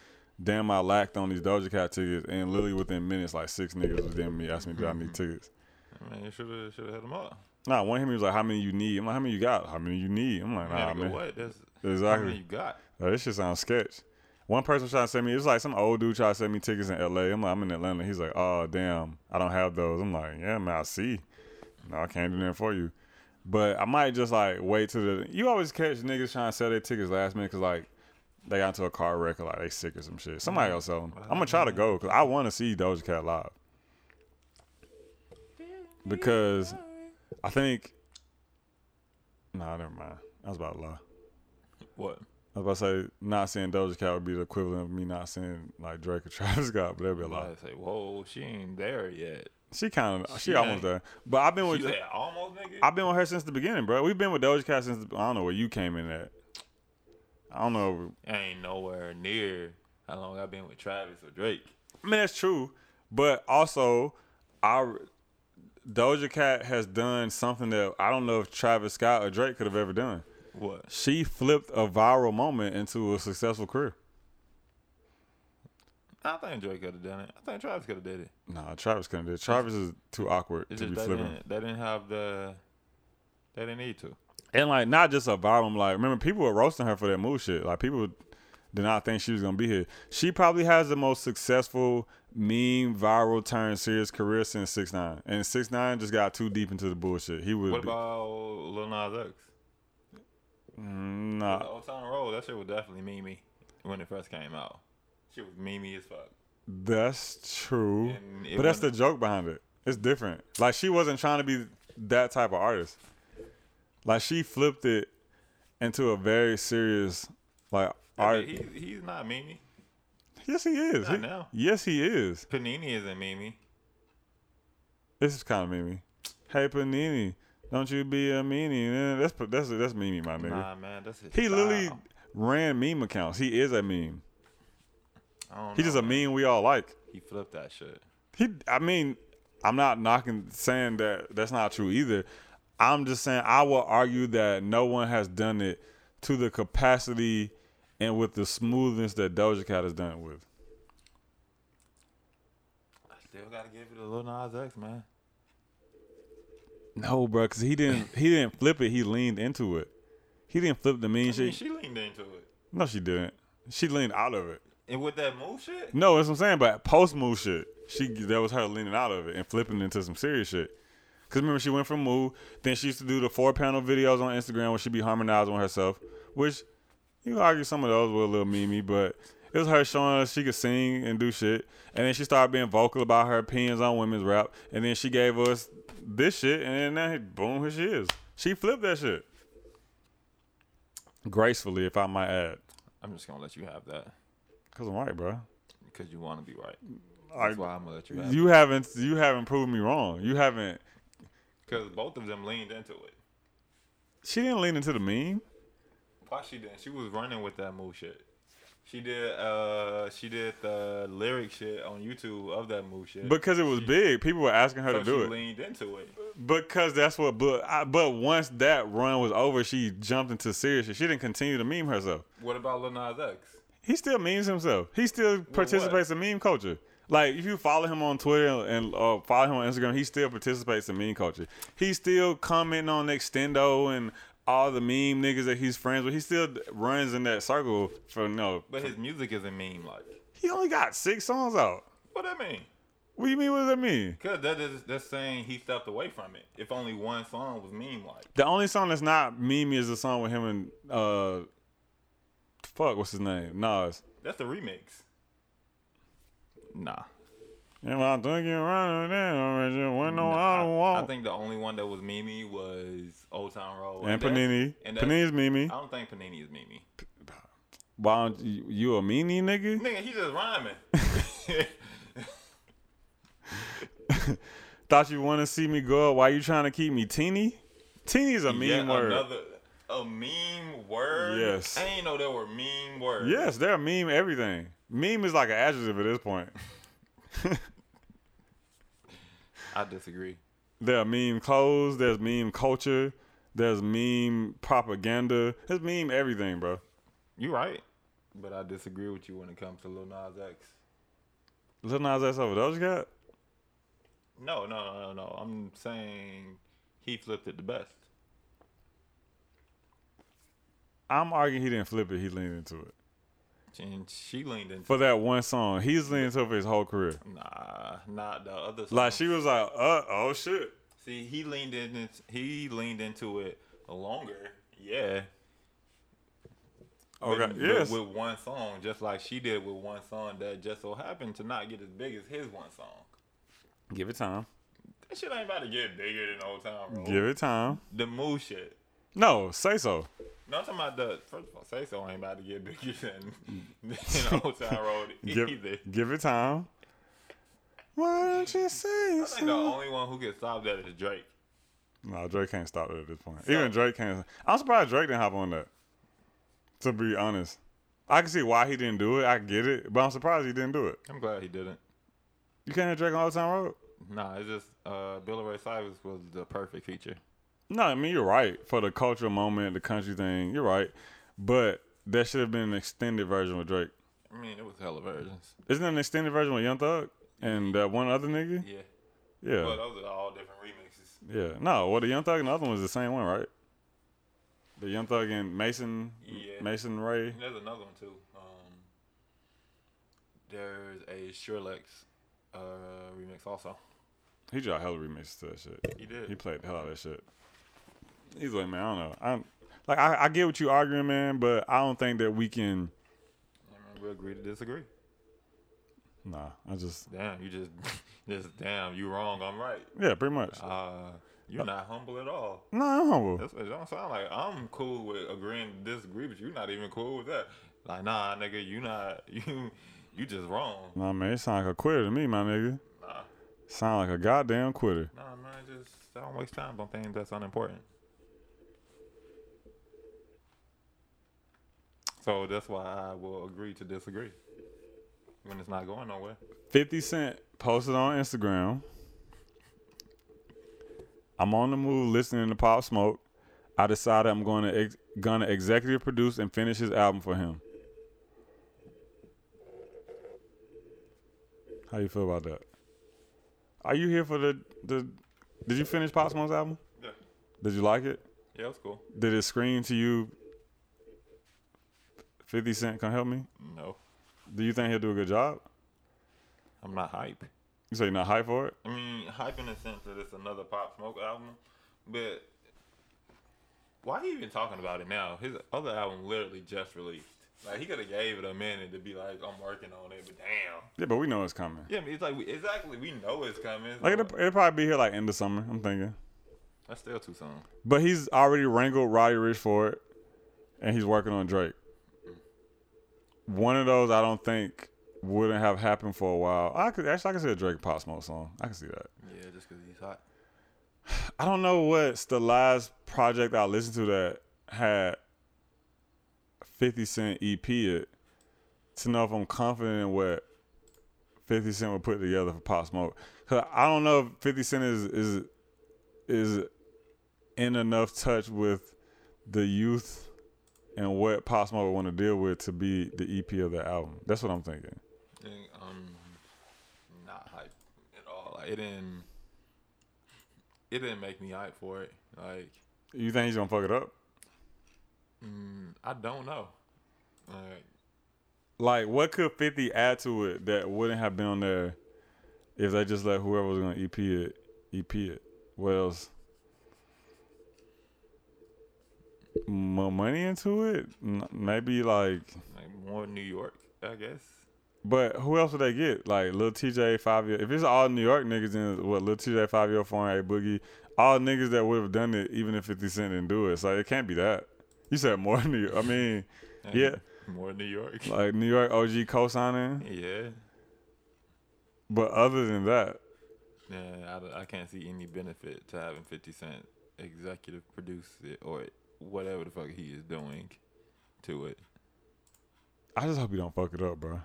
damn, I lacked on these Doja Cat tickets, and literally within minutes, like six niggas was DMing me asking me, do I need tickets?
man, you should have should have hit them up.
Nah, one hit me was like, "How many you need?" I'm like, "How many you got? How many you need?" I'm like,
Man,
"Nah,
nigga,
man,
what? That's how many
exactly."
you got.
Nah, this shit sounds sketch. One person tried to send me. It's like some old dude tried to send me tickets in L.A. I'm like, I'm in Atlanta. He's like, "Oh damn, I don't have those." I'm like, "Yeah, man, I see. No, I can't do that for you." But I might just like wait till the. You always catch niggas trying to sell their tickets last minute because like they got into a car wreck or like they sick or some shit. Somebody else sell them. I'm gonna try to go because I want to see Doja Cat live because I think. Nah, never mind. I was about to lie.
What?
I was about to say not seeing Doja Cat would be the equivalent of me not seeing like Drake or Travis Scott, but that'd be a
I
lie.
say, whoa, she ain't there yet.
She kind of she,
She
almost
ain't.
there, but I've been with
You said almost, nigga.
I've been with her since the beginning, bro. We've been with Doja Cat since the, I don't know where you came in at. I don't know.
ain't nowhere near how long I've been with Travis or Drake.
I mean that's true, but also our Doja Cat has done something that I don't know if Travis Scott or Drake could have ever done.
What?
She flipped a viral moment into a successful career.
I think Drake could have done it. I think Travis could have did it.
Nah, Travis couldn't do it. Travis is too awkward
It's
to
just
be
they
flipping.
didn't, they didn't have the. They didn't need to.
And like not just a vibe. i like, remember people were roasting her for that move shit. Like people did not think she was gonna be here. She probably has the most successful meme viral turn serious career since six nine. And six nine just got too deep into the bullshit. He would
What
be,
about Lil Nas X?
Mm,
The
nah.
Old Town Road, that shit was definitely Mimi when it first came out. She was Mimi as fuck.
That's true.
And it
But that's the
wasn't-
joke behind it. It's different. Like she wasn't trying to be that type of artist. Like she flipped it into a very serious like
I
art.
mean, he's, he's not Mimi.
yes, he is.
Not
He-
now.
Yes, he is.
Panini isn't Mimi.
This is kind of mimi. Hey Panini, Don't you be a meanie? man. That's that's that's Mimi, my nigga.
Nah, man, that's his
He
style.
literally ran meme accounts. He is a meme.
I don't
He
know,
just a
man.
meme we all like.
He flipped that shit.
He, I mean, I'm not knocking saying that that's not true either. I'm just saying I will argue that no one has done it to the capacity and with the smoothness that Doja Cat has done it with.
I still gotta give it a little Nas X, man.
No, bro, because he didn't he didn't flip it. He leaned into it. He didn't flip the mean
I mean,
shit.
she leaned into it.
no, she didn't. She leaned out of it.
And with that move shit,
No, that's what I'm saying. But post move shit, she that was her leaning out of it and flipping into some serious shit. Cause remember she went from move, then she used to do the four panel videos on Instagram where she be harmonizing with herself, which you can argue some of those were a little memey, but it was her showing us she could sing and do shit. And then she started being vocal about her opinions on women's rap, and then she gave us this shit, and then now boom, here she is. She flipped that shit gracefully, if I might add,
I'm just gonna let you have that
cause I'm right, bro.
because you want to be right.
I-
That's why I'm gonna let you have it.
You haven't you haven't proved me wrong. You haven't.
Because both of them leaned into it.
She didn't lean into the meme.
Why she didn't? She was running with that move shit. She did. Uh, she did the lyric shit on YouTube of that move shit.
Because it was big, people were asking her
so
to
she
do it.
leaned into it.
Because that's what. But I, but once that run was over, she jumped into serious. shit. She didn't continue to meme herself.
What about Lil Nas X?
He still memes himself. He still participates in meme culture. Like if you follow him on Twitter and uh, follow him on Instagram, he still participates in meme culture. He's still commenting on Extendo and all the meme niggas that he's friends with. He still runs in that circle for no.
But his music isn't meme like.
He only got six songs out.
What that mean?
What do you mean? What does that mean?
Because that is that's saying he stepped away from it. If only one song was meme like.
The only song that's not meme is the song with him and uh, fuck, what's his name? Nas.
That's a remix. Nah.
Am I thinking right now? Is it When no, I
I,
don't want.
I think the only one that was Mimi was Old Town Road.
and
that's-
Panini.
And that's-
Panini's meme.
I don't think Panini is Mimi.
Why don't you, you a meanie nigga?
Nigga, he just rhyming.
Thought you want to see me go up. Why you trying to keep me teeny? Teeny's a meme
Yet
word.
Another, a meme word?
Yes.
I ain't know there were meme words.
Yes, they're a meme everything. Meme is like an adjective at this point.
I disagree.
There are meme clothes. There's meme culture. There's meme propaganda. There's meme everything, bro.
You right. But I disagree with you when it comes to Lil Nas X.
Lil Nas X over Doja Cat?
No, no, no, no, no. I'm saying he flipped it the best.
I'm arguing he didn't flip it. He leaned into it
And she leaned into
for that one song. He's leaning into it for his whole career.
Nah, not the other song.
Like she was like, uh, oh shit.
See, he leaned in. He leaned into it longer. Yeah.
Okay,
With,
Oh, yes.
With, with one song, just like she did with one song that just so happened to not get as big as his one song.
Give it time.
That shit ain't about to get bigger than old time, bro.
Give it time.
The move shit.
No, say so.
No, I'm talking about the first of all, say so ain't about to get bigger than, than old time road either.
Give, give it time. Why don't you say
I think the
so?
only one who can stop that is Drake.
No, Drake can't stop it at this point. Even Drake can't. I'm surprised Drake didn't hop on that. To be honest, I can see why he didn't do it. I get it, but I'm surprised he didn't do it.
I'm glad he didn't.
You can't have Drake on Old Town Road.
Nah, it's just uh, Billy Ray Cyrus was the perfect feature.
No, I mean you're right for the cultural moment, the country thing. You're right, but that should have been an extended version with Drake.
I mean, it was hella versions.
Isn't it an extended version with Young Thug and that one other nigga?
Yeah.
Yeah,
Well, those are all different remixes.
yeah. No, well the Young Thug and the other one was the same one, right? The Young Thug and Mason,
Yeah.
Mason Ray.
And there's another one too. Um, there's a Shrillex uh, remix also.
He dropped hella remixes to that shit.
He did.
He played the hell out of that shit. Either way, man, I don't know. I like I, I get what you arguing, man, but I don't think that we can.
I mean, we agree to disagree.
Nah, I just
Damn, you just, just damn, you wrong. I'm right.
yeah, pretty much.
Uh, you're not humble at all.
Nah, I'm humble.
That's what it don't sound like. I'm cool with agreeing to disagree, but you're not even cool with that. Like, nah, nigga, you not you, you just wrong.
Nah, man, it sound like a quitter to me, my nigga.
Nah,
Sound like a goddamn quitter.
nah, man, just I don't waste time on things that's unimportant. So that's why I will agree to disagree when it's not going nowhere.
50 Cent posted on Instagram. I'm on the move listening to Pop Smoke. I decided I'm going to ex- gonna executive produce and finish his album for him. How you feel about that? Are you here for the the? Did you finish Pop Smoke's album?
Yeah,
Did you like it?
yeah, it's cool.
Did it scream to you? Fifty Cent, come help me.
No,
Do you think he'll do a good job?
I'm not hype.
You say you're not high for it.
I mean, hype in the sense that it's another Pop Smoke album, but why are you even talking about it now? His other album literally just released. Like he could have gave it a minute to be like, I'm working on it, but damn.
Yeah, but we know it's coming.
Yeah, I mean, it's like we, exactly we know it's coming.
Like it'll, it'll probably be here like end of summer. I'm thinking.
That's still too soon.
But he's already wrangled Roddy Rich for it, and he's working on Drake. One of those I don't think wouldn't have happened for a while. I could actually I could see a Drake Pop Smoke song. I can see that.
Yeah, just because he's hot.
I don't know what's the last project I listened to that had 50 Cent EP it to know if I'm confident in what 50 Cent would put together for Pop Smoke. Cause I don't know if 50 Cent is is is in enough touch with the youth and what Pop Smoke would want to deal with to be the EP of the album. That's what I'm thinking.
And, um, not hype at all. Like, it didn't. It didn't make me hype for it. Like
You think he's gonna fuck it up?
mm, I don't know. Like
Like, what could 50 add to it that wouldn't have been on there if they just let whoever was going to EP it, EP it? What else? More money into it? N- Maybe, like,
like more New York, I guess.
but who else would they get? Like, Lil TJ, Five Year. If it's all New York niggas, then what? Lil TJ, Five Year, Foreign, A Boogie. All niggas that would have done it, even if 50 Cent didn't do it. So it can't be that. You said more New York. I mean,
And
yeah.
more New York.
Like, New York OG co signing.
yeah,
But other than that,
yeah. I don't- I, can't see any benefit to having Fifty Cent executive produce it or whatever the fuck he is doing to it.
I just hope you don't fuck it up, bro.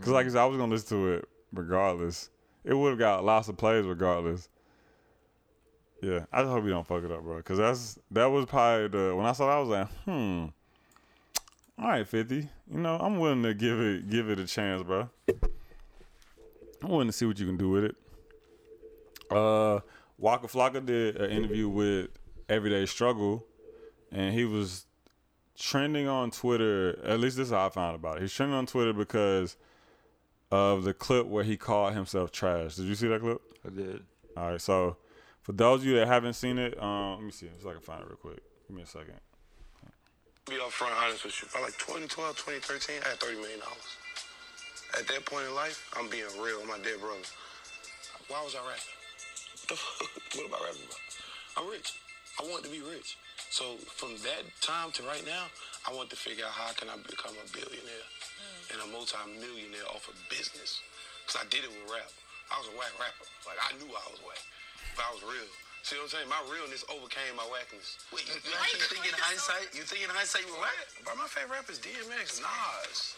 Cause like I said, I was gonna listen to it regardless. It would have got lots of plays regardless. Yeah, I just hope you don't fuck it up, bro. Cause that's that was probably the when I saw that I was like, hmm. All right, Fifty. You know I'm willing to give it give it a chance, bro. I'm willing to see what you can do with it. Uh, Waka Flocka did an interview with Everyday Struggle, and he was trending on Twitter. At least this is how I found about it. He's trending on Twitter because of the clip where he called himself trash. Did you see that clip?
I did.
All right. So for those of you that haven't seen it, um, let me see. If I can find it real quick. Give me a second.
be upfront honest with you. By like 2012, 2013, I had $30 million. At that point in life, I'm being real. I'm my dead brother. Why was I rapping? What the fuck? What am I rapping about? I'm rich. I want to be rich. So from that time to right now, I want to figure out how can I become a billionaire and a multi-millionaire off of business. Because I did it with rap. I was a whack rapper. Like, I knew I was whack. But I was real. See what I'm saying? My realness overcame my whackness. Wait, you, you actually think in hindsight? You think in hindsight you were whack? Bro, my favorite rappers DMX, Nas,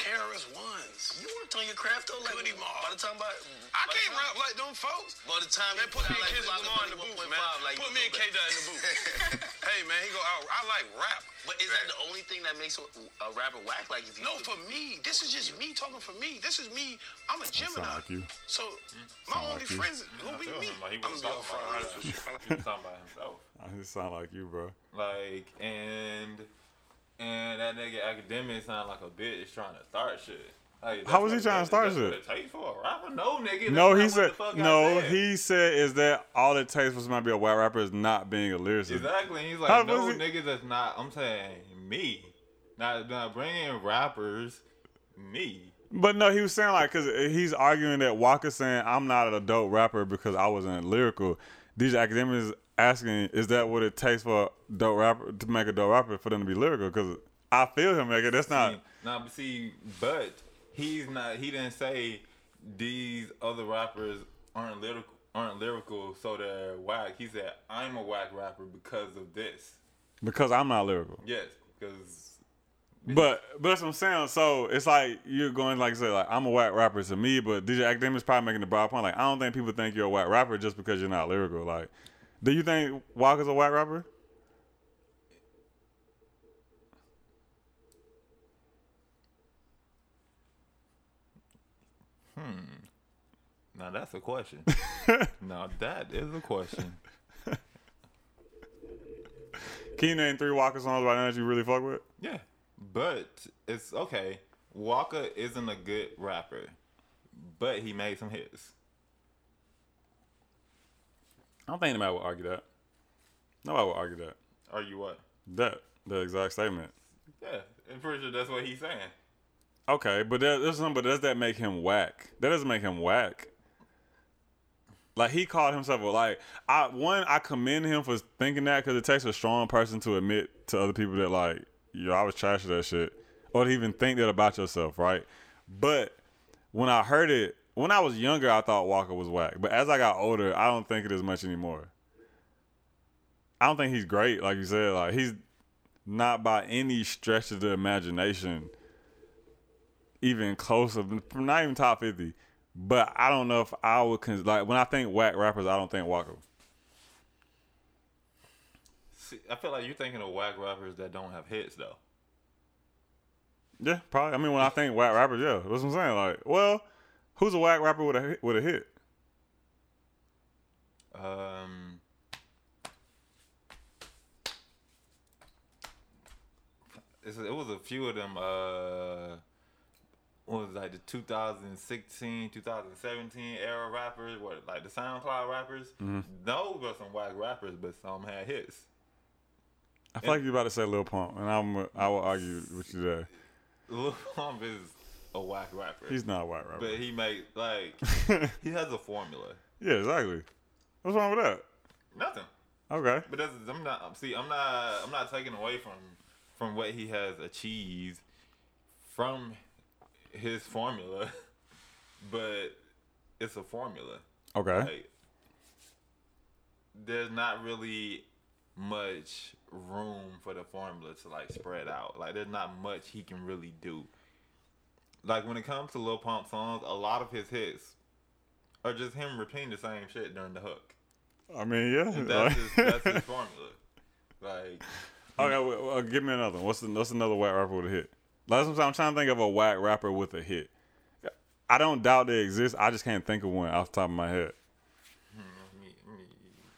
KRS Ones.
Mm. You worked on your craft though, like
Goody
by
Mob.
the time by, mm,
I
by the
can't
time-
rap like them folks.
By the time
Man,
you
put me and
like,
Kendrick
Rock
Lamar in the
Billy 1.5,
booth, man.
like, you
put me and
know
K Dot in the booth. hey man, he go out. I like rap.
that. But is that the only thing that makes a, a rapper whack? Like if you
No, for me, this is just me talking for me. This is me. I'm a Gemini.
like you.
So my
Sound like
only
you.
friends gonna be
feel
me.
him, like, he
I'm gonna
was
be
talking
upfront
about
honest
that. He
with you.
was talking about himself.
I just sound like you, bro.
Like and and that nigga academic sound like a bitch trying to start shit. Like,
How was he
that's what-
trying to start
that's what
shit?
It take for a rapper? No, nigga.
No, he
that's
said.
not what the fuck I
No,
said.
he said is that all it takes for somebody to be a white rapper is not being a lyricist.
exactly. He's like,
How
no,
was he-
nigga, that's not. I'm saying me. Not not bringing rappers. Me.
But no, he was saying like because he's arguing that Walker saying I'm not an adult rapper because I wasn't lyrical. These academics asking, is that what it takes for a dope rapper to make a dope rapper for them to be lyrical? Because I feel him, nigga. That's not.
Now, but see, but he's not. He didn't say these other rappers aren't lyrical. aren't lyrical, so they're whack. He said, I'm a whack rapper because of this.
because I'm not lyrical.
Yes, because
But but that's what I'm saying. So it's like you're going like I said, like I'm a whack rapper to me, but DJ Academic's probably making the broad point. Like I don't think people think you're a whack rapper just because you're not lyrical. Like, do you think Walker's a whack rapper?
now that's a question. now that is a question.
Can you name three Walker songs right now that you really fuck with?
Yeah, but it's okay. Walker isn't a good rapper, but he made some hits.
I don't think anybody would argue that. Nobody would argue that.
Are you what?
That the exact statement.
Yeah, I'm pretty sure that's what he's saying.
Okay, but there, there's something. But does that make him whack? That doesn't make him whack. Like he called himself a like I one I commend him for thinking that because it takes a strong person to admit to other people that like yo I was trash at that shit or to even think that about yourself right. But when I heard it when I was younger I thought Walker was whack, but as I got older I don't think it as much anymore. I don't think he's great like you said like he's not by any stretch of the imagination even close of not even top fifty. But I don't know if I would cons- like when I think whack rappers, I don't think Walker.
See, I feel like you're thinking of whack rappers that don't have hits though.
Yeah, probably. I mean, when I think whack rappers, yeah, that's what I'm saying. Like, well, who's a whack rapper with a hit- with a hit?
Um, it's, it was a few of them. Uh, what was it, like the 2016, 2017 era rappers, what like the SoundCloud rappers. Those were some whack rappers, but some had hits.
I feel like you about to say Lil Pump, and I'm I will argue with you there.
Lil Pump is a whack rapper,
He's not a whack rapper.
but he make like he has a formula.
yeah, exactly. What's wrong with that?
Nothing.
Okay,
But that's I'm not see I'm not I'm not taking away from from what he has achieved from his formula, but it's a formula.
okay.
Like there's not really much room for the formula to like spread out. Like there's not much he can really do. Like when it comes to Lil Pump songs, a lot of his hits are just him repeating the same shit during the hook.
I mean, yeah.
That's
like-
his, that's his formula. Like,
Okay, well, well, give me another one. What's, the, what's another whack rapper with a hit? Last time I'm trying to think of a whack rapper with a hit. I don't doubt they exist. I just can't think of one off the top of my head.
me- me-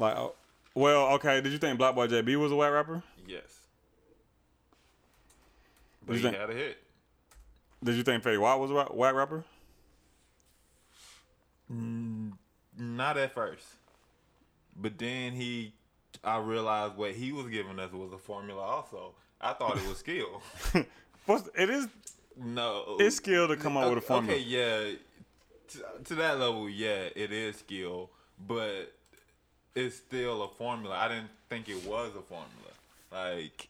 Like, oh, well, okay. Did you think Black Boy JB was a whack rapper?
yes.
What do
But
you
he
think?
had a hit.
Did you think Fetty Wap was a wha- whack rapper?
Not at first. But then he, I realized what he was giving us was a formula also. I thought it was skill.
What's, it is
no.
it's skill to come up with a
Okay-
formula.
Okay, yeah. To, to that level, yeah, it is skill, but it's still a formula. I didn't think it was a formula. Like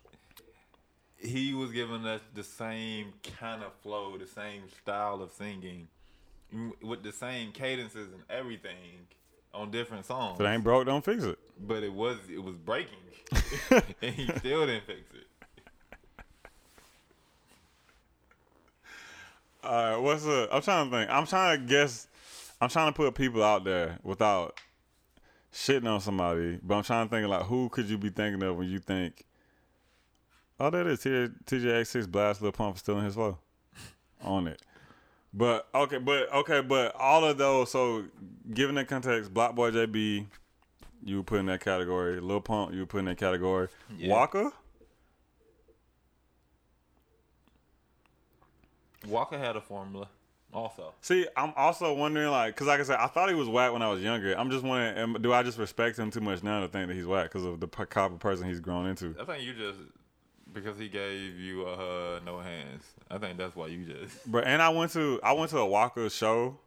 he was giving us the same kind of flow, the same style of singing, m- with the same cadences and everything on different songs.
If it ain't broke, don't fix it.
But it was it was breaking, and he still didn't fix it.
All right, what's up? I'm trying to think. I'm trying to guess. I'm trying to put people out there without shitting on somebody, but I'm trying to think like who could you be thinking of when you think, oh, that is TJ, TJX6 Blast Lil Pump still in his flow on it. But okay, but okay, but all of those. So given that context, Block Boy JB, you would put in that category. Lil Pump, you would put in that category. Walker,
Walker had a formula, also.
See, I'm also wondering, like, because like I said, I thought he was whack when I was younger. I'm just wondering, am, do I just respect him too much now to think that he's whack because of the p- type of person he's grown into?
I think you just because he gave you uh no hands. I think that's why you just
But and I went to I went to a Walker show,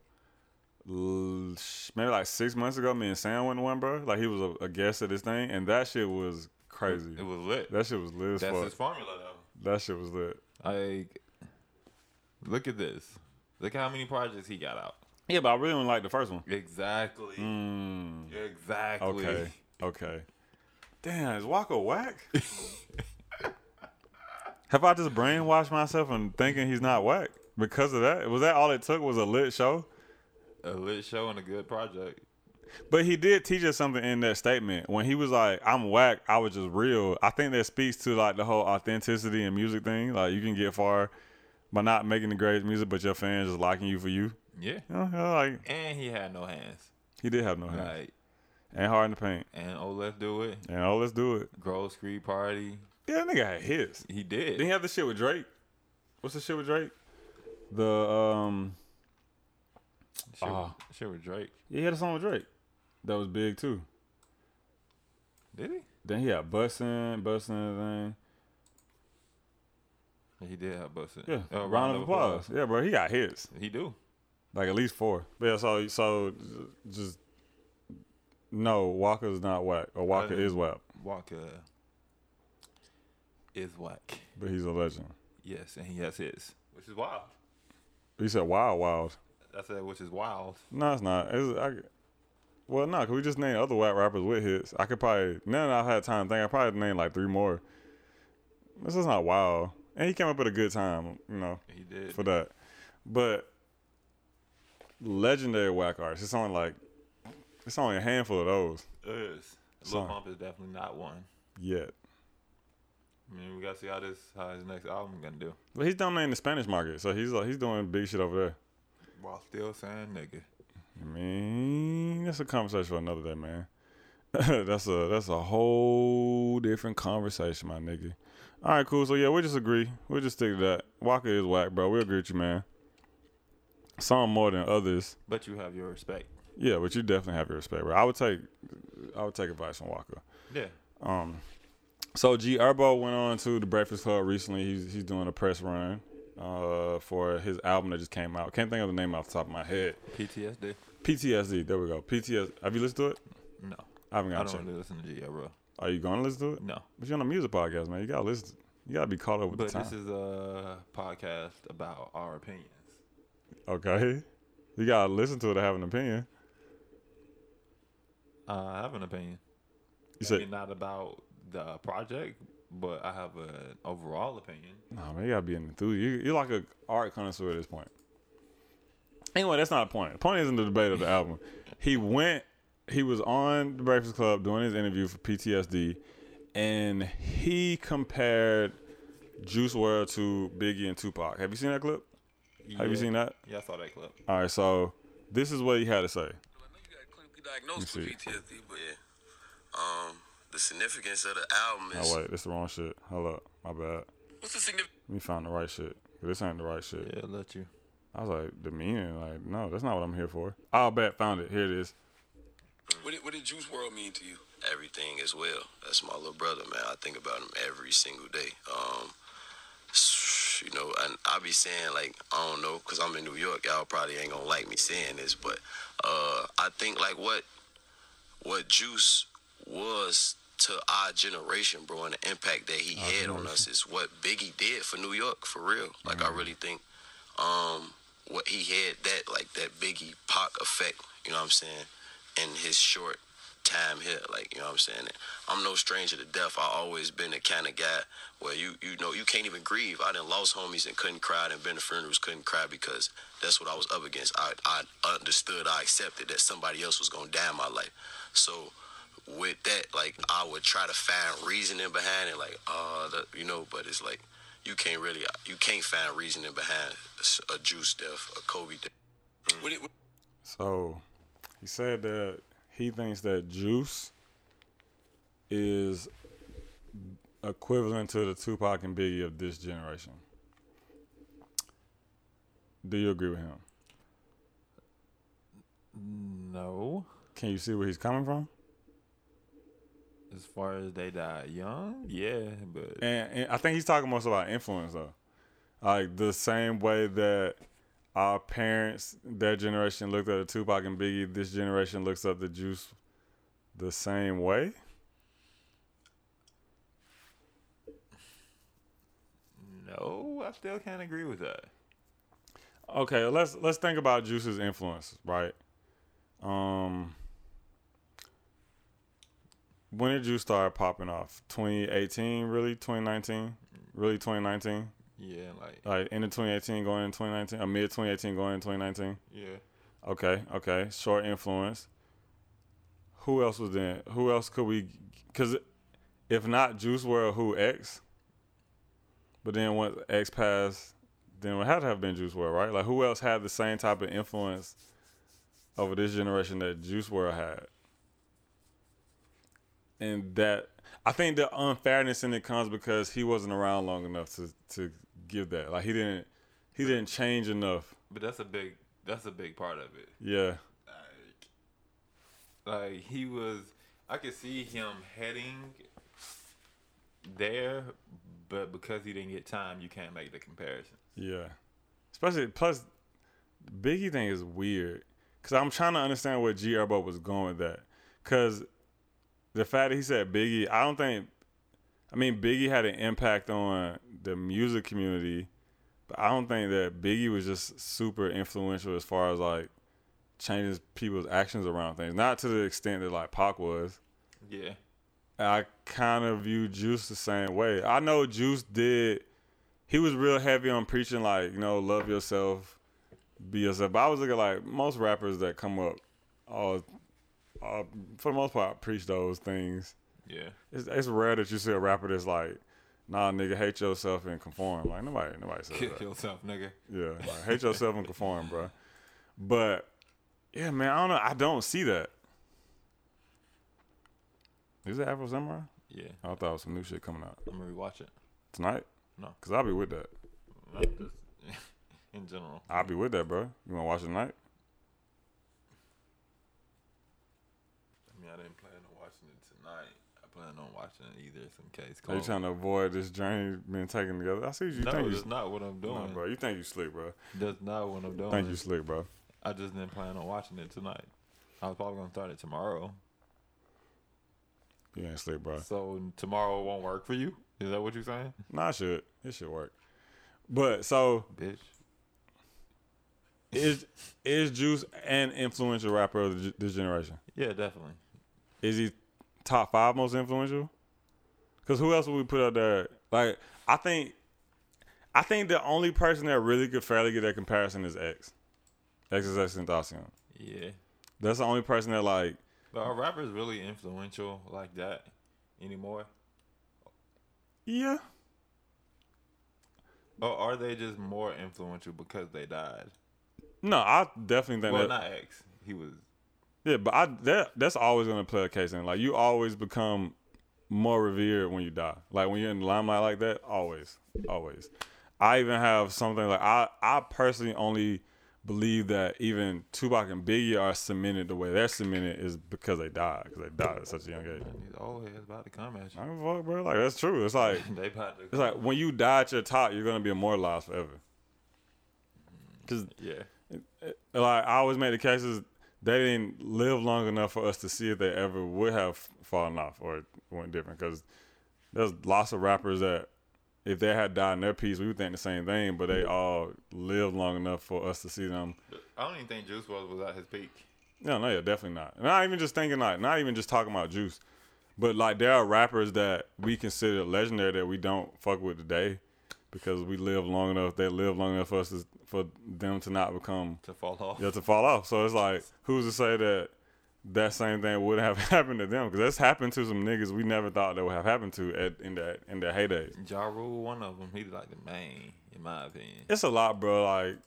l- sh- maybe like six months ago. Me and Sam went to one, bro. Like he was a, a guest at this thing, and that shit was crazy.
it was lit.
that shit was lit as
that's
fuck.
his formula though.
that shit was lit.
Like look at this. Look at how many projects he got out.
Yeah, but I really don't like the first one.
Exactly. Exactly.
Mm. Okay. Okay. Damn, is Walker whack? Have I just brainwashed myself and thinking he's not whack because of that? Was that all it took was a lit show?
A lit show and a good project.
But he did teach us something in that statement. When he was like, I'm whack, I was just real. I think that speaks to like the whole authenticity and music thing. Like you can get far by not making the greatest music, but your fans just liking you for you.
Yeah.
You know, like
And he had no hands.
he did have no hands.
Like
And hard in the paint.
and oh let's do it.
And oh, let's do it.
Grove Street Party.
Yeah, that nigga had hits.
He did.
Then he had the shit with Drake. What's the shit with Drake? The um
Shit,
Ah.
shit with Drake.
yeah, he had a song with Drake. That was big too.
Did he?
Then he had Bussin', Bussin'
He did have Oh, busted.
thing. Yeah. Oh, round of applause. Yeah, bro, he got hits.
He do.
Like at least four. But yeah, so so just no, Walker's not whack. Or Walker
didn't-
is whack.
Walker is whack.
But he's a legend.
Yes, and he has his, which is wild.
You said wild wild.
I said, which is wild.
No, it's not. It's, I, well, no, cause we just named other whack rappers with hits. I could probably none. I've had time to think. I probably named like three more. This is not wild, and he came up with a good time, you know,
He did.
for that. But legendary whack artists. It's only like it's only a handful of those
Us. Lil
Sorry.
Pump is definitely not one.
yet.
I mean, we gotta see how this, how his next album gonna do.
But he's dominating the Spanish market, so he's like he's doing big shit over there.
While still saying nigga.
I mean, that's a conversation for another day, man. that's a that's a whole different conversation, my nigga. All right, cool. So yeah, we just agree. We just stick to that. Walker is whack, bro. We agree with you, man. Some more than others.
But you have your respect.
Yeah, but you definitely have your respect, bro. I would take I would take advice from Walker.
Yeah.
So G Herbo went on to the Breakfast Club recently. He's he's doing a press run uh, for his album that just came out. Can't think of the name off the top of my head.
PTSD.
PTSD. There we go. PTSD. Have you listened to it?
No.
I haven't
I
got a
don't
chance.
really listen to G, yeah, bro.
Are you gonna listen to it?
No.
But you're on a music podcast, man. You gotta listen. You gotta be caught up with
But
the time.
this is a podcast about our opinions.
okay. You gotta listen to it to have an opinion.
Uh, I have an opinion.
You
Maybe
said,
not about the project, but I have an overall opinion.
nah, man, you gotta be an enthusiast. You, you're like a art connoisseur at this point. Anyway, that's not the point. The point isn't the debate of the album. He went, he was on The Breakfast Club doing his interview for PTSD, and he compared Juice World to Biggie and Tupac. Have you seen that clip? Have you
Yeah.
seen that?
Yeah, I saw that clip.
All right, so this is what he had to say.
I know you got clinically diagnosed
Let
with
me
PTSD, but yeah. Um, the significance of the album is.
Oh wait, this the wrong shit. Hold up, my bad.
What's the significance?
Let me find the right shit. This ain't the right shit.
Yeah, let you.
I was like, the meaning, like, no, that's not what I'm here for. I'll bet found it. Here it is.
What did, what did Juice World mean to you? Everything as well. That's my little brother, man. I think about him every single day. Um, you know, and I be saying like I don't know, cause I'm in New York. Y'all probably ain't gonna like me saying this, but uh, I think like what what Juice was to our generation, bro, and the impact that he had on us is what Biggie did for New York, for real. Like I really think um, what he had that like that Biggie Pac effect. You know what I'm saying? In his short time here, like you know what I'm saying. And I'm no stranger to death. I always been the kind of guy where you you know you can't even grieve. I done lost homies and couldn't cry. I done been to funerals couldn't cry because that's what I was up against. I I understood. I accepted that somebody else was gonna die in my life. So with that, like I would try to find reasoning behind it, like uh, the, you know, but it's like you can't really, you can't find reasoning behind s- a Juice death, a Kobe death. What it- what-
So he said that he thinks that Juice is equivalent to the Tupac and Biggie of this generation. Do you agree with him?
No.
Can you see where he's coming from?
As far as they died young, yeah, but
and, and I think he's talking most about influence though, like the same way that our parents, their generation looked up to Tupac and Biggie. This generation looks up to Juice, the same way.
no, I still can't agree with that.
okay, let's let's think about Juice's influence, right? Um, when did Juice start popping off? 2018, really? 2019, really? 2019,
Yeah, like
like end of 2018, going in 2019, or mid 2018, going in 2019.
yeah.
Okay, okay. Short influence. Who else was in? Who else could we? Because if not Juice World, who X? But then once X passed, then it had to have been Juice World, right? Like who else had the same type of influence over this generation that Juice World had? And that I think the unfairness in it comes because he wasn't around long enough to to give that. Like he didn't he didn't change enough.
But that's a big that's a big part of it.
Yeah.
Like, like he was I could see him heading there, but because he didn't get time, you can't make the comparison.
Yeah, especially plus the Biggie thing is weird because I'm trying to understand where G Herbo was going with that because the fact that he said Biggie, I don't think, I mean Biggie had an impact on the music community, but I don't think that Biggie was just super influential as far as like changing people's actions around things. Not to the extent that like Pac was.
Yeah.
I kind of view Juice the same way. I know Juice did. He was real heavy on preaching, like you know, love yourself, be yourself. But I was looking like most rappers that come up, all, all for the most part, preach those things.
Yeah.
It's, it's rare that you see a rapper that's like, "Nah, nigga, hate yourself and conform." Like nobody, nobody says
Kill
that.
yourself, nigga.
Yeah, like, hate yourself and conform, bro. But yeah, man, I don't know. I don't see that. Is it Afro Samurai?
Yeah.
I thought it was some new shit coming out
I'm gonna rewatch it.
tonight.
No.
cause I'll be with that.
Not just in general.
I'll be with that, bro. You wanna watch it tonight?
I mean I didn't plan on watching it tonight. I plan on watching it either some case
Are you trying to avoid this journey being taken together? I see what you
Oh. No,
think.
that's
You,
not what I'm
nah,
doing.
bro. You think you slick, bro?
That's not what I'm doing.
Think you slick, bro?
I just didn't plan on watching it tonight. I was probably gonna start it tomorrow.
You ain't slick, bro.
So tomorrow won't work for you? Is that what you're saying?
Nah, shit. It should work. But so
Bitch.
is is Juice an influential rapper of the- this generation?
Yeah, definitely.
Is he top five most influential? Because who else would we put out there? Like I think, I think the only person that really could fairly get that comparison is X. X is X Tentacion.
Yeah.
That's the only person that like
But are rappers really influential like that anymore?
Yeah.
Or are they just more influential because they died?
No, I definitely think
Well,
that.
not X. He was.
Yeah, but I that that's always gonna play a case in. Like you always become more revered when you die. Like when you're in the limelight like that, always, always. I even have something like I I personally only believe that even Tupac and Biggie are cemented the way they're cemented is because they died because they died at such a young age.
He's always about to come at
I don't give a fuck, bro. Like that's true. It's like
you. They about to.
it's like when you die at your top, you're gonna be immortalized forever. Cause
yeah.
like I always made the cases they didn't live long enough for us to see if they ever would have fallen off or went different. Because there's lots of rappers that if they had died in their piece, we would think the same thing, but they all lived long enough for us to see them.
I don't even think Juice WRLD was at his peak.
No, no, yeah, definitely not. And Not even just thinking like, not even just talking about Juice, but like there are rappers that we consider legendary that we don't fuck with today because we live long enough. They live long enough for us to, for them to not become
To fall off.
you have to fall off. So it's like, who's to say that that same thing would have happened to them? Because that's happened to some niggas we never thought that would have happened to at, in that in their heydays.
Ja Rule, one of them. He's like the main, in my opinion.
It's a lot, bro. Like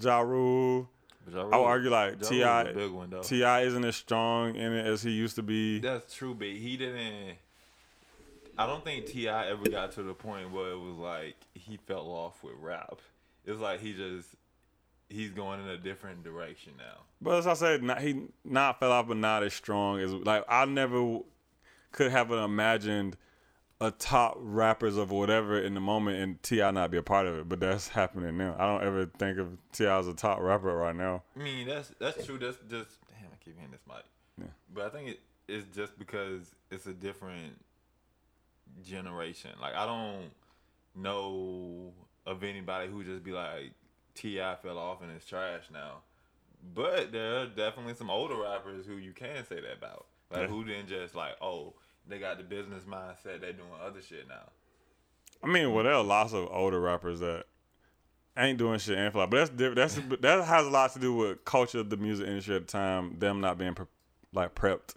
Ja Rule,
But Ja Rule,
I would argue like
Ja Rule's a big one,
Ti
though.
Ti isn't as strong in it as he used to be.
That's true, but he didn't. I don't think Ti ever got to the point where it was like he fell off with rap. It's like he just he's going in a different direction now.
But as I said, not, he not fell off, but not as strong as like I never w- could have imagined a top rappers of whatever in the moment and Ti not be a part of it. But that's happening now. I don't ever think of Ti as a top rapper right now.
I mean, that's that's true. That's just damn. I keep hitting this mic,
Yeah.
but I think it, it's just because it's a different generation. Like I don't know of anybody who just be like Ti fell off and it's trash now. But there are definitely some older rappers who you can say that about, like
Yeah.
who didn't just like oh they got the business mindset they doing other shit now.
I mean, well, there are lots of older rappers that ain't doing shit and fly, but that's diff- that's that has a lot to do with culture of the music industry at the time. Them not being pre- like prepped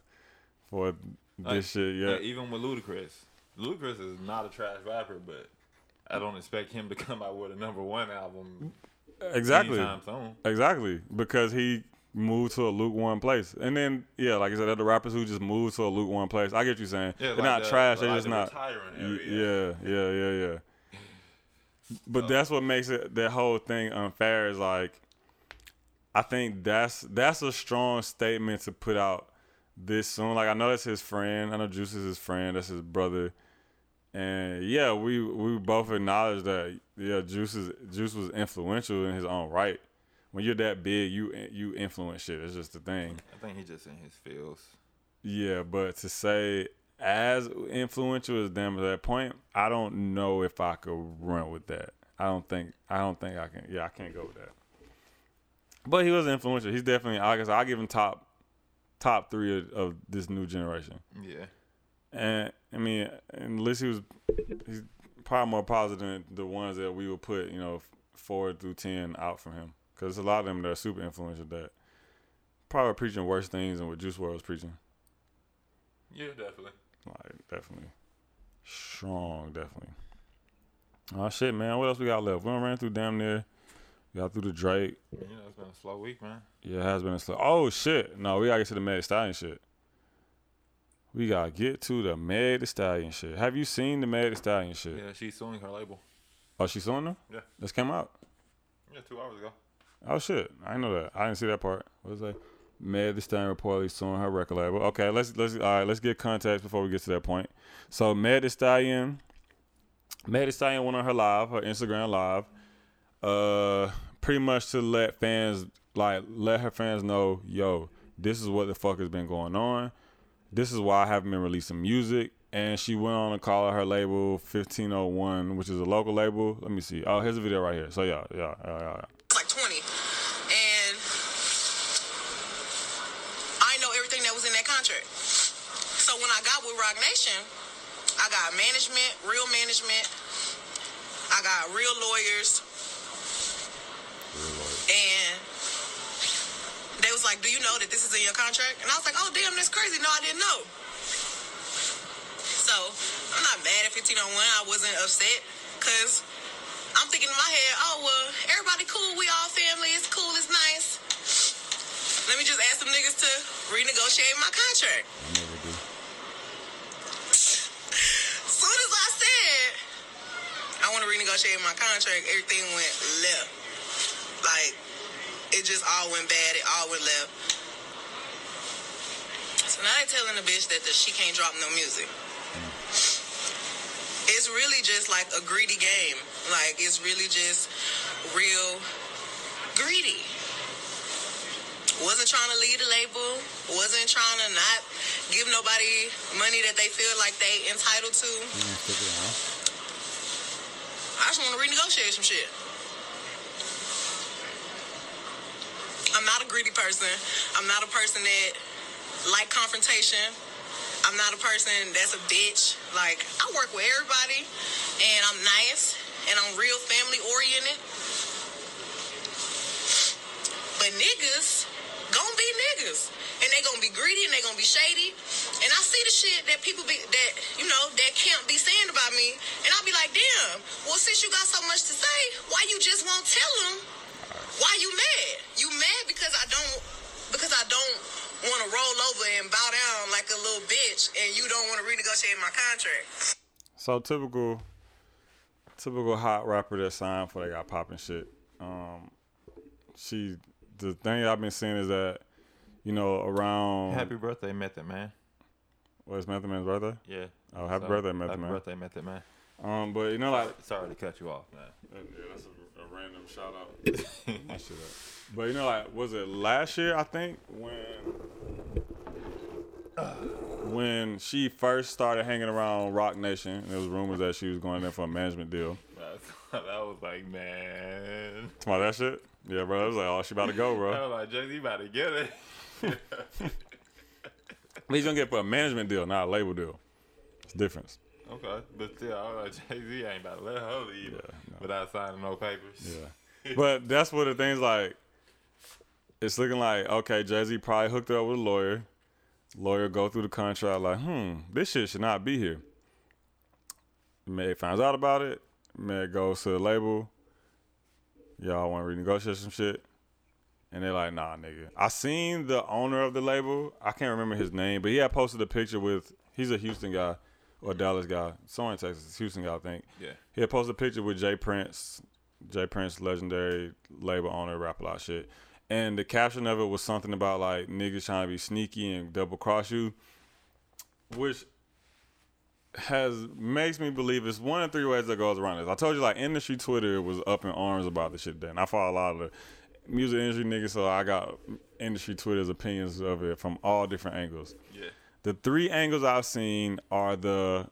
for this
Like,
shit yet.
Like, even with Ludacris, Ludacris is not a trash rapper, but I don't expect him to come out with a number one album
exactly,
anytime soon.
exactly, because he moved to a lukewarm place, and then yeah, like I said, other rappers who just moved to a lukewarm place. I get you saying
Yeah,
they're
like
not
the-
trash,
like
they're just
the
not.
retiring
Y-
area. Uh,
Yeah, yeah, yeah, yeah. But that's what makes it that whole thing unfair is like I think that's that's a strong statement to put out this soon. Like I know that's his friend. I know Juice is his friend, that's his brother. And yeah, we we both acknowledge that yeah, Juice is, Juice was influential in his own right. When you're that big, you you influence shit. It's just the thing.
I think he just in his feels.
Yeah, but to say as influential as them at that point, I don't know if I could run with that. I don't think I don't think I can. Yeah, I can't go with that. But he was influential. He's definitely. I guess I give him top top three of, of this new generation.
Yeah.
And I mean, unless he was, he's probably more positive than the ones that we would put, you know, four through ten out from him. Because a lot of them that are super influential that probably preaching worse things than what Juice World was preaching.
Yeah, definitely.
Like definitely. Strong, definitely. Oh shit, man. What else we got left? We done ran through damn near. We got through the Drake.
You know, it's been a slow week, man.
Yeah, it has been a slow. Oh shit. No, we gotta get to the Meg Thee Stallion shit. We gotta get to the Meg Thee Stallion shit. Have you seen the Meg Thee Stallion shit?
Yeah, she's suing her label.
Oh, she suing them?
Yeah.
This came out.
Yeah, two hours ago.
Oh shit. I didn't know that. I didn't see that part. What is that? Meg Thee Stallion reportedly suing her record label. Okay, let's let's all right, let's get context before we get to that point. So Meg Thee Stallion Meg Thee Stallion went on her live, her Instagram live, uh pretty much to let fans like let her fans know, yo, this is what the fuck has been going on. This is why I haven't been releasing music. And she went on to call her label 1501, which is a local label. Let me see. Oh, here's a video right here. So yeah, yeah, yeah, yeah. yeah.
was like 20. And I know everything that was in that contract. So when I got with Rock Nation, I got management, real management. I got real lawyers. And they was like, "Do you know that this is in your contract?" And I was like, "Oh damn, that's crazy. No, I didn't know." So I'm not mad at 1501. I wasn't upset because I'm thinking in my head, oh well, everybody cool, we all family, it's cool, it's nice. Let me just ask them niggas to renegotiate my contract.
I never do.
Soon as I said I want to renegotiate my contract, everything went left. Like it just all went bad, it all went left. So now they telling the bitch that the, she can't drop no music. It's really just like a greedy game. Like it's really just real greedy. Wasn't trying to lead the label. Wasn't trying to not give nobody money that they feel like they entitled to. I just want to renegotiate some shit. I'm not a greedy person. I'm not a person that like confrontation. I'm not a person that's a bitch. Like I work with everybody, and I'm nice, and I'm real family oriented. But niggas gonna be niggas. And they gonna be greedy and they gonna be shady. And I see the shit that people be that, you know, that can't be saying about me. And I'll be like, damn, well since you got so much to say, why you just won't tell them why you mad? You mad because I don't because I don't wanna roll over and bow down like a little bitch and you don't wanna renegotiate my contract.
So typical, typical hot rapper that signed before they got popping shit. Um, she, the thing I've been seeing is that, you know, around
Happy birthday, Method Man.
what's Method Man's birthday.
Yeah.
Oh, happy birthday, Method
happy
Man.
birthday, Method Man.
Um, but you know, like
Sorry to cut you off, man.
Yeah, that's a, a random shout out. That shit up. But you know, like, was it last year? I think when when she first started hanging around Rock Nation, and there was rumors that she was going there for a management deal.
Right. that was like, man.
Talking about that shit? Yeah, bro. I was like, oh, she about to go,
I
bro.
was like, Jay, you about to get it.
He's gonna get for a management deal, not a label deal. It's the difference.
Okay, but still, I was like, Jay Z ain't about to let her leave without signing no papers.
Yeah. but that's what the thing's like. It's looking like okay, Jay Z probably hooked up with a lawyer. Lawyer go through the contract like, hmm, this shit should not be here. Meg finds out about it. Meg goes to the label. Y'all want to renegotiate some shit, and they're like, nah, nigga. I seen the owner of the label. I can't remember his name, but he had posted a picture with. He's a Houston guy or Dallas guy, somewhere in Texas, Houston guy, I think.
Yeah.
He had posted a picture with Jay Prince, Jay Prince, legendary label owner, rap a lot of shit. And the caption of it was something about like niggas trying to be sneaky and double cross you, which has makes me believe it's one of three ways that goes around this. I told you like industry Twitter was up in arms about this shit then. I follow a lot of the music industry niggas, so I got industry Twitter's opinions of it from all different angles
Yeah.
the three angles I've seen are the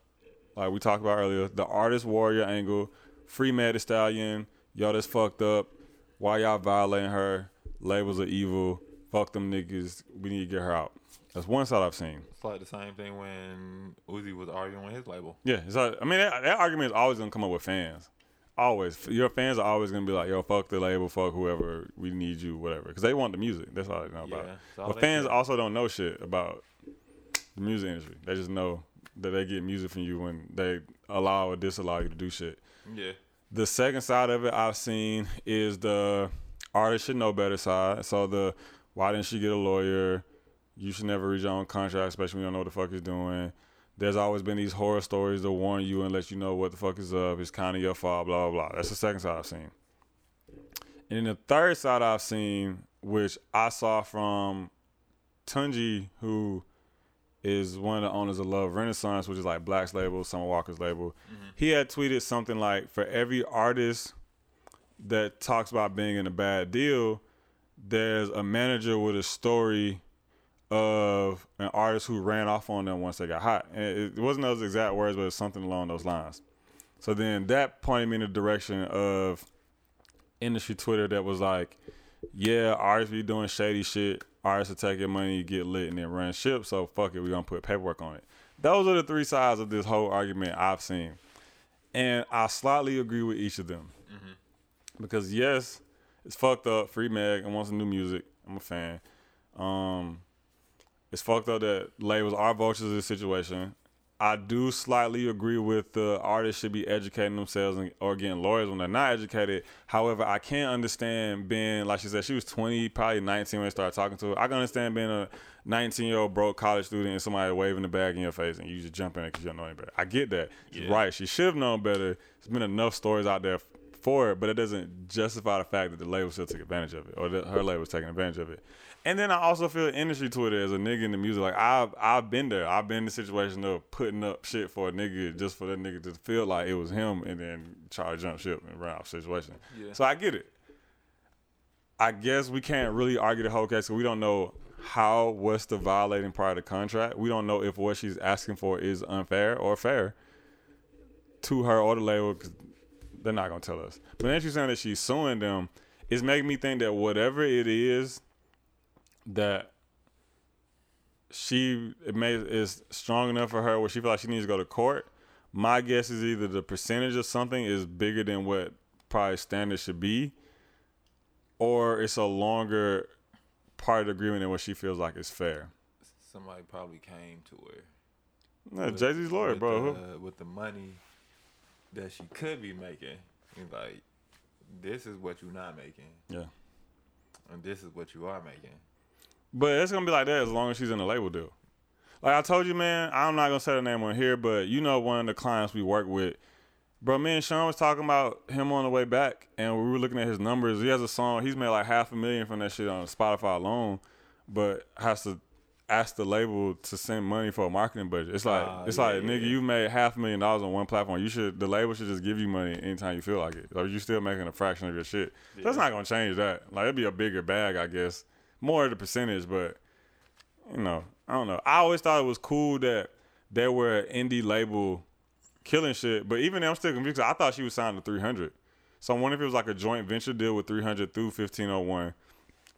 like we talked about earlier, the artist warrior angle, free mad stallion, y'all that's fucked up, why y'all violating her, labels are evil, fuck them niggas, we need to get her out. That's one side I've seen.
It's like the same thing when Uzi was arguing with his label.
Yeah, it's like, I mean that, that argument is always gonna come up with fans. Always, your fans are always gonna be like, "Yo, fuck the label, fuck whoever, we need you, whatever," because they want the music. That's all they know about.
Yeah,
it.
it's all
But
they
fans
care.
also don't know shit about the music industry. They just know that they get music from you when they allow or disallow you to do shit.
Yeah.
The second side of it I've seen is the artist should know better side. So the why didn't she get a lawyer? You should never read your own contract, especially when you don't know what the fuck you're doing. There's always been these horror stories to warn you and let you know what the fuck is up. It's kind of your fault, blah, blah, blah. That's the second side I've seen. And then the third side I've seen, which I saw from Tunji, who is one of the owners of Love Renaissance, which is like Black's label, Summer Walker's label. He had tweeted something like, "For every artist that talks about being in a bad deal, there's a manager with a story of an artist who ran off on them once they got hot." And it it wasn't those exact words, but it's something along those lines. So then that pointed me in the direction of industry Twitter that was like, yeah, artists be doing shady shit. Artists will take your money, get lit, and then run ship. So fuck it, we gonna put paperwork on it. Those are the three sides of this whole argument I've seen, and I slightly agree with each of them because yes, it's fucked up. Free Meg, I want some new music. I'm a fan. Um, it's fucked up that labels are vultures of this situation. I do slightly agree with the artists should be educating themselves and, or getting lawyers when they're not educated. However, I can understand being, like she said, she was 20, probably 19 when I started talking to her. I can understand being a 19 year old broke college student and somebody waving the bag in your face and you just jump in it because you don't know any better. I get that. She's right. She should have known better. There's been enough stories out there for it, but it doesn't justify the fact that the label still took advantage of it, or that her label's taking advantage of it. And then I also feel industry Twitter as a nigga in the music, like I've I've been there. I've been in the situation of putting up shit for a nigga just for that nigga to feel like it was him, and then try to jump ship and run out of situation. So I get it. I guess we can't really argue the whole case. 'cause We don't know how what's the violating part of the contract. We don't know if what she's asking for is unfair or fair to her or the label. 'cause they're not gonna tell us. But then she's saying that she's suing them. It's making me think that whatever it is that she it may is strong enough for her where she feels like she needs to go to court. My guess is either the percentage of something is bigger than what probably standard should be, or it's a longer part of the agreement than what she feels like is fair.
Somebody probably came to her.
No, Jay Z's lawyer,
with
bro.
The, with the money that she could be making. He's like, this is what you're not making,
yeah.
and this is what you are making.
But it's gonna be like that as long as she's in the label deal. Like I told you, man, I'm not gonna say the name on here, but you know one of the clients we work with, bro. Me and Sean was talking about him on the way back, and we were looking at his numbers. He has a song. He's made like half a million from that shit on Spotify alone, but has to ask the label to send money for a marketing budget. It's like
Ah,
it's
yeah,
like
yeah,
nigga,
yeah.
you made half a million dollars on one platform. You should the label should just give you money anytime you feel like it. Like you still making a fraction of your shit. That's not gonna change that. Like it'd be a bigger bag, I guess. More of the percentage, but you know, I don't know. I always thought it was cool that there were an indie label killing shit. But even then, I'm still confused. 'cause I thought she was signed to 300. So I wonder if it was like a joint venture deal with 300 through 1501.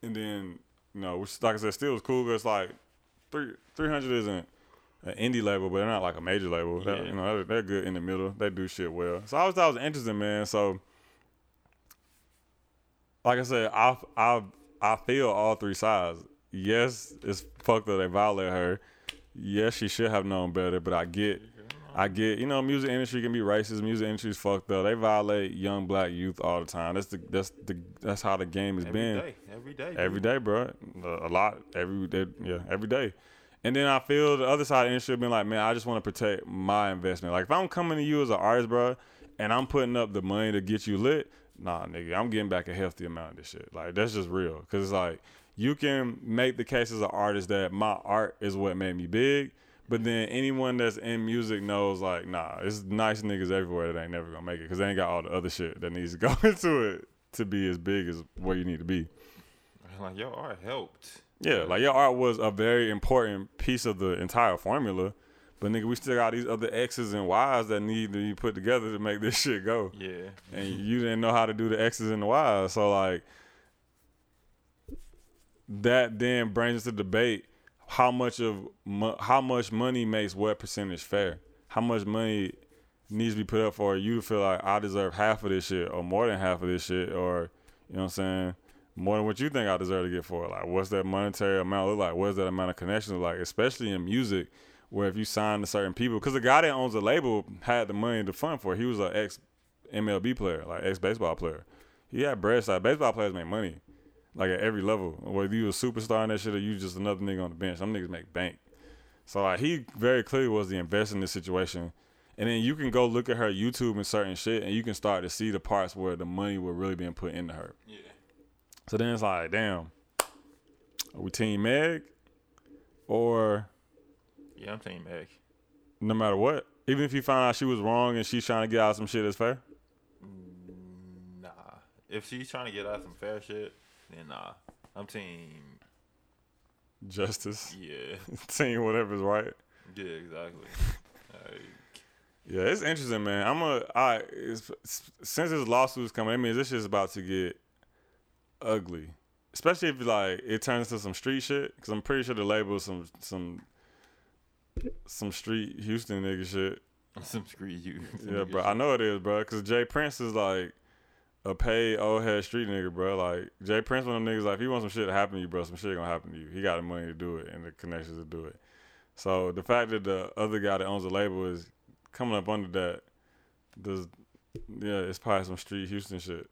And then, you know, which, like I said, still was cool because, like, three, 300 isn't an indie label, but they're not like a major label. They're,
Yeah.
You know, they're, they're good in the middle. They do shit well. So I always thought it was interesting, man. So, like I said, I I I feel all three sides. Yes, it's fucked up. They violate her. Yes, she should have known better. But I get, I get. You know, music industry can be racist. Music industry's fucked up. They violate young black youth all the time. That's the that's the that's how the game has
Every
been
day, every day,
every day, bro. A a lot every day, yeah, every day. And then I feel the other side of the industry being like, man, I just want to protect my investment. Like if I'm coming to you as an artist, bro, and I'm putting up the money to get you lit, nah, nigga, I'm getting back a hefty amount of this shit. Like that's just real, cause it's like you can make the case as an artist that my art is what made me big. But then anyone that's in music knows, like, nah, it's nice niggas everywhere that ain't never gonna make it, cause they ain't got all the other shit that needs to go into it to be as big as where you need to be.
day. Like your art helped.
Yeah, like your art was a very important piece of the entire formula. But nigga, we still got these other X's and Y's that need to be put together to make this shit go.
Yeah,
And you didn't know how to do the X's and the Y's. So like that then brings us to debate how much of mo- how much money makes what percentage fair? How much money needs to be put up for you to feel like I deserve half of this shit or more than half of this shit or you know what I'm saying more than what you think I deserve to get for it. Like what's that monetary amount look like? What's that amount of connection look like? Especially in music where if you sign to certain people because the guy that owns the label had the money to fund for it. He was an ex MLB player, like ex baseball player. He had bread side. Baseball players make money. Like at every level. Whether you a superstar in that shit or you just another nigga on the bench. Some niggas make bank. So like he very clearly was the investor in this situation. And then you can go look at her YouTube and certain shit and you can start to see the parts where the money were really being put into her.
yeah.
So then it's like, damn. Are we team Meg? Or
Yeah, I'm team Mac.
no matter what? Even if you find out she was wrong and she's trying to get out some shit that's fair?
Nah, if she's trying to get out some fair shit, then nah. I'm team.
Justice.
Yeah,
team whatever's right.
yeah, exactly. Like,
Yeah, it's interesting, man. I'm a I it's, since this lawsuit's coming, I mean, this shit's about to get ugly, especially if like it turns to some street shit. Because I'm pretty sure the label is some some some street Houston nigga shit.
some screw you. Some
Yeah,
nigga
bro, I know it is, bro. Because Jay Prince is like a paid old head street nigga, bro. Like Jay Prince, one of them niggas, like if you want some shit to happen to you, bro, some shit gonna happen to you. He got the money to do it and the connections to do it. So the fact that the other guy that owns the label is coming up under that, does yeah, it's probably some street Houston shit.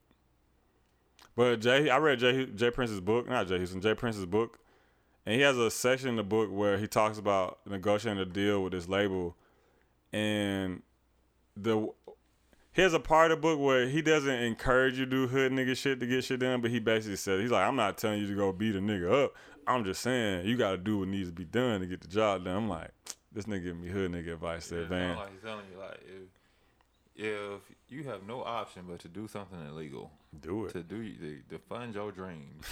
But Jay, I read Jay Jay Prince's book, not Jay Houston, Jay Prince's book, and he has a section in the book where he talks about negotiating a deal with this label, and the here's a part of the book where he doesn't encourage you to do hood nigga shit to get shit done, but he basically said he's like, I'm not telling you to go beat a nigga up. I'm just saying you gotta do what needs to be done to get the job done. I'm like, this nigga giving me hood nigga advice there,
It's not
man.
like he's telling you like if, if you have no option but to do something illegal,
do it.
to do to, to fund your dreams.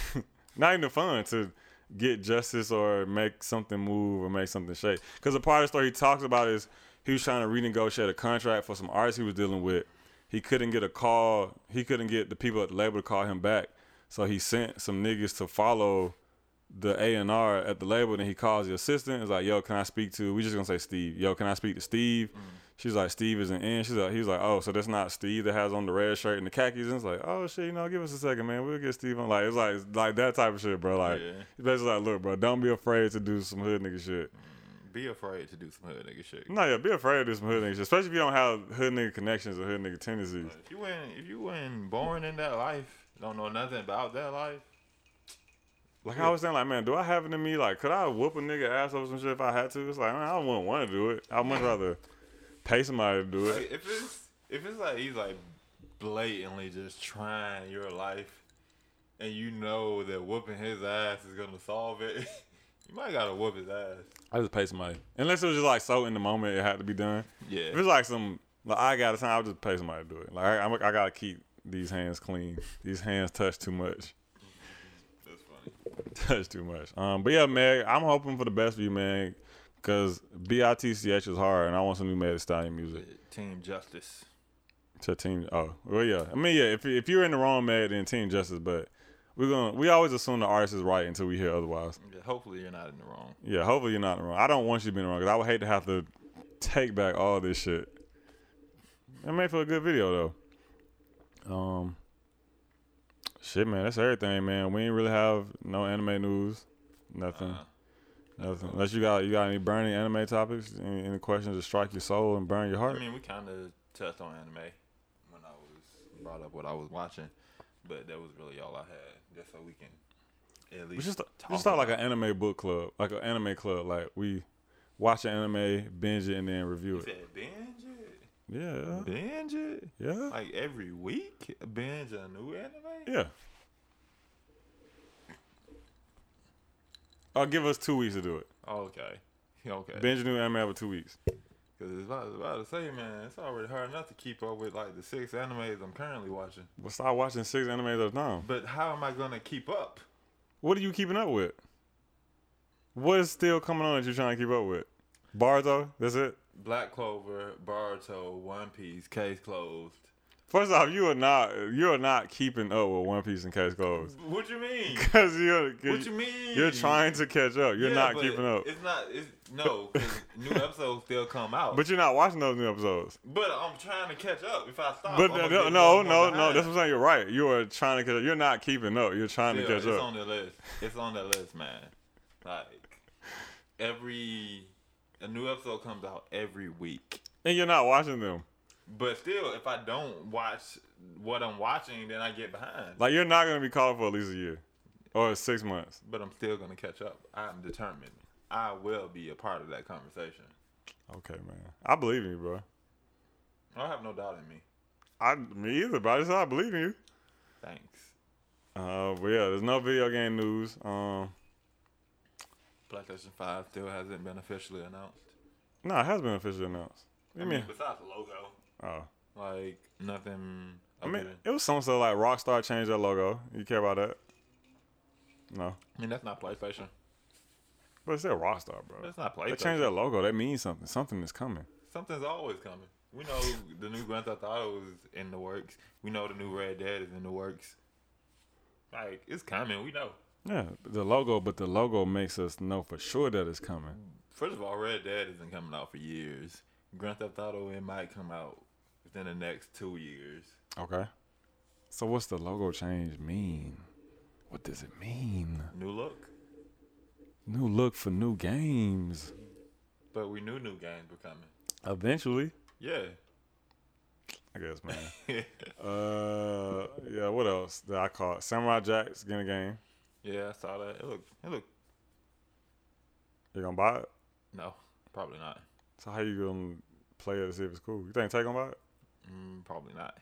not even fun to get justice or make something move or make something shake. Because the part of the story he talks about is he was trying to renegotiate a contract for some artists he was dealing with. He couldn't get a call. He couldn't get the people at the label to call him back. So he sent some niggas to follow the A and R at the label. Then he calls the assistant. Is like, yo, can I speak to? We just gonna say Steve. Yo, can I speak to Steve? She's like, Steve isn't in. She's like, he's like, oh, so that's not Steve that has on the red shirt and the khakis. And it's like, oh shit, you know, give us a second, man. We'll get Steve on. Like it's like it's like that type of shit, bro. Like
Yeah.
it's basically like, look, bro, don't be afraid to do some hood nigga shit.
Be afraid to do some hood nigga shit.
No, yeah, be afraid of this hood nigga shit, especially if you don't have hood nigga connections or hood nigga tendencies.
If you ain't if you ain't born in that life, don't know nothing about that life.
Like I was saying, like man, do I have it in me? Like, could I whoop a nigga ass over some shit if I had to? It's like man, I wouldn't want to do it. I'd much rather pay somebody to do it.
Like, if it's if it's like he's like blatantly just trying your life, and you know that whooping his ass is gonna solve it, you might gotta whoop his ass.
I just pay somebody. Unless it was just like so in the moment it had to be done.
Yeah.
If it's like some like I got to time, I'll just pay somebody to do it. Like I, I'm, I gotta keep these hands clean. These hands touch too much.
That's funny.
Touch too much. Um, but yeah, Meg, I'm hoping for the best for you, man. Cause BITCH is hard, and I want some new Mad Thee Stallion music.
Team Justice.
To Team, oh well, yeah. I mean, yeah. If if you're in the wrong, Mad then Team Justice, but we're gonna we always assume the artist is right until we hear otherwise.
Yeah, Hopefully you're not in the wrong.
Yeah, hopefully you're not in the wrong. I don't want you to be in the wrong because I would hate to have to take back all this shit. It made for a good video though. Um, shit, man, that's everything, man. We ain't really have no anime news, nothing,
Uh-huh.
nothing. Unless you got you got any burning anime topics, any, any questions that strike your soul and burn your heart.
I mean, we kind of touched on anime when I was brought up what I was watching, but that was really all I had. Just so we can at
we
least
just
talk
we just start like an
about
anime book club, like an anime club. Like we watch an anime, binge it, and then review
it.
it.
Said binge it,
Yeah,
binge it,
yeah,
like every week binge a new anime.
yeah. I'll Oh, give us two weeks to do it.
Okay, okay.
Binge a new anime for two weeks.
Because it's about, about to say, man, it's already hard enough to keep up with like the six animes I'm currently watching.
But start watching six animes at a time.
But how am I gonna keep up?
What are you keeping up with? What is still coming on that you're trying to keep up with? Barzo, that's it.
Black Clover, Baruto, One Piece, Case Closed.
First off, you are not you are not keeping up with One Piece and Case Closed
What you mean?
because you're
What you mean?
you're trying to catch up. You're
Yeah,
not
but
keeping up,
It's not. It's no. 'cause new episodes still come out.
but
But,
you're not watching those new episodes.
I'm trying to catch up. If I stop,
But
I'ma
no,
get
no,
one more
no, no.
behind.
That's what I'm saying. You're right. You are trying to catch up. You're not keeping up. You're trying
Still,
to catch
it's
up.
on the list. It's on the list, man. Like every a new episode comes out every week.
and you're not watching them.
But still, if I don't watch what I'm watching, then I get behind.
Like you're not gonna be called for at least a year or six months.
but I'm still gonna catch up. I'm determined. I will be a part of that conversation.
Okay, man. I believe in you, bro.
I have no doubt in me.
I me either, but I just I believe in you.
Thanks.
Uh, but yeah, there's no video game news. Um,
PlayStation Five still hasn't been officially announced.
no, it has been officially announced. I mean,
besides the logo,
oh,
like nothing.
I
other
mean,
than-
it was some stuff like Rockstar changed their logo. You care about that? No,
I mean that's not PlayStation.
but it's still Rockstar, bro.
That's not
They
PlayStation.
changed their logo. That means something. Something is coming.
Something's always coming. We know the new Grand Theft Auto is in the works. We know the new Red Dead is in the works. Like it's coming. We know.
Yeah, the logo, but the logo makes us know for sure that it's coming.
First of all, Red Dead isn't coming out for years. Grand Theft Auto it might come out within the next two years.
Okay. So what's the logo change mean? What does it mean?
New look,
New look for new games.
but we knew new games were coming.
Eventually.
Yeah,
I guess, man. uh, yeah. What else that I caught? Samurai Jack's getting a game.
yeah, I saw that. It looked, it looked.
You gonna buy it?
No, probably not.
So how you gonna play it to see if it's cool? You think Tay gonna buy it?
Mm, probably not.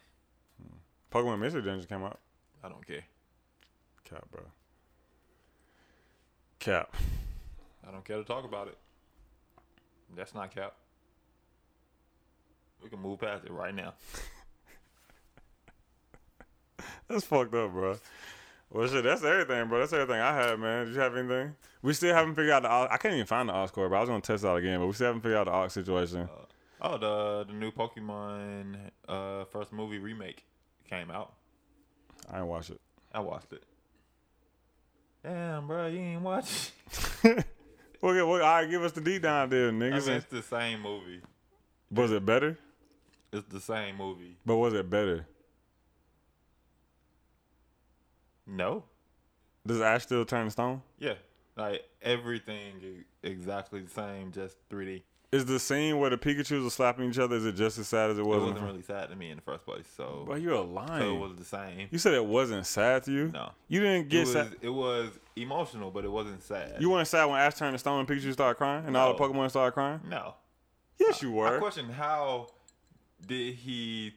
Pokemon Mystery Dungeon came out.
I don't care.
Cap, bro. Cap.
I don't care to talk about it. That's not cap. We can move past it right now.
That's fucked up, bro. Well, shit, that's everything, bro. That's everything I had, man. Did you have anything? We still haven't figured out the. aux- I can't even find the aux cord, but I was gonna test it out again. But we still haven't figured out the aux situation.
Oh, the the new Pokemon uh first movie remake came out.
I ain't watch it.
I watched it. Damn, bro, you ain't watch.
Well, yeah, well, all right, give us the deep down there,
I
niggas.
mean, it's the same movie.
was it better?
It's the same movie.
But was it better?
No.
Does Ash still turn to stone?
Yeah. Like everything i- exactly the same, just 3D.
Is the scene where the Pikachu's are slapping each other? Is it just as sad as it
It
was? in the
wasn't
fir-
really sad to me in the first place, so,
Bro, you're
so
lying.
it was the same.
you said it wasn't sad to you.
No.
you didn't
It
get
was,
sad.
it was emotional, but it wasn't sad.
You weren't sad when Ash turned to stone and Pikachu started crying, and all the
No.
Pokemon started crying.
no.
Yes, you
I
were.
question how did he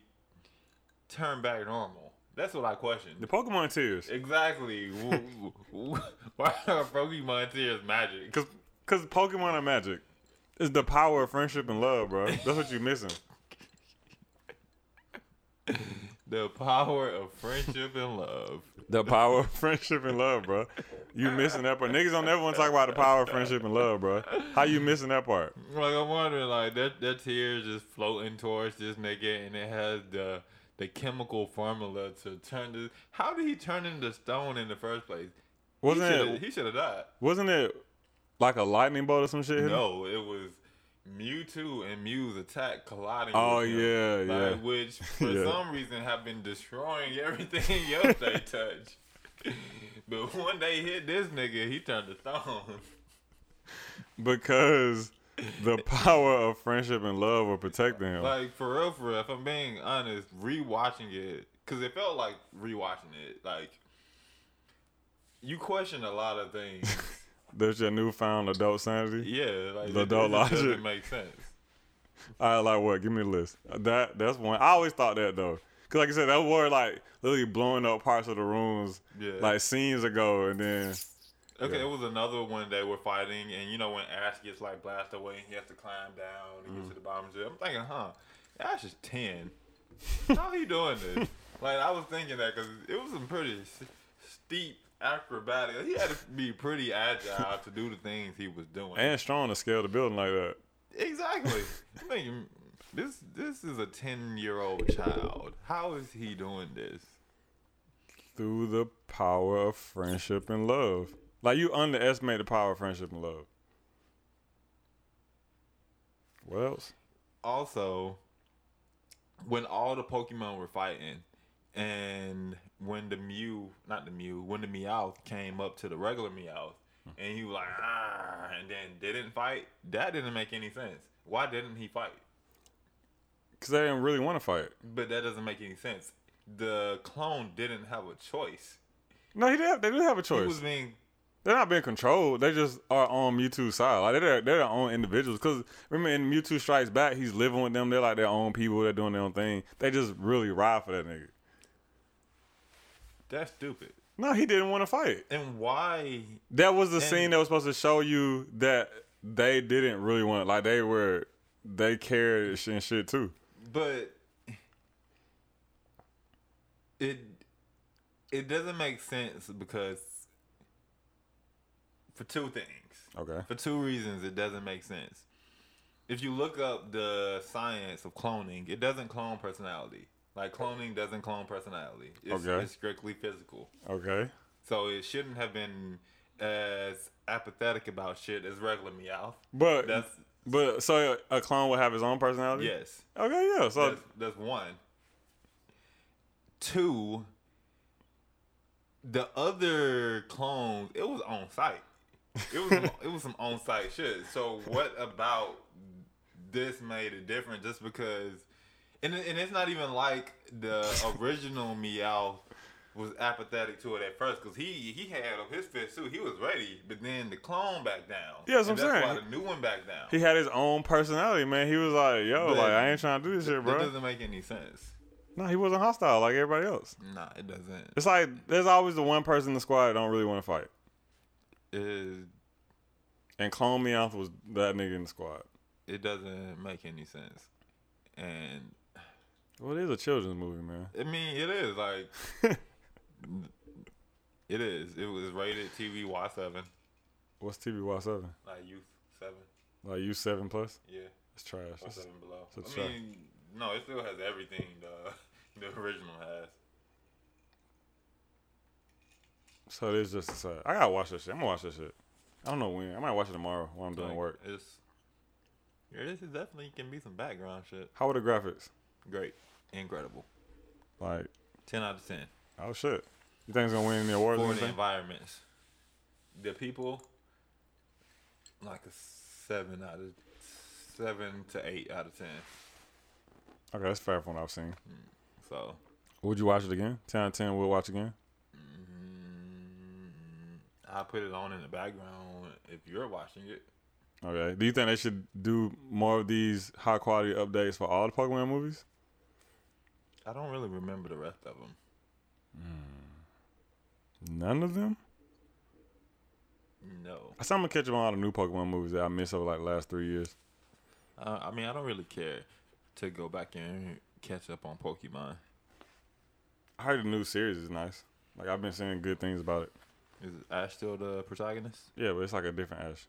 turn back normal? That's what I question.
The Pokemon tears.
Exactly. W- w- Why are Pokemon tears magic?
Cause, cause Pokemon are magic. It's the power of friendship and love, bro. That's what you're missing.
The power of friendship and love.
The power of friendship and love, bro. You missing that part. Niggas don't ever want to talk about the power of friendship and love, bro. How you missing that part?
Like I'm wondering, like their their tears just floating towards this nigga, and it has the the chemical formula to turn this. How did he turn into stone in the first place?
Wasn't
he shoulda-
it-
He should have died.
Wasn't it like a lightning bolt or some shit? hit him?
No, it was Mewtwo and Mew's attack colliding.
Oh,
with him,
yeah,
like,
yeah.
Which for
Yeah.
some reason have been destroying everything else they touch. But when they hit this nigga, he turned to stone.
Because the power of friendship and love were protecting him.
Like for real, for real. If I'm being honest, rewatching it because it felt like rewatching it. Like you question a lot of things.
There's your newfound adult sanity.
yeah, like
The
it, it
dull
just
logic.
doesn't make sense.
I like what? Give me the list. Uh, That that's one. I always thought that though, cause like I said, that were like literally blowing up parts of the rooms,
Yeah.
like scenes ago, and then
Okay, it was another one they were fighting, and you know when Ash gets like blasted away and he has to climb down and get to the bottom of it. I'm thinking, huh, Ash is ten. How he doing this? like I was thinking that because it was some pretty s- steep acrobatic. He had to be pretty agile to do the things he was doing.
and strong to scale the building like that.
Exactly. I'm thinking, this this is a ten year old child. How is he doing this?
through the power of friendship and love. Like you underestimate the power of friendship and love. What else?
Also, when all the Pokemon were fighting, and when the Mew, not the Mew, when the Meowth came up to the regular Meowth, and he was like, ah, and then didn't fight. That didn't make any sense. Why didn't he fight?
Because they didn't really want to fight.
But that doesn't make any sense. The clone didn't have a choice.
No, he did. Have, they did have a
He
choice.
was being
they're not being controlled. They just are on Mewtwo's side. Like they're they're their own individuals. Because remember, in Mewtwo Strikes Back, he's living with them. They're like their own people. They're doing their own thing. They just really ride for that nigga.
that's stupid.
No, he didn't want to fight.
And why
That was the scene that was supposed to show you that they didn't really want. Like they were, they cared and shit- and shit too.
but it it doesn't make sense because for two things
Okay.
for two reasons it doesn't make sense if you look up the science of cloning it doesn't clone personality like cloning doesn't clone personality it's,
Okay.
it's strictly physical
Okay.
so it shouldn't have been as apathetic about shit as regular meow
But
that's
but so a clone would have his own personality.
yes
Okay. Yeah. So
that's, that's one. Two, the other clones, it was on site. It was some, it was some on site shit. So what about this made it different? Just because, and it- and it's not even like the original Meow was apathetic to it at first because he he had up his fist too. He was ready, but then the clone backed down.
Yeah, that's
And
what I'm
That's
saying.
why the new one backed down.
he had his own personality, man. He was like, yo,
But
like I ain't trying to do this shit,
That
bro.
doesn't make any sense.
No, he wasn't hostile like everybody else.
Nah, it doesn't.
It's like there's always the one person in the squad that don't really want to fight.
it,
And Clone Meowth was that nigga in the squad.
it doesn't make any sense. And
Well, it is a children's movie, man.
I mean, it is like it is. It was rated TV Y seven,
What's TBY seven?
like youth seven.
Like you seven plus?
Yeah,
It's trash.
or
It's-
seven below.
so it's
I mean, no, it still has everything the the original has.
So it is just a side. I gotta watch this shit. I'm gonna watch this shit. I don't know when. I might watch it tomorrow while I'm doing
Like,
work.
It's yeah, this is definitely can be some background shit.
How are the graphics?
Great, incredible.
Like,
Ten out of ten.
oh shit. You think it's gonna win any awards? or
for the
anything?
environments. The people, like a seven out of seven to eight out of ten.
Okay, that's fair from what I've seen.
So
Would you watch it again? 10 out of 10, we'll watch again.
I put it on in the background if you're watching it.
Okay. Do you think they should do more of these high quality updates for all the Pokemon movies?
I don't really remember the rest of them.
None of them?
No,
I said I'm gonna catch up on all the new Pokemon movies that I missed over like the last three years.
uh, I mean I don't really care to go back and catch up on Pokemon.
I heard the new series is nice. Like, I've been saying good things about it.
Is Ash still the protagonist?
Yeah, but it's like a different Ash.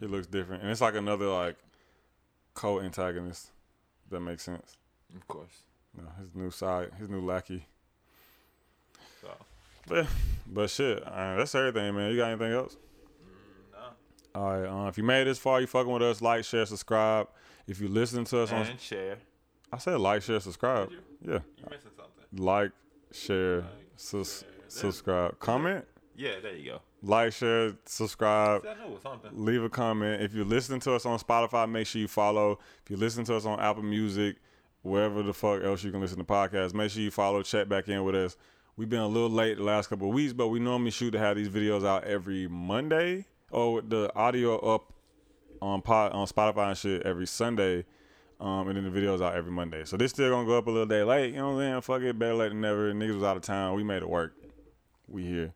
He looks different, and it's like another like co-antagonist. if That makes sense.
Of course.
You know, his new side, his new lackey.
So
But but shit, uh, that's everything, man. You got anything else? No. All right. Uh, if you made it this far, you fucking with us. Like, share, subscribe. If you listen to us on,
and share.
I said like, share, subscribe. Yeah.
You missing something?
Like, share, sus- subscribe, comment.
Yeah, there you go.
Like, share, subscribe.
See, I know it was something.
leave a comment. If you're listening to us on Spotify, make sure you follow. If you're listening to us on Apple Music, wherever the fuck else you can listen to podcasts, make sure you follow. Check back in with us. We've been a little late the last couple of weeks, but we normally shoot to have these videos out every Monday or with the audio up on pod on Spotify and shit every Sunday. Um, and then the videos out every Monday. So this still gonna go up a little day late. You know what I'm saying? Fuck it, better late than never. Niggas was out of town. We made it work. We here.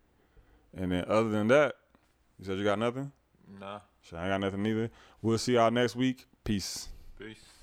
And then other than that, you said you got nothing?
Nah.
Shit, I ain't got nothing either. We'll see y'all next week. Peace.
Peace.